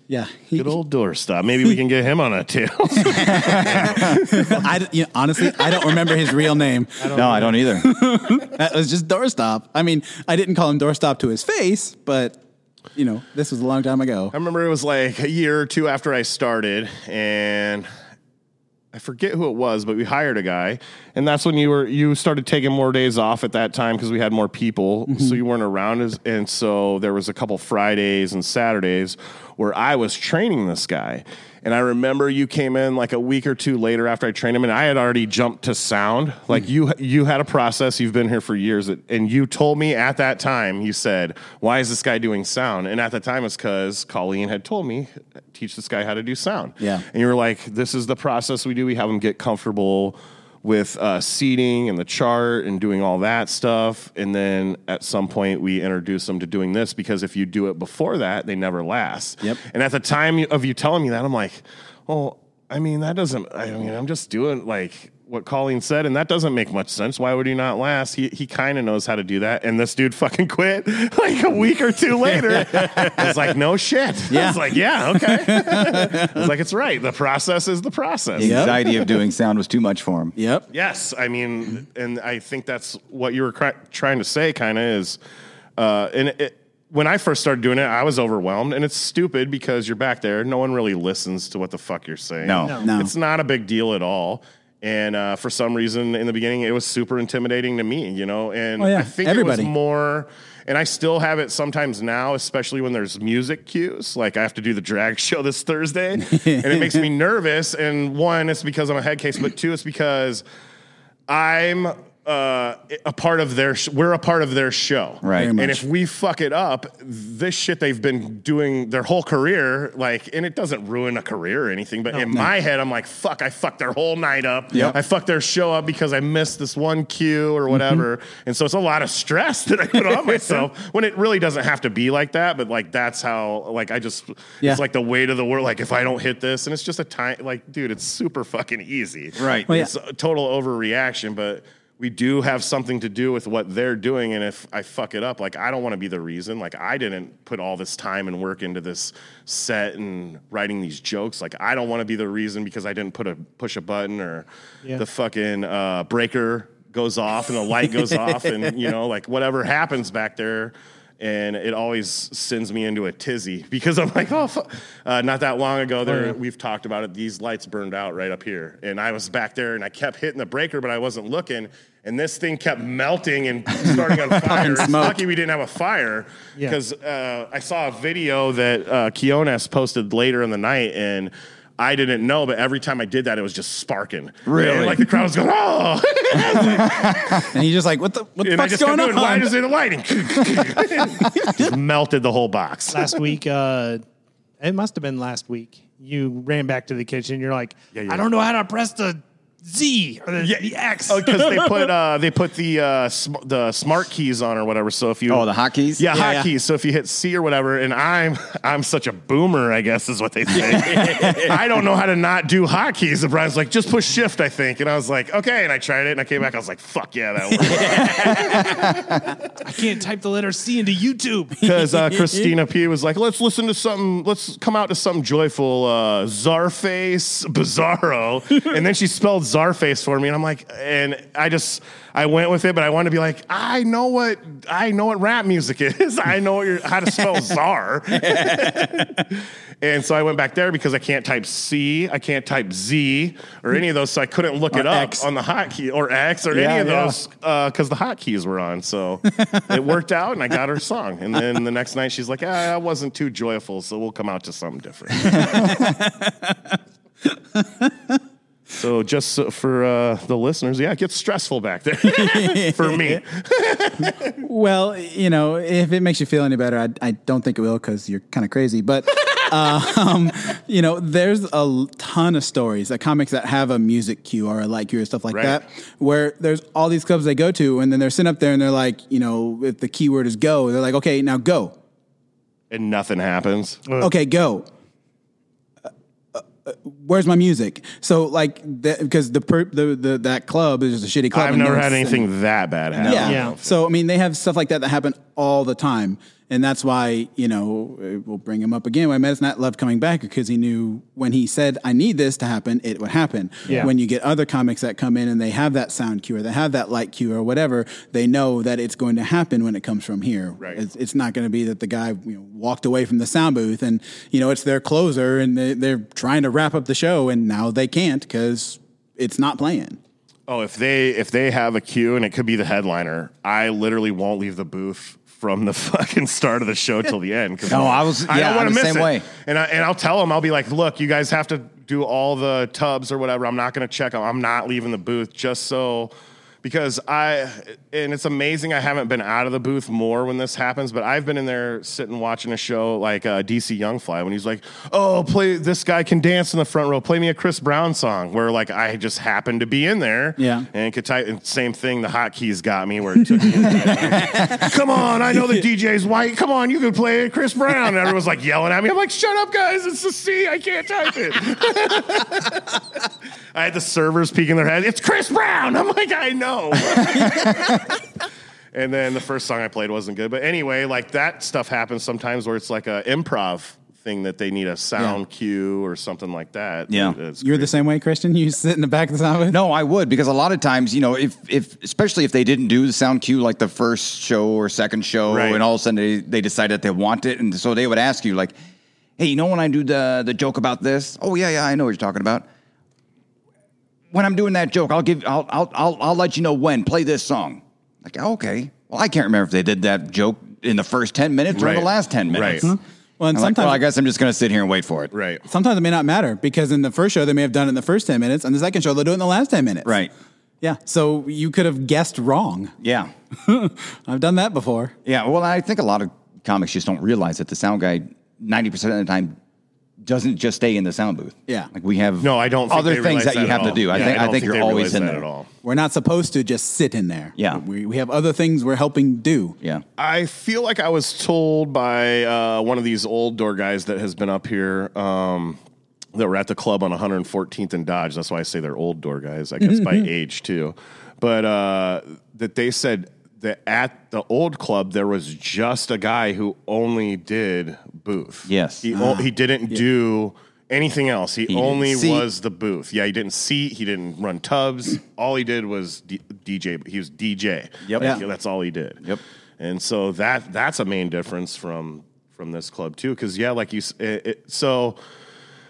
Speaker 2: Yeah. He-
Speaker 1: Good old Doorstop. Maybe we can get him on a tail.
Speaker 2: I, you know, honestly, I don't remember his real name.
Speaker 4: no, I don't either.
Speaker 2: That was just Doorstop. I mean, I didn't call him Doorstop to his face, but, you know, this was a long time ago.
Speaker 1: I remember it was like a year or two after I started, and I forget who it was, but we hired a guy, and that's when you were you started taking more days off at that time because we had more people, so you weren't around as, and so there was a couple Fridays and Saturdays where I was training this guy, and I remember you came in like a week or two later after I trained him, and I had already jumped to sound. Like you you had a process, you've been here for years, and you told me at that time you said, "Why is this guy doing sound?" And at the time, it's because Colleen had told me teach this guy how to do sound.
Speaker 2: Yeah.
Speaker 1: And you were like, this is the process we do. We have them get comfortable with uh, seating and the chart and doing all that stuff. And then at some point, we introduce them to doing this because if you do it before that, they never last.
Speaker 2: Yep.
Speaker 1: And at the time of you telling me that, I'm like, well, I mean, that doesn't, I mean, I'm just doing like what Colleen said, and that doesn't make much sense. Why would he not last? He, he kind of knows how to do that. And this dude fucking quit like a week or two later. I was like, no shit. I
Speaker 2: Yeah.
Speaker 1: was like, yeah, okay. I was like, it's right. The process is the process.
Speaker 4: The
Speaker 2: Yep.
Speaker 4: anxiety of doing sound was too much for him.
Speaker 2: Yep.
Speaker 1: Yes. I mean, and I think that's what you were cri- trying to say, kind of is. Uh, and it, when I first started doing it, I was overwhelmed, and it's stupid because you're back there. No one really listens to what the fuck you're saying.
Speaker 4: No.
Speaker 2: No.
Speaker 1: It's not a big deal at all. And uh, for some reason, in the beginning, it was super intimidating to me, you know? And
Speaker 2: Oh, yeah.
Speaker 1: I think it
Speaker 2: Everybody.
Speaker 1: was more, and I still have it sometimes now, especially when there's music cues. Like I have to do the drag show this Thursday, and it makes me nervous. And one, it's because I'm a head case, but two, it's because I'm uh, a part of their, sh- we're a part of their show.
Speaker 4: Right. Very
Speaker 1: And
Speaker 2: much.
Speaker 1: if we fuck it up, this shit they've been doing their whole career, like, and it doesn't ruin a career or anything, but in my head, I'm like, fuck, I fucked their whole night up.
Speaker 4: Yep.
Speaker 1: I fucked their show up because I missed this one cue or whatever. And so it's a lot of stress that I put on myself when it really doesn't have to be like that. But like, that's how, like, I just,
Speaker 2: Yeah.
Speaker 1: it's like the weight of the world. Like, if I don't hit this, and it's just a time, like, dude, it's super fucking easy.
Speaker 4: Right.
Speaker 2: Well, yeah.
Speaker 1: It's a total overreaction, but we do have something to do with what they're doing. And if I fuck it up, like I don't want to be the reason. Like I didn't put all this time and work into this set and writing these jokes. Like I don't want to be the reason because I didn't put a push a button or
Speaker 3: Yeah.
Speaker 1: the fucking uh, breaker goes off and the light goes off and you know like whatever happens back there. And it always sends me into a tizzy because I'm like, oh, fu-. Uh, not that long ago, there
Speaker 3: yeah.
Speaker 1: we've talked about it. These lights burned out right up here, and I was back there, and I kept hitting the breaker, but I wasn't looking, and this thing kept melting and starting on fire. It's
Speaker 2: smoke.
Speaker 1: lucky we didn't have a fire
Speaker 3: Yeah.
Speaker 1: because uh, I saw a video that uh, Kionas posted later in the night, and. I didn't know, but every time I did that, it was just sparking.
Speaker 4: Really?
Speaker 1: And, like the crowd was going, oh!
Speaker 2: And he's just like, what the, what the
Speaker 1: And I
Speaker 2: fuck's
Speaker 1: just kept
Speaker 2: going
Speaker 1: going,
Speaker 2: on?
Speaker 1: why is there the lighting? just melted the whole box.
Speaker 3: last week. Uh, it must have been last week. You ran back to the kitchen. You're like,
Speaker 1: yeah.
Speaker 3: I don't know how to press the Z or the,
Speaker 1: Yeah.
Speaker 3: the X.
Speaker 1: Oh, because they put uh, they put the uh, sm- the smart keys on or whatever. So if you
Speaker 4: Oh, the hotkeys?
Speaker 1: yeah,
Speaker 2: Yeah,
Speaker 1: hotkeys.
Speaker 2: yeah.
Speaker 1: So if you hit C or whatever, and I'm I'm such a boomer, I guess is what they say. I don't know how to not do hotkeys. And Brian's like, just push shift, I think, and I was like, okay, and I tried it, and I came back, I was like, fuck yeah, that worked.
Speaker 3: I can't type the letter C into YouTube.
Speaker 1: Because uh, Christina P was like, let's listen to something, let's come out to something joyful, uh, Zarface Bizarro. and then she spelled Zarface for me. And I'm like, and I just, I went with it, but I wanted to be like, I know what, I know what rap music is. I know what you're, how to spell czar. and so I went back there because I can't type C, I can't type Z or any of those. So I couldn't look it up
Speaker 2: X.
Speaker 1: on the hotkey or X or any
Speaker 3: Yeah,
Speaker 1: of
Speaker 3: yeah.
Speaker 1: those because the hotkeys were on. So it worked out, and I got her song. And then the next night, she's like, ah, "I wasn't too joyful, so we'll come out to something different." so just so for uh, the listeners, yeah, it gets stressful back there for me.
Speaker 2: Well, you know, if it makes you feel any better, I, I don't think it will because you're kind of crazy. But, um, you know, there's a l- ton of stories that comics that have a music cue or a light cue or stuff like
Speaker 1: Right.
Speaker 2: that, where there's all these clubs they go to, and then they're sent up there and they're like, you know, if the keyword is go, they're like, okay, now go.
Speaker 1: And nothing happens.
Speaker 2: Okay, go. Uh, uh, uh, Where's my music? So like, because the, per- the the that club is just a shitty club.
Speaker 1: I've
Speaker 2: and
Speaker 1: never
Speaker 2: they're
Speaker 1: had
Speaker 2: sending-
Speaker 1: anything that bad happen.
Speaker 2: yeah.
Speaker 3: Yeah.
Speaker 2: So I mean, they have stuff like that that happen all the time, And that's why, you know, uh, we'll bring him up again. Why Medicine Hat loved coming back because he knew when he said, I need this to happen, it would happen.
Speaker 3: Yeah.
Speaker 2: When you get other comics that come in and they have that sound cue or they have that light cue or whatever, they know that it's going to happen when it comes from here.
Speaker 1: Right.
Speaker 2: It's, it's not going to be that the guy you know, walked away from the sound booth and, you know, it's their closer and they, they're trying to wrap up the show and now they can't because it's not playing.
Speaker 1: Oh, if they if they have a cue and it could be the headliner, I literally won't leave the booth from the fucking start of the show till the end. 'cause
Speaker 4: No,
Speaker 1: I'm like,
Speaker 4: I was- yeah,
Speaker 1: don't wanna
Speaker 4: I'm the
Speaker 1: miss
Speaker 4: same
Speaker 1: it.
Speaker 4: way.
Speaker 1: And I, and I'll tell them I'll be like, look, you guys have to do all the tubs or whatever. I'm not going to check them. I'm not leaving the booth just so because I and it's amazing I haven't been out of the booth more when this happens, but I've been in there sitting watching a show like uh, DC Youngfly when he's like, "Oh, play this guy can dance in the front row. Play me a Chris Brown song." Where like I just happened to be in there.
Speaker 2: Yeah.
Speaker 1: And could type and same thing the hotkeys got me where it took me come on, I know the DJ's white. Come on, you can play it, Chris Brown. And everyone's like yelling at me. I'm like, shut up, guys. It's the C. I can't type it. I had the servers peeking their head. It's Chris Brown. I'm like, I know. and then the first song I played wasn't good. But anyway, like that stuff happens sometimes where it's like a improv thing that they need a sound cue or something like that.
Speaker 4: Yeah.
Speaker 1: It's
Speaker 2: You're the same way, Christian? You sit in the back of the sound booth?
Speaker 4: No, I would because a lot of times, you know, if if especially if they didn't do the sound cue like the first show or second show,
Speaker 1: Right.
Speaker 4: and all of a sudden they, they decide that they want it, and so they would ask you like, "Hey, you know when I do the the joke about this? Oh yeah, yeah, I know what you're talking about. When I'm doing that joke, I'll give I'll I'll I'll, I'll let you know when. Play this song. Like okay, well I can't remember if they did that joke in the first ten minutes or in
Speaker 1: Right.
Speaker 4: the last ten minutes.
Speaker 1: Right. Mhm.
Speaker 2: Well, Hmm. and
Speaker 4: I'm like,
Speaker 2: sometimes-
Speaker 4: well, I guess I'm just gonna sit here and wait for it.
Speaker 1: Right.
Speaker 2: Sometimes it may not matter because in the first show they may have done it in the first 10 minutes, and the second show they'll do it in the last 10 minutes.
Speaker 4: Right.
Speaker 2: Yeah. So you could have guessed wrong.
Speaker 4: Yeah.
Speaker 2: I've done that before.
Speaker 4: Yeah, well, I think a lot of comics just don't realize that the sound guy, ninety percent of the time, doesn't just stay in the sound booth.
Speaker 2: Yeah.
Speaker 4: like we have
Speaker 1: No, I don't. think
Speaker 4: other
Speaker 1: they
Speaker 4: things
Speaker 1: realize
Speaker 4: that you
Speaker 1: at
Speaker 4: have to
Speaker 1: all.
Speaker 4: do. I
Speaker 1: Yeah,
Speaker 4: think I,
Speaker 1: don't
Speaker 4: think you're
Speaker 1: they
Speaker 4: always
Speaker 1: realize
Speaker 4: in
Speaker 1: that
Speaker 4: there
Speaker 1: at all.
Speaker 2: We're not supposed to just sit in there.
Speaker 4: Yeah.
Speaker 2: We, we have other things we're helping do.
Speaker 4: Yeah,
Speaker 1: I feel like I was told by uh, one of these old door guys that has been up here um, that were at the club on 114th and Dodge. That's why I say they're old door guys, I guess by age too. But uh, that they said that at the old club there was just a guy who only did booth.
Speaker 4: Yes.
Speaker 1: he, o- he didn't do anything else. He,
Speaker 4: didn't
Speaker 1: only
Speaker 4: seat.
Speaker 1: was the booth. Yeah, he didn't seat. He didn't run tubs. All he did was D- DJ. He was DJ.
Speaker 4: Yep.
Speaker 1: Like,
Speaker 4: Yeah.
Speaker 1: that's all he did.
Speaker 4: Yep.
Speaker 1: And so that that's a main difference from from this club too, because yeah, like you, s- it, it, so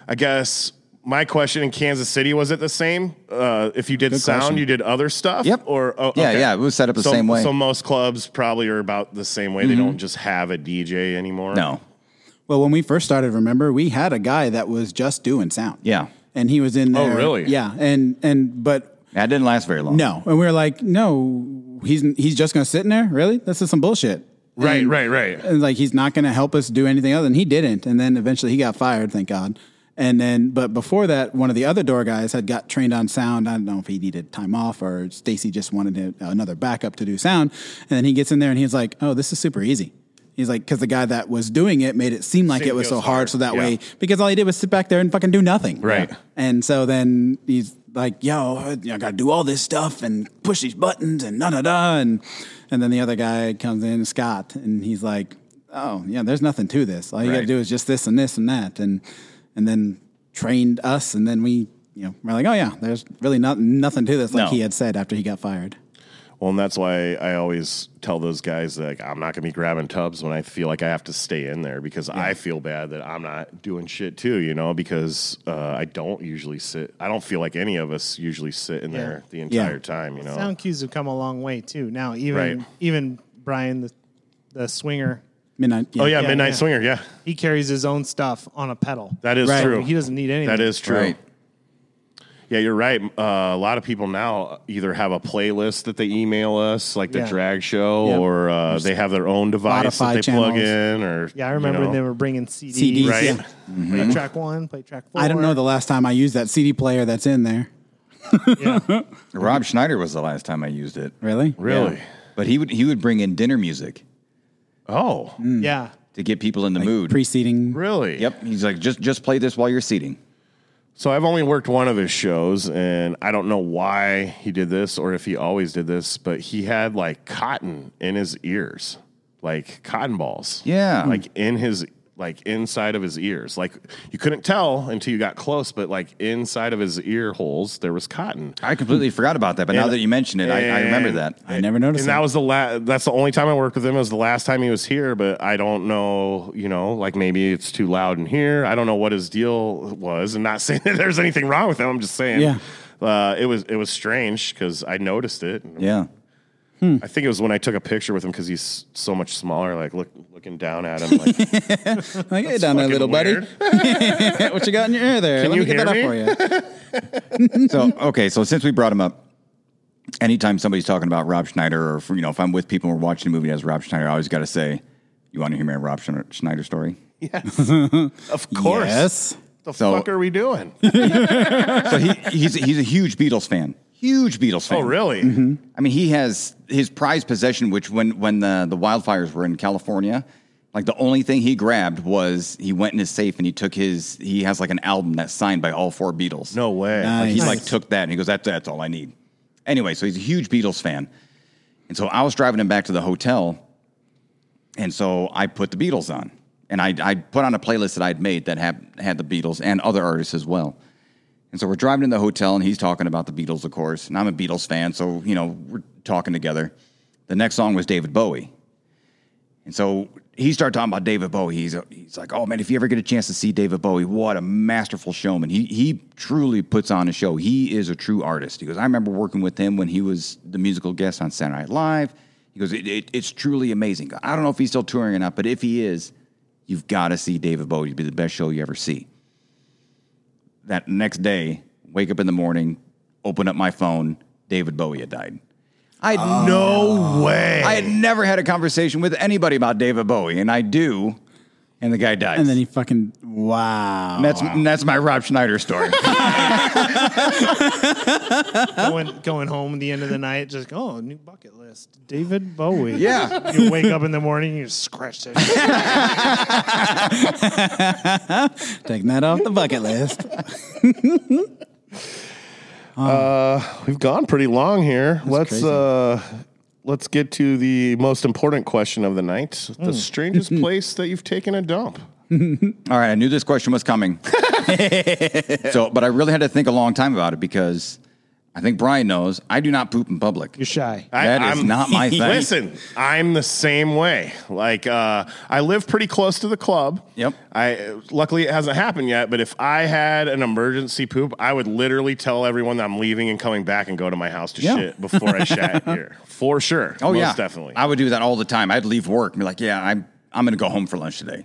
Speaker 1: I guess my question in Kansas City was it the same? Uh, if you did sound,
Speaker 2: question.
Speaker 1: you did other stuff.
Speaker 4: Yep.
Speaker 1: Or oh,
Speaker 4: Yeah,
Speaker 1: okay.
Speaker 4: yeah, it was set up the
Speaker 1: So-
Speaker 4: same way. Mm-hmm.
Speaker 1: So most clubs probably are about the same way. They don't just have a DJ anymore.
Speaker 4: no,
Speaker 2: Well, when we first started, remember, we had a guy that was just doing sound.
Speaker 4: Yeah.
Speaker 2: And he was in
Speaker 1: Oh,
Speaker 2: there.
Speaker 1: really?
Speaker 2: Yeah. And, and, but
Speaker 4: that didn't last very long.
Speaker 2: no. And we were like, no, he's, he's just going to sit in there? Really? This is some bullshit.
Speaker 4: Mm-hmm.
Speaker 1: Right.
Speaker 2: And-
Speaker 1: right. Right.
Speaker 2: and like he's not going to help us do anything other than he didn't and then eventually he got fired thank god and then but before that one of the other door guys had got trained on sound i don't know if he needed time off or stacy just wanted him- another backup to do sound and then he gets in there and he's like oh this is super easy He's like, because the guy that was doing it made it seem like
Speaker 1: Seemed
Speaker 2: it was
Speaker 1: it
Speaker 2: so
Speaker 1: was
Speaker 2: hard,
Speaker 1: hard.
Speaker 2: so that
Speaker 1: Yeah.
Speaker 2: way, because all he did was sit back there and fucking do nothing.
Speaker 1: Right.
Speaker 2: And so then he's like, yo, I got to do all this stuff and push these buttons and da da da. And, and then the other guy comes in, Scott, and he's like, oh, yeah, there's nothing to this. All you got to
Speaker 1: Right.
Speaker 2: do is just this and this and that. And, and then trained us. And then we, you know, we're like, oh, yeah, there's really not, nothing to this, like
Speaker 4: No.
Speaker 2: he had said after he got fired.
Speaker 1: Well, and that's why I always tell those guys like I'm not gonna be grabbing tubs when I feel like I have to stay in there because I feel bad that I'm not doing shit too, you know, because uh, I don't usually sit. I don't feel like any of us usually sit in there the entire time, you know.
Speaker 3: Sound cues have come a long way too. Now even
Speaker 1: Right.
Speaker 3: even Brian the the swinger,
Speaker 2: Midnight.
Speaker 1: oh yeah,
Speaker 3: Yeah,
Speaker 1: Midnight
Speaker 3: yeah.
Speaker 1: Swinger, yeah,
Speaker 3: he carries his own stuff on a pedal.
Speaker 1: that is
Speaker 2: Right.
Speaker 1: true.
Speaker 3: He doesn't need anything.
Speaker 1: That is true.
Speaker 4: Right.
Speaker 1: Yeah, you're right. Uh, a lot of people now either have a playlist that they email us, like the
Speaker 3: Yeah.
Speaker 1: drag show,
Speaker 2: Yep.
Speaker 1: or uh, they have their own device
Speaker 2: Spotify
Speaker 1: that they plug
Speaker 2: channels.
Speaker 1: in, or
Speaker 3: Yeah, I
Speaker 1: you
Speaker 3: remember
Speaker 1: know.
Speaker 3: they were bringing CDs.
Speaker 2: CDs,
Speaker 1: Right. Mm-hmm.
Speaker 2: yeah.
Speaker 3: Play track one, play track four.
Speaker 2: I don't know the last time I used that CD player that's in there.
Speaker 3: Yeah.
Speaker 4: Rob Schneider was the last time I used it,
Speaker 2: Mm-hmm. Really?
Speaker 1: really.
Speaker 4: but he would he would bring in dinner music
Speaker 1: Oh,
Speaker 2: Hmm.
Speaker 3: yeah.
Speaker 4: to get people in the mood.
Speaker 2: Preceding.
Speaker 1: really?
Speaker 4: Mm. yep, he's like just just play this while you're seating.
Speaker 1: So I've only worked one of his shows, and I don't know why he did this or if he always did this, but he had like cotton in his ears, like cotton balls.
Speaker 4: Yeah.
Speaker 1: Like in his like inside of his ears. Like you couldn't tell until you got close, but like inside of his ear holes there was cotton.
Speaker 4: I completely forgot about that, but now
Speaker 1: And-
Speaker 4: that you mention it, I, I remember
Speaker 1: and-
Speaker 4: that.
Speaker 2: I never noticed
Speaker 1: and that
Speaker 2: that.
Speaker 1: was the la- that's the only time I worked with him. It was the last time he was here, but I don't know, you know, like maybe it's too loud in here. I don't know what his deal was, and not saying that there's anything wrong with him. I'm just saying,
Speaker 2: Yeah. Hmm.
Speaker 1: uh, it was it was strange because I noticed it. and
Speaker 4: Yeah.
Speaker 1: I think it was when I took a picture with him because he's so much smaller, like look, looking down at him. Like,
Speaker 2: Like, hey, down there,
Speaker 1: fucking
Speaker 2: little
Speaker 1: weird.
Speaker 2: buddy. what you got in your ear there?
Speaker 1: Can
Speaker 2: Let
Speaker 1: you
Speaker 2: me get that
Speaker 1: hear
Speaker 2: up for you.
Speaker 4: So okay, so since we brought him up, anytime somebody's talking about Rob Schneider, or you know, if I'm with people and we're watching a movie that has Rob Schneider, I always got to say, "You want to hear my Rob Schne- Schneider story?"
Speaker 1: of course,
Speaker 2: Yes.
Speaker 1: the
Speaker 4: So-
Speaker 1: fuck are we doing?
Speaker 4: so he, he's he's a huge Beatles fan, huge Beatles fan.
Speaker 1: oh, really?
Speaker 2: Mm-hmm.
Speaker 4: I mean, he has his prized possession, which when when the the wildfires were in California, like the only thing he grabbed was he went in his safe and he took his he has like an album that's signed by all four Beatles.
Speaker 1: No way.
Speaker 4: Like, he
Speaker 2: Nice.
Speaker 4: like took that and he goes, that's, that's all I need. Anyway, so he's a huge Beatles fan. And so I was driving him back to the hotel. And so I put the Beatles on. And I, I put on a playlist that I'd made that had, had the Beatles and other artists as well. And so we're driving in the hotel and he's talking about the Beatles, of course. And I'm a Beatles fan. So, you know, we're talking together. The next song was David Bowie. And so he started talking about David Bowie. He's, he's like, oh man, if you ever get a chance to see David Bowie, what a masterful showman. He, he truly puts on a show. He is a true artist. He goes, I remember working with him when he was the musical guest on Saturday Night Live. He goes, it, it, it's truly amazing. I don't know if he's still touring or not, but if he is, you've got to see David Bowie. It'd be the best show you ever see. That next day, wake up in the morning, open up my phone, David Bowie had died. I had
Speaker 1: No way.
Speaker 4: I had never had a conversation with anybody about David Bowie, and I do, and the guy dies.
Speaker 2: And then he fucking wow.
Speaker 4: and that's and that's my Rob Schneider story.
Speaker 3: going going home at the end of the night, just go, oh, new bucket list. David Bowie.
Speaker 4: Yeah.
Speaker 3: You wake up in the morning, you scratch that. shit.
Speaker 2: Taking that off the bucket list.
Speaker 1: We've gone pretty long here. let's
Speaker 2: crazy.
Speaker 1: uh let's get to the most important question of the night.
Speaker 4: Hmm.
Speaker 1: The strangest place that you've taken a dump.
Speaker 4: All right, I knew this question was coming, so but I really had to think a long time about it because I think Brian knows I do not poop in public.
Speaker 3: You're shy.
Speaker 1: I-
Speaker 4: That is
Speaker 1: I'm-
Speaker 4: not my thing.
Speaker 1: Listen, I'm the same way. Like uh I live pretty close to the club.
Speaker 4: Yep.
Speaker 1: I luckily it hasn't happened yet, but if I had an emergency poop, I would literally tell everyone that I'm leaving and coming back and go to my house to
Speaker 4: Yeah.
Speaker 1: shit before I shat here. For sure.
Speaker 4: Oh
Speaker 1: Most
Speaker 4: yeah,
Speaker 1: definitely.
Speaker 4: I would do that all the time. I'd leave work and be like, yeah, I'm I'm gonna go home for lunch today.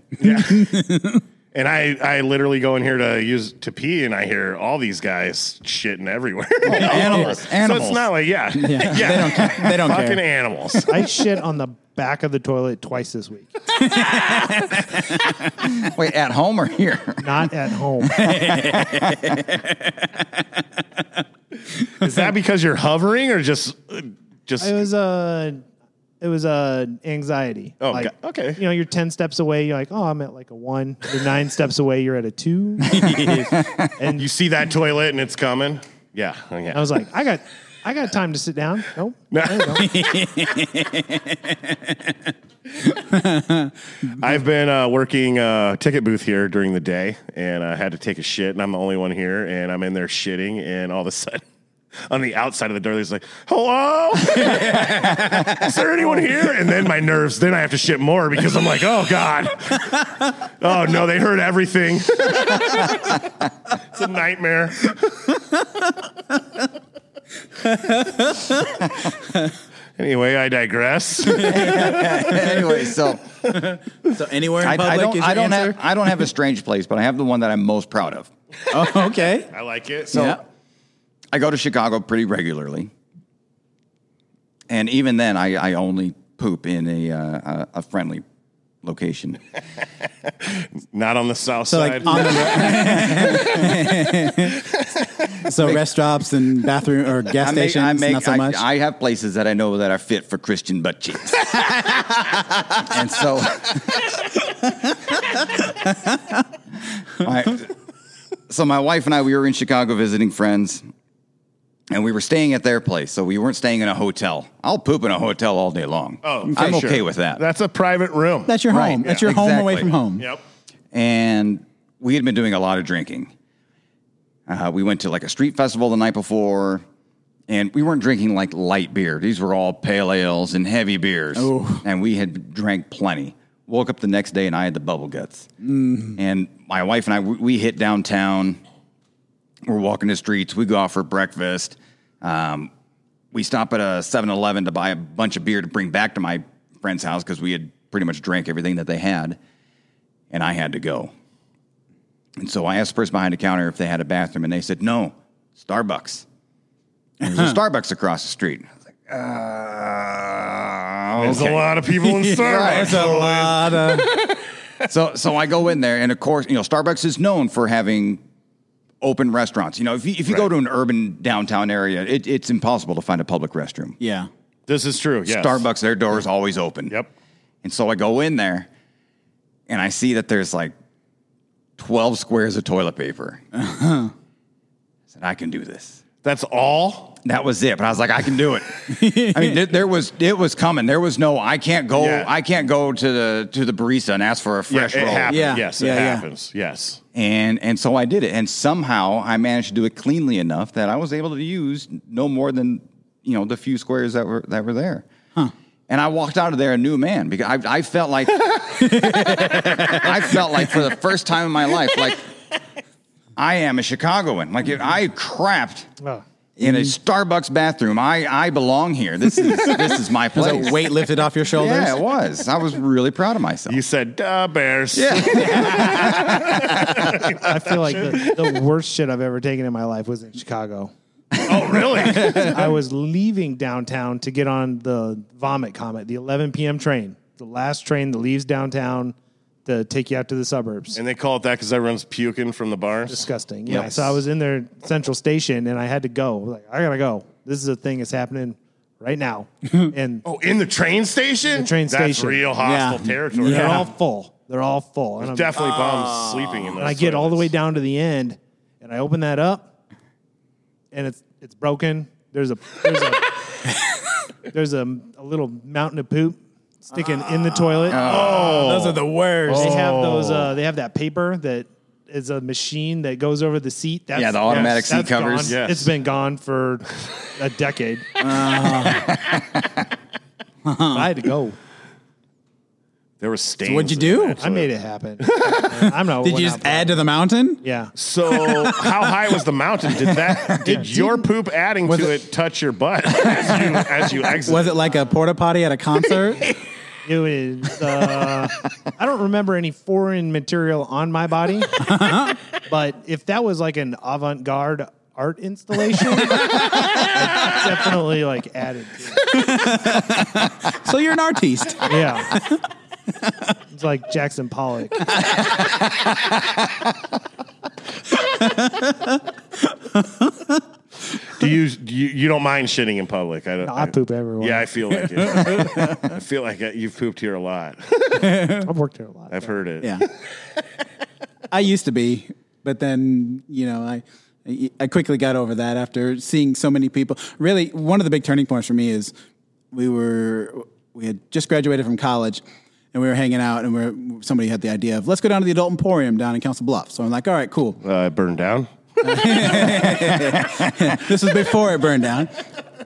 Speaker 1: And I, I literally go in here to use to pee, and I hear all these guys shitting everywhere.
Speaker 4: animals,
Speaker 1: So
Speaker 4: animals.
Speaker 1: it's not like yeah, yeah,
Speaker 2: They don't care. They don't
Speaker 1: fucking
Speaker 2: care.
Speaker 1: animals.
Speaker 3: I shit on the back of the toilet twice this week.
Speaker 4: Wait, at home or here?
Speaker 3: Not at home.
Speaker 1: Is that because you're hovering or just uh, just?
Speaker 3: It was uh it was uh, anxiety.
Speaker 1: Oh, go- okay.
Speaker 3: You know, you're ten steps away. You're like, oh, I'm at like a one. You're nine steps away. You're at a two.
Speaker 1: you see that toilet and it's coming. Yeah, oh, yeah.
Speaker 3: I was like, I got, I got time to sit down. Nope. I don't.
Speaker 1: I've been uh, working uh, ticket booth here during the day, and I had to take a shit, and I'm the only one here, and I'm in there shitting, and all of a sudden. On the outside of the door, there's like, "Hello, is there anyone here?" And then my nerves. Then I have to shit more because I'm like, "Oh God, oh no, they heard everything." it's a nightmare. anyway, I digress.
Speaker 4: anyway, so.
Speaker 2: So anywhere in
Speaker 4: I,
Speaker 2: public
Speaker 4: I don't.
Speaker 2: is your
Speaker 4: I don't
Speaker 2: answer?
Speaker 4: have. I don't have a strange place, but I have the one that I'm most proud of.
Speaker 2: Oh, okay.
Speaker 1: I like it.
Speaker 4: So
Speaker 1: So
Speaker 2: Yeah.
Speaker 4: I go to Chicago pretty regularly, and even then, I, I only poop in a uh, a- a friendly location.
Speaker 1: not on the south
Speaker 2: So
Speaker 1: side.
Speaker 2: like on the so rest stops and bathroom or gas
Speaker 4: I make-
Speaker 2: stations,
Speaker 4: I make-
Speaker 2: not so
Speaker 4: I-
Speaker 2: much.
Speaker 4: I have places that I know that are fit for Christian butt cheeks, and so. I, so my wife and I, we were in Chicago visiting friends, and we were staying at their place, so we weren't staying in a hotel. I'll poop in a hotel all day long.
Speaker 1: Oh, for
Speaker 4: I'm
Speaker 1: sure.
Speaker 4: okay with that.
Speaker 1: That's a private room.
Speaker 2: That's your
Speaker 4: Right,
Speaker 2: home. That's
Speaker 4: yeah,
Speaker 2: your home away
Speaker 4: exactly.
Speaker 2: from home.
Speaker 1: yep.
Speaker 4: and we had been doing a lot of drinking. Uh, we went to like a street festival the night before, and we weren't drinking like light beer. These were all pale ales and heavy beers, and we had drank plenty. Woke up the next day and I had the bubble guts.
Speaker 1: Mm-hmm.
Speaker 4: And my wife and I, we, we hit downtown. We're walking the streets. We go out for breakfast. Um, we stop at a 7 Eleven to buy a bunch of beer to bring back to my friend's house because we had pretty much drank everything that they had and I had to go. And so I asked the person behind the counter if they had a bathroom, and they said, no, Starbucks. And There's a Starbucks across the street. I was like, uh,
Speaker 1: There's
Speaker 4: okay.
Speaker 1: a lot of people in Starbucks.
Speaker 2: That's a lot of
Speaker 4: So, so I go in there, and of course, you know, Starbucks is known for having open restaurants. You know, if you, if you go
Speaker 1: Right.
Speaker 4: to an urban downtown area, it, it's impossible to find a public restroom.
Speaker 2: yeah.
Speaker 1: This is true. Yes.
Speaker 4: Starbucks, their door is always open.
Speaker 1: Yep.
Speaker 4: And so I go in there and I see that there's like 12 squares of toilet paper. I said, I can do this.
Speaker 1: That's all.
Speaker 4: That was it. But I was like, I can do it. I mean, there, there was, it was coming. There was no, I can't go,
Speaker 1: Yeah.
Speaker 4: I can't go to the, to the barista and ask for a fresh
Speaker 1: yeah, it
Speaker 4: roll.
Speaker 1: happens.
Speaker 2: Yeah,
Speaker 1: Yes,
Speaker 2: yeah,
Speaker 1: it
Speaker 2: yeah.
Speaker 1: happens. Yes.
Speaker 4: And, and so I did it. And somehow I managed to do it cleanly enough that I was able to use no more than, you know, the few squares that were, that were there. And I walked out of there a new man because I, I felt like I felt like for the first time in my life, like I am a Chicagoan. Like if I crapped
Speaker 3: Oh.
Speaker 4: in a Starbucks bathroom, I, I belong here. This is this is my
Speaker 2: There's
Speaker 4: place.
Speaker 2: a weight lifted off your shoulders.
Speaker 4: yeah, it was. I was really proud of myself.
Speaker 1: You said Duh, bears.
Speaker 4: yeah.
Speaker 3: I feel like the, the worst shit I've ever taken in my life was in Chicago.
Speaker 1: Oh, really?
Speaker 3: I was leaving downtown to get on the Vomit Comet, the 11 p.m. train, the last train that leaves downtown to take you out to the suburbs.
Speaker 1: and they call it that because everyone's puking from the bars.
Speaker 3: disgusting. Yeah. So I was in their central station and I had to go. I was like, I gotta go. This is a thing that's happening right now. and
Speaker 1: Oh, in the train station. The
Speaker 3: train
Speaker 1: That's
Speaker 3: station.
Speaker 1: real hostile
Speaker 2: Yeah.
Speaker 1: territory.
Speaker 3: they're
Speaker 2: Yeah.
Speaker 3: all full. They're all full. And, I'm-
Speaker 1: Definitely bums sleeping in. Those
Speaker 3: and I get all the
Speaker 1: toilets.
Speaker 3: way down to the end and I open that up and it's it's broken. There's a there's a there's a, a little mountain of poop sticking in the toilet.
Speaker 4: Oh.
Speaker 2: Those are the
Speaker 1: Oh.
Speaker 2: worst.
Speaker 3: They have those. Uh, they have that paper that is a machine that goes over the seat. That's,
Speaker 4: Yeah, the automatic seat
Speaker 3: that's
Speaker 4: covers.
Speaker 3: gone.
Speaker 1: Yes.
Speaker 3: It's been gone for a decade.
Speaker 4: Uh-huh.
Speaker 3: I had to go.
Speaker 1: There was stains.
Speaker 2: what'd you
Speaker 1: in
Speaker 2: do?
Speaker 1: that
Speaker 3: I made
Speaker 1: toilet.
Speaker 3: it happen. I'm not.
Speaker 2: Did
Speaker 3: we're
Speaker 2: you
Speaker 3: not
Speaker 2: just
Speaker 3: proud.
Speaker 2: add to the mountain?
Speaker 3: Yeah.
Speaker 1: So how high was the mountain? Did that? Did your poop adding to it, touch your butt as you as you exit?
Speaker 2: Was it like a porta potty at a concert?
Speaker 3: It was. Uh, I don't remember any foreign material on my body, but if that was like an avant-garde art installation, it definitely like added. To it.
Speaker 2: so you're an artiste.
Speaker 3: Yeah. it's like Jackson Pollock.
Speaker 1: Do you, do you you don't mind shitting in public? I don't.
Speaker 3: I poop everywhere.
Speaker 1: Yeah, I feel like it. I feel like it. you've pooped here a lot.
Speaker 3: I've worked there a lot.
Speaker 1: I've heard it.
Speaker 2: Yeah. I used to be, but then, you know, I I quickly got over that after seeing so many people. Really, one of the big turning points for me is we were we had just graduated from college and we were hanging out and we we're, somebody had the idea of let's go down to the adult emporium down in Council Bluffs. So I'm like, all right, cool.
Speaker 1: Uh, burned down.
Speaker 2: this was before it burned down.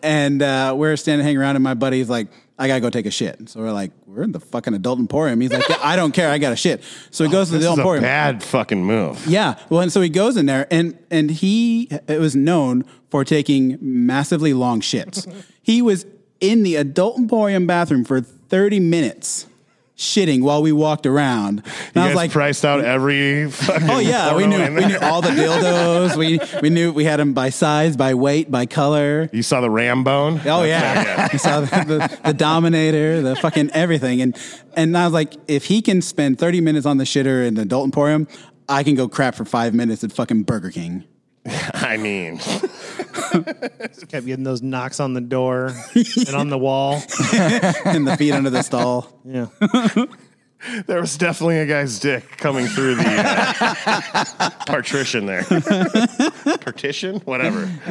Speaker 2: And uh, we're standing hanging around, and my buddy's like, I gotta go take a shit. So we're like, we're in the fucking adult emporium. He's like, yeah, I don't care, I got to shit. So he goes to the
Speaker 1: Oh, This is
Speaker 2: adult
Speaker 1: a
Speaker 2: emporium.
Speaker 1: bad fucking move.
Speaker 2: Yeah. Well, and so he goes in there, and and he it was known for taking massively long shits. he was in the adult emporium bathroom for thirty minutes, shitting while we walked around. And
Speaker 1: You
Speaker 2: I
Speaker 1: guys
Speaker 2: was like.
Speaker 1: priced out every fucking.
Speaker 2: Oh yeah, we
Speaker 1: porno
Speaker 2: knew
Speaker 1: in
Speaker 2: we
Speaker 1: there.
Speaker 2: knew all the dildos. We we knew we had them by size, by weight, by color.
Speaker 1: You saw the ram bone.
Speaker 2: Oh yeah, you saw the, the, the Dominator, the fucking everything, and and I was like, if he can spend thirty minutes on the shitter in the Adult Emporium, I can go crap for five minutes at fucking Burger King.
Speaker 1: I mean,
Speaker 3: Kept getting those knocks on the door and on the wall.
Speaker 2: and the feet under the stall.
Speaker 3: Yeah.
Speaker 1: There was definitely a guy's dick coming through the uh, partition there. partition? Whatever.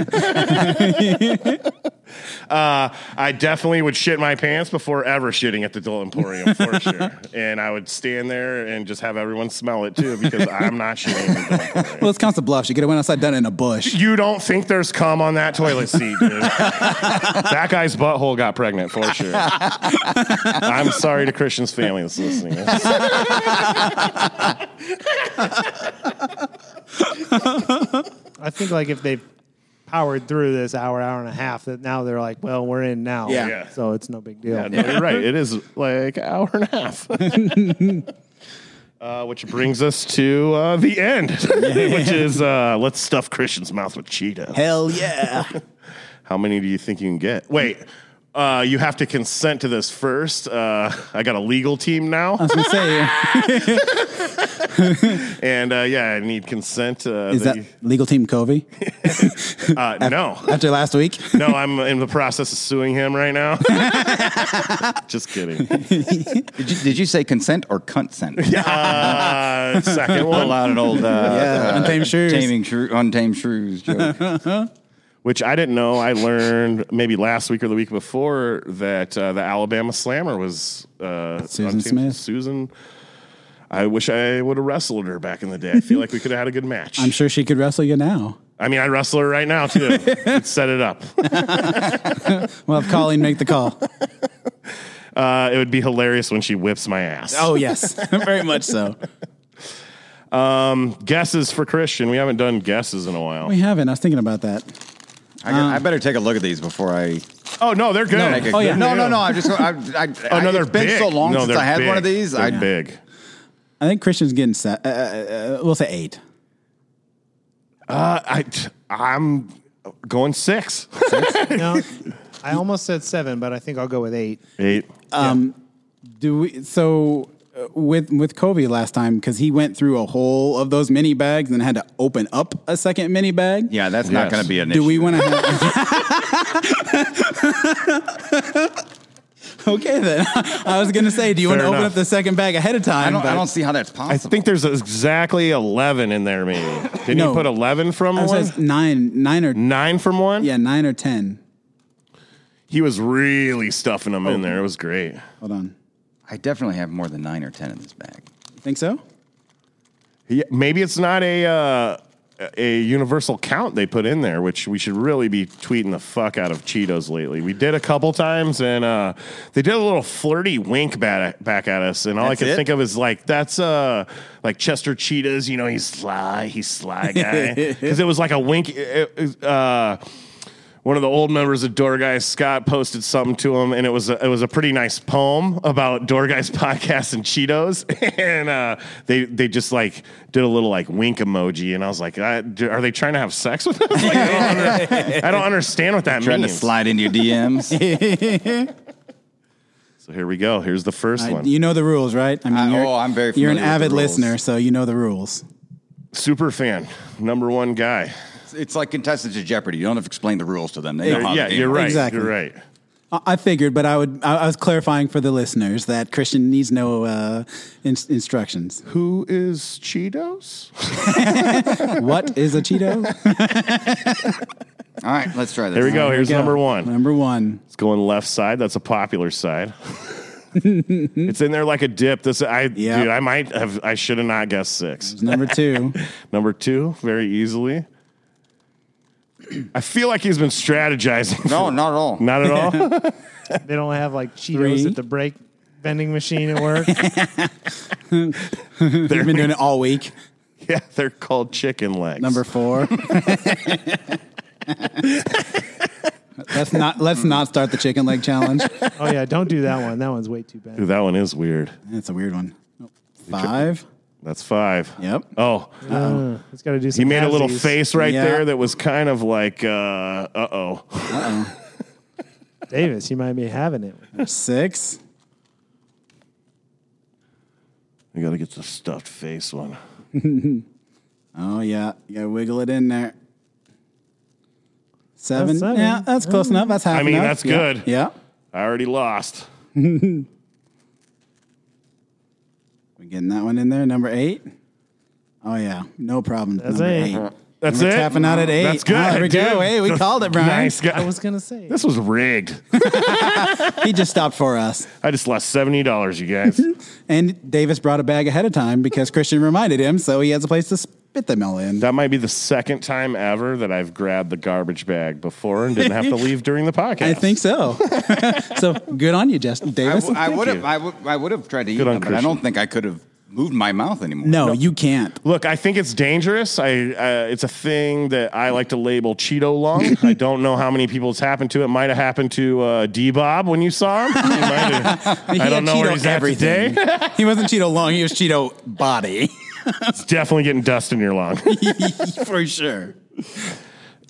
Speaker 1: uh, I definitely would shit my pants before ever shitting at the Dole Emporium for sure. And I would stand there and just have everyone smell it too because I'm not shitting at the Dole Emporium.
Speaker 2: Well, it's Council Bluffs. You could have went outside, done it in a bush.
Speaker 1: You don't think there's cum on that toilet seat, dude. that guy's butthole got pregnant for sure. I'm sorry to Christian's family that's listening.
Speaker 3: I think like if they powered through this hour, hour and a half, that now they're like, well, we're in now.
Speaker 4: Yeah.
Speaker 1: Yeah.
Speaker 3: So it's no big deal.
Speaker 1: Yeah, no, you're right. It is like an hour and a half. Uh, which brings us to uh, the end, which is uh, let's stuff Christian's mouth with Cheetos.
Speaker 2: Hell yeah.
Speaker 1: How many do you think you can get? Wait, uh, you have to consent to this first. Uh, I got a legal team now.
Speaker 2: I was going to say,
Speaker 1: And uh, yeah, I need consent. Uh,
Speaker 2: is that
Speaker 1: you-
Speaker 2: legal team Covey
Speaker 1: uh, no,
Speaker 2: after last week?
Speaker 1: no, I'm in the process of suing him right now. Just kidding.
Speaker 4: Did you, did you say consent or consent? Yeah,
Speaker 1: Uh, second
Speaker 4: a
Speaker 1: one,
Speaker 4: lot of old uh,
Speaker 2: Yeah,
Speaker 4: uh,
Speaker 2: untamed shrews.
Speaker 4: taming shrew- untamed shrews joke.
Speaker 1: which I didn't know. I learned maybe last week or the week before that uh, the Alabama Slammer was uh,
Speaker 2: Susan
Speaker 1: on
Speaker 2: Smith.
Speaker 1: Susan. I wish I would have wrestled her back in the day. I feel like we could have had a good match.
Speaker 2: I'm sure she could wrestle you now.
Speaker 1: I mean, I'd wrestle her right now too. Let's set it up.
Speaker 2: We'll have Colleen make the call.
Speaker 1: Uh, it would be hilarious when she whips my ass.
Speaker 2: Oh, yes. Very much so.
Speaker 1: Guesses for Christian. We haven't done guesses in a while.
Speaker 2: We haven't. I was thinking about that.
Speaker 4: I, got- I better take a look at these before I
Speaker 1: Oh no, they're good.
Speaker 4: make a
Speaker 2: Oh, yeah.
Speaker 4: No, no, no. I just I, I, I,
Speaker 1: Oh no, they're
Speaker 4: it's been
Speaker 1: big.
Speaker 4: so long
Speaker 1: No,
Speaker 4: since
Speaker 1: they're
Speaker 4: I had
Speaker 1: big.
Speaker 4: one of these.
Speaker 1: They're
Speaker 4: I,
Speaker 1: big.
Speaker 2: I think Christian's getting set. Uh, uh, uh, we'll say eight.
Speaker 1: Uh, I I'm going six,
Speaker 3: No, I almost said seven, but I think I'll go with eight.
Speaker 1: eight.
Speaker 2: Do we? So uh, with with Kobe last time because he went through a whole of those mini bags and had to open up a second mini bag.
Speaker 4: yeah, that's
Speaker 1: Yes.
Speaker 4: not going to be an
Speaker 2: Do
Speaker 4: issue.
Speaker 2: we want to? have... okay then. I was gonna say, do you want to
Speaker 1: Fair
Speaker 2: open
Speaker 1: enough.
Speaker 2: up the second bag ahead of time?
Speaker 4: I don't. I
Speaker 2: but-
Speaker 4: don't see how that's
Speaker 1: I
Speaker 4: possible.
Speaker 1: think there's exactly eleven in there. Maybe didn't you
Speaker 2: No.
Speaker 1: put eleven from
Speaker 2: I
Speaker 1: one?
Speaker 2: was nine, nine or
Speaker 1: Nine from one.
Speaker 2: yeah, nine or ten.
Speaker 1: he was really stuffing them in there. It was great.
Speaker 2: Hold on.
Speaker 4: I definitely have more than nine or ten in this bag.
Speaker 2: Think so?
Speaker 1: Yeah, maybe it's not a uh, a universal count they put in there, which we should really be tweeting the fuck out of Cheetos lately. We did a couple times, and uh, they did a little flirty wink back back at us, and all
Speaker 4: That's
Speaker 1: I could
Speaker 4: it?
Speaker 1: think of is like that's uh like Chester Cheetahs, you know, he's sly, he's sly guy, because it was like a wink. It, it- uh, one of the old members of Door Guys, Scott, posted something to him, and it was a, it was a pretty nice poem about Door Guys podcast and Cheetos, and uh, they they just like did a little like wink emoji, and I was like, I, do- are they trying to have sex with us? Like, I, don't under- I don't understand what that
Speaker 4: Trying to
Speaker 1: means.
Speaker 4: slide into your DMs.
Speaker 1: So here we go. Here's the first
Speaker 2: I,
Speaker 1: one.
Speaker 2: you know the rules, right? I
Speaker 4: I-
Speaker 2: you're-
Speaker 4: oh, I'm very
Speaker 2: You're an
Speaker 4: familiar with
Speaker 2: avid
Speaker 4: the rules.
Speaker 2: listener, so you know the rules.
Speaker 1: Super fan, number one guy.
Speaker 4: It's- it's like contestants of Jeopardy. You don't have to explain the rules to them. They know how the
Speaker 1: yeah,
Speaker 4: game
Speaker 1: you're
Speaker 4: works.
Speaker 1: right.
Speaker 2: Exactly.
Speaker 1: You're right.
Speaker 2: I I figured, but I would. I, I was clarifying for the listeners that Christian needs no uh, in, instructions.
Speaker 1: Who is Cheetos?
Speaker 2: What is a Cheeto?
Speaker 4: All right, let's try this.
Speaker 1: There we go. Here's
Speaker 2: Go.
Speaker 1: number one.
Speaker 2: Number one.
Speaker 1: It's going left side. That's a popular side. it's in there like a dip. This I
Speaker 2: Yeah.
Speaker 1: dude, I might have I should have not guessed six.
Speaker 2: Number two.
Speaker 1: Number two, very easily. I feel like he's been strategizing.
Speaker 4: No, not at all.
Speaker 1: Not at all.
Speaker 3: They don't have like Cheetos
Speaker 2: Three.
Speaker 3: at the break vending machine at work.
Speaker 2: We've been doing it all week.
Speaker 1: yeah, they're called chicken legs.
Speaker 2: Number four. let's not. Let's not start the chicken leg challenge.
Speaker 3: oh yeah, don't do that one. That one's way too bad.
Speaker 1: Dude, that one is weird.
Speaker 2: That's a weird one. Five.
Speaker 1: That's five.
Speaker 2: Yep.
Speaker 1: Oh,
Speaker 3: Uh, it's got to do. Some
Speaker 1: he made a little
Speaker 3: halfsies.
Speaker 1: face right
Speaker 2: Yeah.
Speaker 1: there that was kind of like uh uh oh.
Speaker 3: Davis, you might be having it.
Speaker 2: Six.
Speaker 1: I gotta get the stuffed face one.
Speaker 2: Oh yeah. You gotta wiggle it in there. Seven.
Speaker 3: seven.
Speaker 2: Yeah, that's close enough. That's half.
Speaker 1: I mean,
Speaker 2: enough.
Speaker 1: that's
Speaker 2: Yeah.
Speaker 1: good.
Speaker 2: Yeah.
Speaker 1: I already lost.
Speaker 2: We getting that one in there? Number eight? Oh, yeah. No problem.
Speaker 3: That's
Speaker 2: Number
Speaker 3: it.
Speaker 1: That's
Speaker 2: We're
Speaker 1: it.
Speaker 2: tapping out at eight.
Speaker 1: That's good.
Speaker 2: Ah, there we go.
Speaker 1: dude.
Speaker 2: Hey, we called it, Brian.
Speaker 1: Nice guy.
Speaker 3: I was gonna say.
Speaker 1: this was rigged.
Speaker 2: He just stopped for us.
Speaker 1: I just lost seventy dollars, you guys.
Speaker 2: And Davis brought a bag ahead of time because Christian reminded him, so he has a place to spit them all in.
Speaker 1: that might be the second time ever that I've grabbed the garbage bag before and didn't have to leave during the podcast.
Speaker 2: I think so. so good on you, Justin
Speaker 4: I,
Speaker 2: Davis.
Speaker 4: w- I would have.
Speaker 1: you.
Speaker 4: I would. I would have tried to eat
Speaker 1: Good on
Speaker 4: them, but I
Speaker 1: Christian.
Speaker 4: don't think I could have moved my mouth anymore.
Speaker 2: no, you can't.
Speaker 1: Look, I think it's dangerous. I uh, it's a thing that I like to label Cheeto Lung. I don't know how many people it's happened to. It might have happened to uh, D Bob when you saw him. He might have-
Speaker 2: He
Speaker 1: I
Speaker 2: had
Speaker 1: don't know
Speaker 2: Cheeto
Speaker 1: where he's at today.
Speaker 2: he wasn't Cheeto long. He was Cheeto body
Speaker 1: It's definitely getting dust in your lung.
Speaker 2: for sure.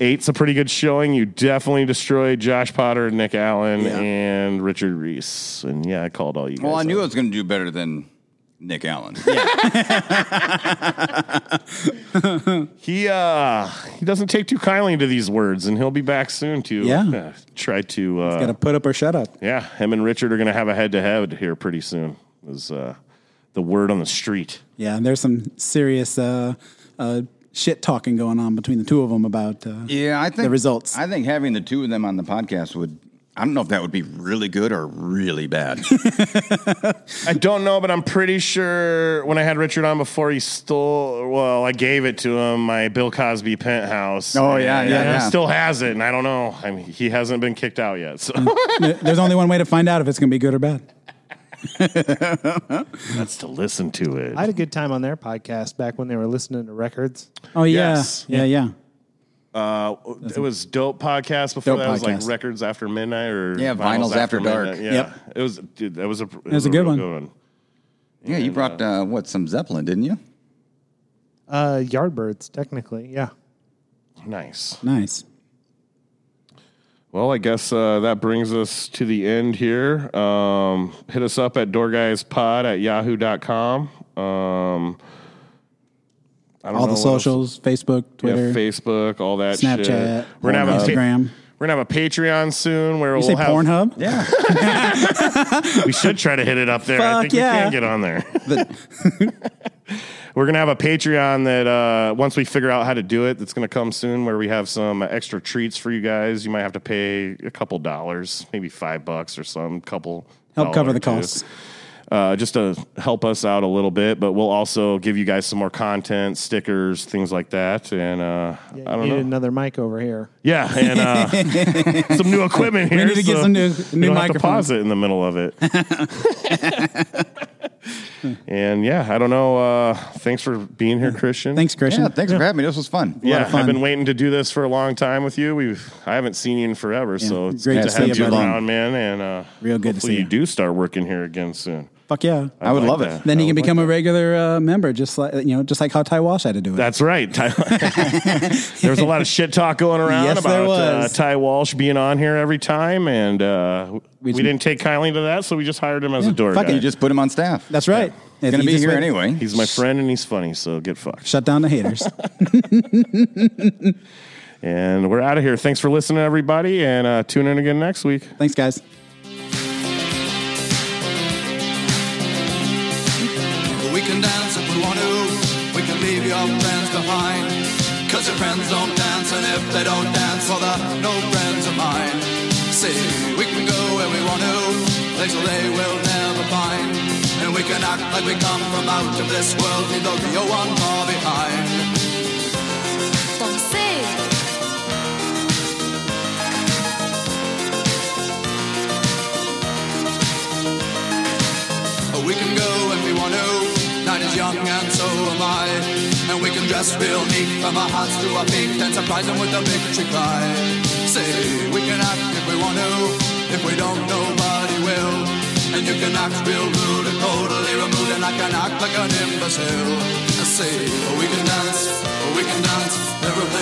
Speaker 1: Eight's a pretty good showing. You definitely destroyed Josh Potter, Nick Allen,
Speaker 2: Yeah.
Speaker 1: and Richard Reese. And yeah, I called all you guys.
Speaker 4: Well, I knew I
Speaker 1: out.
Speaker 4: was going to do better than Nick Allen.
Speaker 1: he uh, he doesn't take too kindly to these words, and he'll be back soon to
Speaker 2: Yeah.
Speaker 1: uh, try to uh,
Speaker 2: Got to put up or shut up.
Speaker 1: Yeah, him and Richard are going to have a head to head here pretty soon. Is uh, the word on the street?
Speaker 2: Yeah, there's some serious uh, uh, shit talking going on between the two of them about. Uh,
Speaker 4: Yeah, I think
Speaker 2: The results.
Speaker 4: I think having the two of them on the podcast would. I don't know if that would be really good or really bad.
Speaker 1: I don't know, but I'm pretty sure when I had Richard on before, he stole. Well, I gave it to him my Bill Cosby penthouse.
Speaker 4: Oh, yeah,
Speaker 1: And
Speaker 4: yeah,
Speaker 1: he
Speaker 4: yeah.
Speaker 1: Still has it, and I don't know. I mean, he hasn't been kicked out yet. So
Speaker 2: There's only one way to find out if it's going to be good or bad.
Speaker 1: that's to listen to it.
Speaker 3: I had a good time on their podcast back when they were listening to records.
Speaker 2: Oh yeah,
Speaker 1: Yes.
Speaker 2: yeah, yeah.
Speaker 1: uh, it was dope podcast before
Speaker 2: Dope
Speaker 1: that. It was
Speaker 2: podcast.
Speaker 1: like records after midnight or
Speaker 4: Yeah, Vinyls After Dark.
Speaker 1: Midnight. Yeah,
Speaker 2: Yep.
Speaker 1: it was. Dude, that was a. It was,
Speaker 2: a good
Speaker 1: real
Speaker 2: one.
Speaker 4: yeah, you brought uh, what some Zeppelin, didn't you?
Speaker 3: Uh, Yardbirds, technically, yeah.
Speaker 1: Nice.
Speaker 2: Nice.
Speaker 1: Well, I guess uh, that brings us to the end here. Um, hit us up at doorguyspod at yahoo.com. Um, I don't know
Speaker 2: All the
Speaker 1: what else.
Speaker 2: socials: Facebook,
Speaker 1: Yeah,
Speaker 2: Twitter,
Speaker 1: Facebook, all that shit.
Speaker 2: Snapchat,
Speaker 1: We're going to have a pa-
Speaker 2: Instagram.
Speaker 1: We're gonna have a Patreon soon where
Speaker 2: You
Speaker 1: we'll
Speaker 2: say
Speaker 1: have
Speaker 2: Pornhub?
Speaker 4: Yeah,
Speaker 1: we should try to hit it up there. I
Speaker 2: Fuck
Speaker 1: think
Speaker 2: yeah.
Speaker 1: we can get on there. we're gonna have a Patreon that uh, once we figure out how to do it, that's gonna come soon where we have some extra treats for you guys. You might have to pay a couple dollars, maybe five bucks or some couple.
Speaker 2: Help cover
Speaker 1: dollar
Speaker 2: the
Speaker 1: or two.
Speaker 2: costs.
Speaker 1: uh, just to help us out a little bit, but we'll also give you guys some more content, stickers, things like that. And uh,
Speaker 3: yeah
Speaker 1: I
Speaker 3: you
Speaker 1: don't
Speaker 3: need
Speaker 1: know.
Speaker 3: another mic over here.
Speaker 1: Yeah, and uh, some new equipment here.
Speaker 2: need to get
Speaker 1: so
Speaker 2: some new-
Speaker 1: we
Speaker 2: new
Speaker 1: don't have to
Speaker 2: microphones.
Speaker 1: pause it in the middle of it. and yeah, I don't know. Uh, thanks for being here, Christian.
Speaker 2: Thanks, Christian.
Speaker 4: yeah. Thanks for having me. This was fun.
Speaker 1: Yeah,
Speaker 2: of fun.
Speaker 1: I've been waiting to do this for a long time with you. We've I haven't seen you in forever, so it's
Speaker 2: great
Speaker 1: great
Speaker 2: to
Speaker 1: to,
Speaker 2: see
Speaker 1: have
Speaker 2: you,
Speaker 1: you
Speaker 2: buddy.
Speaker 1: around, man. And uh,
Speaker 2: Real good to
Speaker 1: Hopefully,
Speaker 2: see
Speaker 1: you
Speaker 2: you.
Speaker 1: do start working here again soon.
Speaker 2: Fuck yeah.
Speaker 1: I'd
Speaker 4: I would love it.
Speaker 2: then
Speaker 1: I would
Speaker 2: you can
Speaker 1: like
Speaker 2: become a regular uh, member, just like you know, just like how Ty Walsh had to do it.
Speaker 1: That's right. Ty, there was a lot of shit talk going around
Speaker 2: Yes, there
Speaker 1: about uh,
Speaker 2: was.
Speaker 1: Ty Walsh being on here every time, and uh, we,
Speaker 2: We just-
Speaker 1: didn't take kindly to that, so we just hired him as a door
Speaker 2: fuck
Speaker 1: guy.
Speaker 4: You just put him on staff.
Speaker 2: That's right. If
Speaker 4: Going to
Speaker 2: he
Speaker 4: be
Speaker 2: just
Speaker 4: here
Speaker 2: went-
Speaker 4: anyway.
Speaker 1: He's my friend and he's funny, so get fucked.
Speaker 2: Shut down the haters.
Speaker 1: And we're out of here. Thanks for listening, everybody, and uh, tune in again next week.
Speaker 2: Thanks, guys.
Speaker 5: We can dance if we want to. We can leave your friends behind. Cause your friends don't dance, and if they don't dance, well, they're no friends of mine. See, we can go where we want to, places they will never find. And we can act like we come from out of this world, leave the real one far behind.
Speaker 6: danser.
Speaker 5: Oh, We can go if we want to. Night is young and so am I. And we can dress real neat from our hearts to our feet and surprise them with a victory cry. Say, we can act if we want to. If we don't, nobody will. And you can act real rude and totally removed and I can oh, act like an imbecile. I say, we can oh, dance, we can dance. Everything Oh,